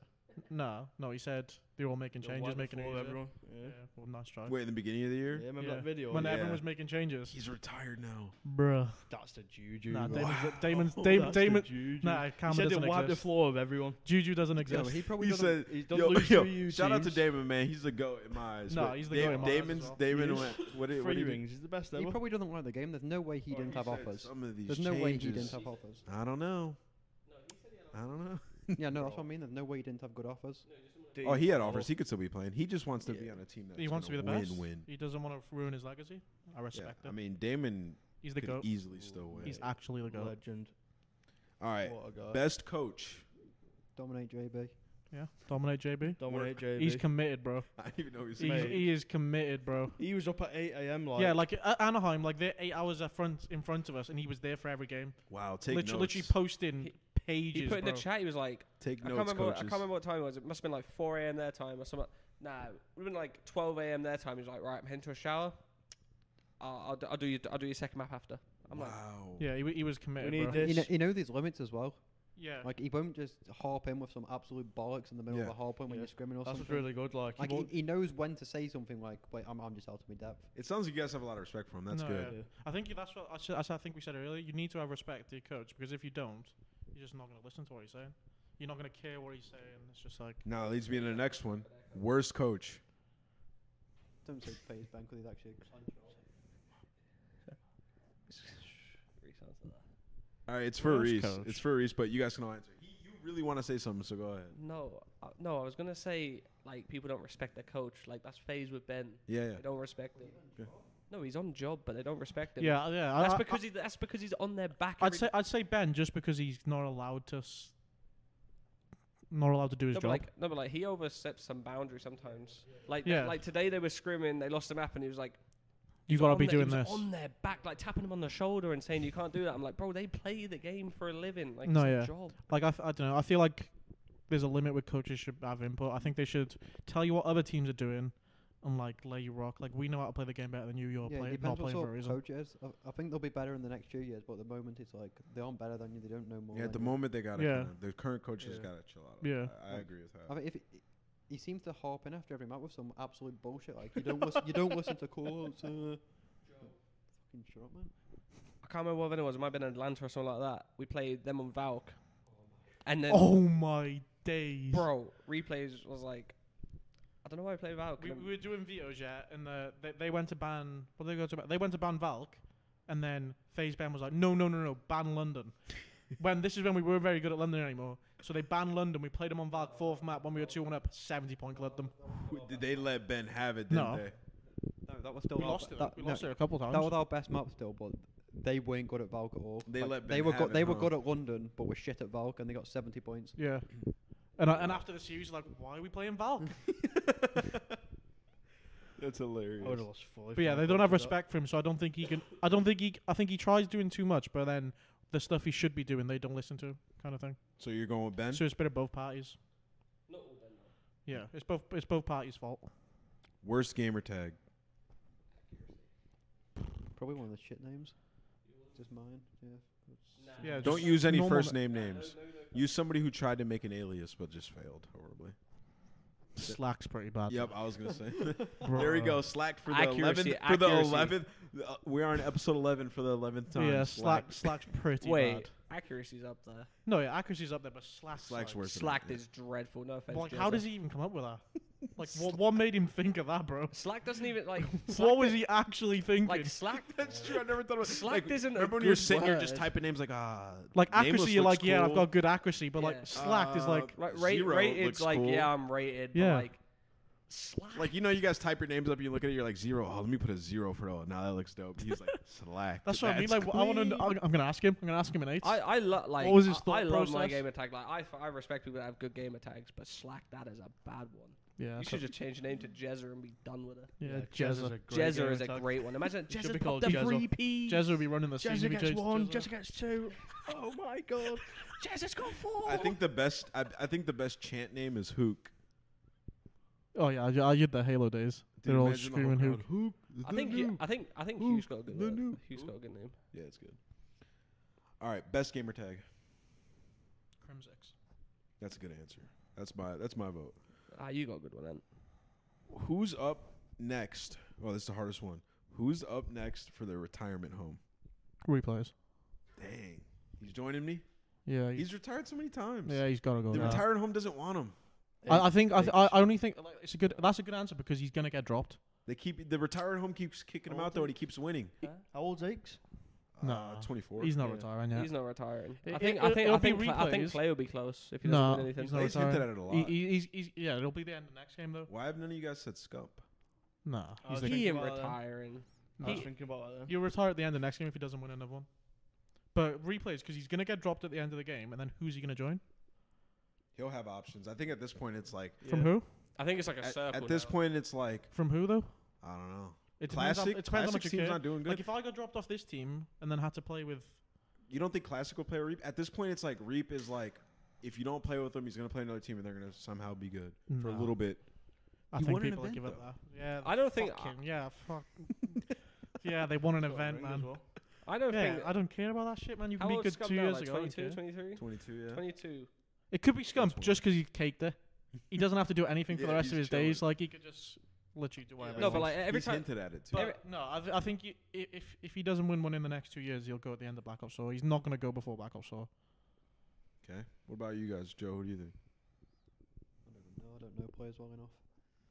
Speaker 2: No, no, he said they were all making
Speaker 5: The
Speaker 2: changes,
Speaker 5: white
Speaker 2: making it
Speaker 5: before
Speaker 2: easier.
Speaker 5: everyone.
Speaker 2: Yeah,
Speaker 5: Yeah.
Speaker 2: well, nice try.
Speaker 1: Wait, in the beginning of the
Speaker 5: Yeah,
Speaker 1: year,
Speaker 5: remember
Speaker 2: Yeah.
Speaker 5: that video?
Speaker 2: When
Speaker 1: Yeah.
Speaker 2: everyone was making changes,
Speaker 1: he's retired now.
Speaker 2: bruh.
Speaker 5: That's the juju.
Speaker 2: Nah,
Speaker 5: bro.
Speaker 2: Damon's,
Speaker 1: Wow.
Speaker 2: Damon's,
Speaker 5: Oh,
Speaker 2: Damon,
Speaker 5: that's the
Speaker 2: Damon.
Speaker 5: juju.
Speaker 2: Nah,
Speaker 5: he
Speaker 2: Karma
Speaker 5: said it
Speaker 2: doesn't
Speaker 5: wiped the
Speaker 2: exist.
Speaker 5: floor of everyone.
Speaker 2: Juju doesn't
Speaker 4: Yeah, but
Speaker 2: exist.
Speaker 4: he probably
Speaker 1: He said,
Speaker 4: doesn't-
Speaker 5: He's done
Speaker 1: "Yo,
Speaker 5: lose
Speaker 1: yo,
Speaker 5: to you,
Speaker 1: shout out to
Speaker 5: teams.
Speaker 1: Damon, man. He's the goat in my eyes."
Speaker 2: No,
Speaker 1: But
Speaker 2: he's the
Speaker 1: Da-
Speaker 2: goat in my eyes as
Speaker 1: Damon's
Speaker 2: well.
Speaker 1: Damon
Speaker 5: He is.
Speaker 1: went. What did,
Speaker 5: Free
Speaker 1: what did
Speaker 5: rings is the best
Speaker 4: He
Speaker 5: ever.
Speaker 4: probably doesn't like the game. There's no way he didn't have offers.
Speaker 1: Oh, Some of these
Speaker 4: There's no way he didn't have offers.
Speaker 1: I don't know. I don't know.
Speaker 4: yeah, no, that's what I mean. There's no way he didn't have good offers.
Speaker 1: Oh, he had offers. He could still be playing. He just wants to be on a team that's
Speaker 2: he wants to be
Speaker 1: gonna
Speaker 2: the best.
Speaker 1: Win, win.
Speaker 2: He doesn't want to ruin his legacy. I
Speaker 1: Yeah,
Speaker 2: respect
Speaker 1: I
Speaker 2: him.
Speaker 1: mean, Damon
Speaker 2: He's the
Speaker 1: could
Speaker 2: goat.
Speaker 1: easily still win.
Speaker 2: He's uh, actually the goat.
Speaker 5: Legend.
Speaker 1: All right,
Speaker 5: What a guy.
Speaker 1: best coach.
Speaker 4: Dominate JB.
Speaker 2: Yeah, dominate JB.
Speaker 5: Dominate JB.
Speaker 2: He's committed, bro.
Speaker 1: I didn't even know he was.
Speaker 2: He's,
Speaker 5: Mate.
Speaker 2: he is committed, bro.
Speaker 5: he was up at 8 a.m. Like,
Speaker 2: yeah, like at Anaheim, like they're eight hours up front in front of us, and he was there for every game.
Speaker 1: Wow, take
Speaker 2: literally,
Speaker 1: notes.
Speaker 2: literally posting
Speaker 3: He-
Speaker 2: pages.
Speaker 3: He put in
Speaker 2: bro.
Speaker 3: the chat. He was like,
Speaker 1: take
Speaker 3: I
Speaker 1: notes,
Speaker 3: can't remember. What, I
Speaker 1: coaches.
Speaker 3: can't remember what time it was. It must have been like 4 a.m. their time or something. Nah, it would have been like 12 a.m. their time. He was like, right, I'm heading to a shower. I'll, I'll, do- I'll do your I'll do your second map after. I'm like,
Speaker 1: wow.
Speaker 2: Yeah, he, w- he was committed. bro.
Speaker 5: need this.
Speaker 4: You know, you know these limits as well.
Speaker 2: Yeah,
Speaker 4: Like he won't just harp in with some absolute bollocks in the middle
Speaker 1: Yeah.
Speaker 4: of a hard point when
Speaker 5: Yeah.
Speaker 4: you're scrimming or
Speaker 5: that's what's
Speaker 4: something.
Speaker 5: really good. Like, he
Speaker 4: like he,
Speaker 5: won't-
Speaker 4: he knows when to say something like, "Wait, I'm, I'm just out of my depth."
Speaker 1: It sounds like you guys have a lot of respect for him. That's
Speaker 2: No,
Speaker 1: good.
Speaker 2: yeah. I think that's what I, said, I said- I think we said earlier. You need to have respect to your coach because if you don't, you're just not going to listen to what he's saying. You're not going to care what he's saying. It's just like
Speaker 1: Now that leads me into the next one. Worst coach.
Speaker 4: Don't say Pays Bank because he's actually.
Speaker 1: All right, it's for
Speaker 2: Worst
Speaker 1: Reese.
Speaker 2: coach.
Speaker 1: It's for Reese, but you guys can all answer. He, you really want to say something, so go ahead.
Speaker 3: no, uh, no. I was gonna say like people don't respect their coach. Like that's phase with Ben.
Speaker 1: Yeah, yeah.
Speaker 3: They don't respect him.
Speaker 1: Yeah.
Speaker 3: No, he's on job, but they don't respect him.
Speaker 2: yeah, yeah. I-
Speaker 3: That's
Speaker 2: I-
Speaker 3: because he, that's because he's on their back.
Speaker 2: I, would
Speaker 3: every-
Speaker 2: say I'd say Ben just because he's not allowed to, s- not allowed to do his
Speaker 3: no, but
Speaker 2: job.
Speaker 3: like no, but like he oversteps some boundary sometimes. Like
Speaker 2: Yeah.
Speaker 3: like today they were scrimming, they lost the map, and he was like,
Speaker 2: you got to
Speaker 3: on
Speaker 2: be
Speaker 3: the-
Speaker 2: doing
Speaker 3: he was
Speaker 2: this.
Speaker 3: on their back, like tapping him on the shoulder and saying you can't do that. I'm like, bro, they play the game for a living. Like,
Speaker 2: No,
Speaker 3: it's
Speaker 2: yeah.
Speaker 3: a job.
Speaker 2: Like I, f- I don't know. I feel like there's a limit where coaches should have input. I think they should tell you what other teams are doing and like let you rock. Like we know how to play the game better than you. You're
Speaker 4: Yeah, it
Speaker 2: playing not
Speaker 4: depends what
Speaker 2: playing for a
Speaker 4: sort of
Speaker 2: reason.
Speaker 4: coach it is. I, I think they'll be better in the next few years, but at the moment it's like they aren't better than you. They don't know more.
Speaker 1: Yeah, at the
Speaker 4: than you.
Speaker 1: moment they gotta.
Speaker 2: Yeah.
Speaker 1: Kinda, the current coach has
Speaker 5: Yeah.
Speaker 1: gotta chill out.
Speaker 2: Yeah.
Speaker 1: I, I
Speaker 4: Like,
Speaker 1: agree with
Speaker 4: I
Speaker 1: that.
Speaker 4: mean, if it, he seems to harp in after every match with some absolute bullshit. Like you don't listen, you don't listen to calls. Uh, fucking shut up, man.
Speaker 3: I can't remember what venue it was. It might have been Atlanta or something like that. We played them on Valk, and then
Speaker 2: Oh my days!
Speaker 3: bro, replays was like, I don't know why I played Valk.
Speaker 2: We,
Speaker 3: and
Speaker 2: we were doing vetoes, yeah, and the, they, they went to ban. What did they go to? Ban? They went to ban Valk, and then Phase Ben was like, no, no, no, no, ban London. when this is when we weren't very good at London anymore, so they banned London. We played them on Valk fourth map when we were two one up, seventy point led them.
Speaker 1: Who- Did they let Ben have it? Didn't
Speaker 2: No.
Speaker 1: they?
Speaker 4: No, that was still
Speaker 2: We
Speaker 4: our
Speaker 2: lost
Speaker 4: be-
Speaker 2: it.
Speaker 4: that-
Speaker 2: We
Speaker 4: no,
Speaker 2: lost it a couple times.
Speaker 4: That was our best map still, but they weren't good at Valk at all.
Speaker 1: They let
Speaker 4: they
Speaker 1: Ben
Speaker 4: were
Speaker 1: have
Speaker 4: good.
Speaker 1: it,
Speaker 4: They were
Speaker 1: huh?
Speaker 4: good at London, but were shit at Valk, and they got seventy points.
Speaker 2: yeah. And, I, and after the series, like, why are we playing Valk?
Speaker 1: That's hilarious.
Speaker 5: I would have lost forty.
Speaker 2: But yeah, they don't have respect for him, so I don't think he can. I don't think he. I think he tries doing too much, but then the stuff he should be doing, they don't listen to, kind of thing.
Speaker 1: So you're going with Ben?
Speaker 2: So it's a bit of both parties.
Speaker 3: Not all Ben, though.
Speaker 2: Yeah, it's both. It's both parties' fault.
Speaker 1: Worst gamer tag.
Speaker 4: Probably one of the shit names. Just mine. Yeah.
Speaker 2: Yeah,
Speaker 1: Don't
Speaker 2: just
Speaker 1: use any
Speaker 2: normal
Speaker 1: first
Speaker 2: na-
Speaker 1: name names. Use somebody who tried to make an alias but just failed horribly.
Speaker 2: Slack's pretty bad.
Speaker 1: Yep, I was gonna say. there we go. Slack for the
Speaker 3: Accuracy,
Speaker 1: 11th. For the
Speaker 3: accuracy.
Speaker 1: 11th. Uh, we are on episode 11 for the 11th time.
Speaker 2: Yeah, Slack. Slack's pretty
Speaker 3: Wait,
Speaker 2: bad.
Speaker 3: accuracy's up there.
Speaker 2: No, yeah, accuracy's up there, but Slack's,
Speaker 1: Slack's worse. than
Speaker 3: Slack
Speaker 1: that,
Speaker 3: is dreadful. No offense.
Speaker 2: Well, Like, how
Speaker 3: Jezza.
Speaker 2: does he even come up with that? Like, what, what made him think of that, bro?
Speaker 3: Slack doesn't even like.
Speaker 2: what
Speaker 3: Slack
Speaker 2: was
Speaker 3: di-
Speaker 2: he actually thinking?
Speaker 3: Like
Speaker 2: Like,
Speaker 3: Slack.
Speaker 1: That's true. I never thought about
Speaker 3: Slack isn't a
Speaker 1: Remember when you were
Speaker 3: good
Speaker 1: sitting there just
Speaker 3: word.
Speaker 1: typing names like ah,
Speaker 2: accuracy, you're like, yeah, I've got good accuracy, but
Speaker 3: Yeah.
Speaker 2: like Slack is
Speaker 1: Uh,
Speaker 2: like,
Speaker 3: Right, rate,
Speaker 1: Zero
Speaker 3: rated's
Speaker 1: looks
Speaker 3: like
Speaker 1: cool.
Speaker 3: yeah, I'm rated.
Speaker 2: Yeah.
Speaker 3: But like Slack.
Speaker 1: Like you know, you guys type your names up, you look at it, you're like zero. Oh, let me put a zero for all. Now that looks dope. He's like Slack.
Speaker 2: that's what I mean. Like, I want to. I'm gonna ask him. I'm gonna ask him in eight.
Speaker 3: I I lo- like.
Speaker 2: What was his
Speaker 3: I-
Speaker 2: thought
Speaker 3: I love my
Speaker 2: process?
Speaker 3: game attack. Like I, f- I respect people that have good game attacks, but Slack that is a bad one.
Speaker 2: yeah,
Speaker 3: you
Speaker 2: so-
Speaker 3: should just change the name to Jezzer and be done with it.
Speaker 2: yeah,
Speaker 5: Jezza
Speaker 2: Jezza.
Speaker 3: Jezzer is a great one. Imagine
Speaker 5: should
Speaker 3: Jezzer
Speaker 5: be
Speaker 3: popped
Speaker 5: called
Speaker 3: the
Speaker 5: Jezzer.
Speaker 3: three P.
Speaker 2: Jezza would be running the season. if
Speaker 5: Jezza
Speaker 2: he
Speaker 5: gets
Speaker 2: changed
Speaker 5: one.
Speaker 2: Jezza.
Speaker 5: Jezza gets two. Oh my god.
Speaker 3: Jezzer's got four.
Speaker 1: I think the best. I, I think the best chant name is Hook.
Speaker 2: Oh yeah, I, I did the Halo days.
Speaker 1: Dude,
Speaker 2: They're all
Speaker 1: imagine the whole
Speaker 2: screaming
Speaker 1: crowd,
Speaker 2: Hook.
Speaker 1: Hook.
Speaker 3: I think
Speaker 1: the
Speaker 3: you-
Speaker 1: Nuke."
Speaker 3: I think I think
Speaker 1: Ooh,
Speaker 3: Hugh's got a good
Speaker 1: the
Speaker 3: name.
Speaker 1: new-
Speaker 3: Hugh's got a good name.
Speaker 1: Yeah, it's good. All right, best gamer tag.
Speaker 2: Crimsix.
Speaker 1: That's a good answer. That's my that's my vote.
Speaker 3: Ah, you got a good one then.
Speaker 1: Who's up next? Well, this is the hardest one. Who's up next for their retirement home?
Speaker 2: Replays.
Speaker 1: Dang, he's joining me.
Speaker 2: Yeah, he's,
Speaker 1: He's retired so many times.
Speaker 2: yeah, he's gotta go.
Speaker 1: the
Speaker 2: now.
Speaker 1: retired home doesn't want him.
Speaker 2: I, I think I, th-
Speaker 5: Eight.
Speaker 2: I I only think like, it's a good. That's a good answer because he's gonna get dropped.
Speaker 1: They keep the retired home keeps kicking him
Speaker 5: Oh,
Speaker 1: out though, and he
Speaker 5: dude.
Speaker 1: keeps winning. Uh,
Speaker 5: How old's Aches?
Speaker 2: Nah.
Speaker 1: twenty four.
Speaker 2: He's not
Speaker 5: Yeah.
Speaker 2: retiring yet.
Speaker 3: He's not retiring.
Speaker 2: It-
Speaker 3: I think
Speaker 2: it-
Speaker 3: I think
Speaker 2: it'll
Speaker 3: I
Speaker 2: be
Speaker 3: think, Cla- I
Speaker 2: replays.
Speaker 3: think Clay will be close if he doesn't
Speaker 2: No,
Speaker 3: win anything.
Speaker 2: he's not
Speaker 1: He's hinted
Speaker 2: retiring.
Speaker 1: at it a lot.
Speaker 2: He, he, he's, he's, yeah, it'll be the end of next game though.
Speaker 1: Why have none of you guys said scump?
Speaker 2: Nah,
Speaker 5: I
Speaker 2: he's
Speaker 5: was
Speaker 2: the-
Speaker 5: thinking
Speaker 3: He ain't
Speaker 5: about that.
Speaker 3: retiring.
Speaker 5: I was
Speaker 2: He-
Speaker 5: thinking about that. Then.
Speaker 2: You'll retire at the end of next game if he doesn't win another one. But replays because he's gonna get dropped at the end of the game, and then who's he gonna join?
Speaker 1: He'll have options. I think at this point it's like
Speaker 2: From who?
Speaker 3: I think it's like a
Speaker 1: at,
Speaker 3: circle.
Speaker 1: at this
Speaker 3: now.
Speaker 1: point it's like
Speaker 2: From who though?
Speaker 1: I don't know.
Speaker 2: It depends. On,
Speaker 1: Classic.
Speaker 2: it depends on
Speaker 1: Classic
Speaker 2: what you
Speaker 1: team's
Speaker 2: care.
Speaker 1: not doing good.
Speaker 2: Like if I got dropped off this team and then had to play with
Speaker 1: you don't think classic will play Reap? At this point it's like Reap is like if you don't play with him, he's gonna play another team and they're gonna somehow be good for a
Speaker 2: No.
Speaker 1: little bit.
Speaker 2: I
Speaker 1: He
Speaker 2: think
Speaker 1: won an
Speaker 2: people would give
Speaker 1: event,
Speaker 2: up that. Yeah,
Speaker 3: I don't think-
Speaker 2: fuck him. Yeah, fuck. yeah, they won an event, man.
Speaker 3: I don't
Speaker 2: Yeah,
Speaker 3: think.
Speaker 2: I don't care about that shit, man. You
Speaker 3: How
Speaker 2: can be
Speaker 3: old
Speaker 2: good two years ago. I don't
Speaker 3: 22,
Speaker 2: care.
Speaker 3: 23?
Speaker 1: Twenty two, yeah.
Speaker 3: 22.
Speaker 2: It could be
Speaker 1: That's
Speaker 2: Scump
Speaker 1: one.
Speaker 2: just because he caked it. He doesn't have to do anything for
Speaker 1: Yeah,
Speaker 2: the rest
Speaker 1: he's
Speaker 2: of his
Speaker 1: chilling.
Speaker 2: days. Like he could just literally do whatever.
Speaker 5: Yeah.
Speaker 2: he
Speaker 3: No, but
Speaker 2: wants.
Speaker 3: like every
Speaker 1: he's
Speaker 3: time.
Speaker 1: hinted at it too.
Speaker 3: but-
Speaker 2: Every- no, I, th- I think you, i- if if he doesn't win one in the next two years, he'll go at the end of Black Ops 4. He's not gonna go before Black Ops 4.
Speaker 1: okay. What about you guys, Joe? What do you think?
Speaker 4: I don't even know. I don't know players well enough.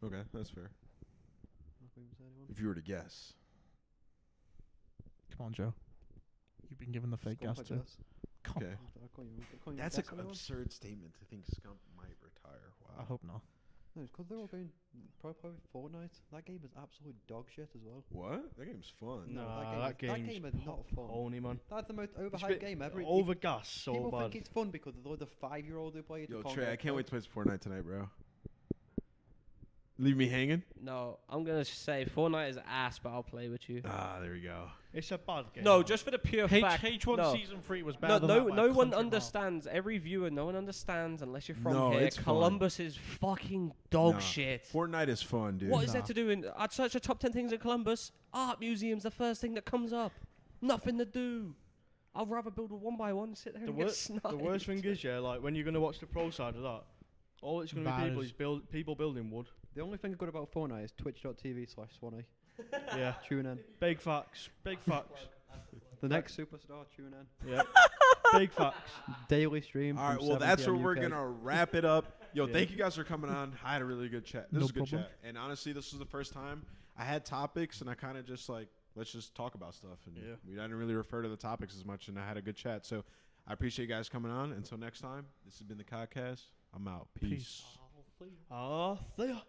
Speaker 1: Okay, that's fair.
Speaker 4: I'm not going to say anyone.
Speaker 1: If you were to guess.
Speaker 2: Come on, Joe. You've been given the fake
Speaker 4: Scump,
Speaker 2: gas
Speaker 4: I
Speaker 2: to.
Speaker 4: guess.
Speaker 2: Come
Speaker 1: Okay.
Speaker 4: I can't even- I can't even
Speaker 1: That's
Speaker 4: guess
Speaker 1: an
Speaker 4: anyone.
Speaker 1: absurd statement to think Scump might retire.
Speaker 2: on. I
Speaker 1: Wow.
Speaker 2: hope not.
Speaker 4: No, it's 'cause they're all going probably play Fortnite. That game is absolute dog shit as well.
Speaker 1: What? That game's fun.
Speaker 5: No. Nah,
Speaker 4: that
Speaker 5: that
Speaker 4: game, is-
Speaker 5: game's
Speaker 4: that game is not fun.
Speaker 5: Only man.
Speaker 4: That's the most
Speaker 5: bit
Speaker 4: overhyped game ever. It- it-
Speaker 5: Over gas so
Speaker 4: people
Speaker 5: bad.
Speaker 4: think it's fun because of all the five-year-old who play it. who
Speaker 1: Yo,
Speaker 4: can't
Speaker 1: Trey,
Speaker 4: get
Speaker 1: I
Speaker 4: a
Speaker 1: can't wait to
Speaker 4: club.
Speaker 1: play some Fortnite tonight, bro. Leave me hanging.
Speaker 3: No, I'm gonna say Fortnite is ass, but I'll play with you.
Speaker 1: Ah, there we go.
Speaker 5: It's a bad game.
Speaker 3: No, just for the pure
Speaker 2: H-
Speaker 3: fact.
Speaker 2: H1
Speaker 3: no.
Speaker 2: season three was
Speaker 3: No,
Speaker 2: better. than
Speaker 3: no,
Speaker 2: that by
Speaker 3: no
Speaker 2: a
Speaker 3: one
Speaker 2: country mile.
Speaker 3: understands. Every viewer, no one understands unless you're from
Speaker 1: No,
Speaker 3: here.
Speaker 1: it's fun.
Speaker 3: Columbus is fucking dog
Speaker 1: Nah.
Speaker 3: shit.
Speaker 1: Fortnite is fun, dude.
Speaker 3: What is
Speaker 2: Nah.
Speaker 3: there to do in? I'd search the top ten things in Columbus. Art museum's the first thing that comes up. Nothing to do. I'd rather build a one by one, sit there
Speaker 5: the,
Speaker 3: and
Speaker 5: wor-
Speaker 3: get sniped.
Speaker 5: the worst thing is, yeah, like when you're gonna watch the pro side of that, all it's gonna be people
Speaker 2: Bars.
Speaker 5: is build people building wood.
Speaker 4: The only thing good about Fortnite is twitch.tv slash Swanee.
Speaker 5: yeah,
Speaker 4: Tune in.
Speaker 5: big facts, big facts.
Speaker 4: The next superstar, tune in.
Speaker 5: yeah, big facts.
Speaker 4: Daily stream.
Speaker 1: All right,
Speaker 4: from
Speaker 1: well,
Speaker 4: 7
Speaker 1: that's where
Speaker 4: PM
Speaker 1: we're
Speaker 4: UK.
Speaker 1: going to wrap it up. Yo,
Speaker 5: Yeah.
Speaker 1: thank you guys for coming on. I had a really good chat. This
Speaker 2: No
Speaker 1: was a good
Speaker 2: problem.
Speaker 1: chat. And honestly, this was the first time I had topics, and I kind of just like, let's just talk about stuff. And
Speaker 5: Yeah.
Speaker 1: we didn't really refer to the topics as much, and I had a good chat. So I appreciate you guys coming on. Until next time, this has been the podcast. I'm out. Peace.
Speaker 2: Peace.
Speaker 5: Ah, there.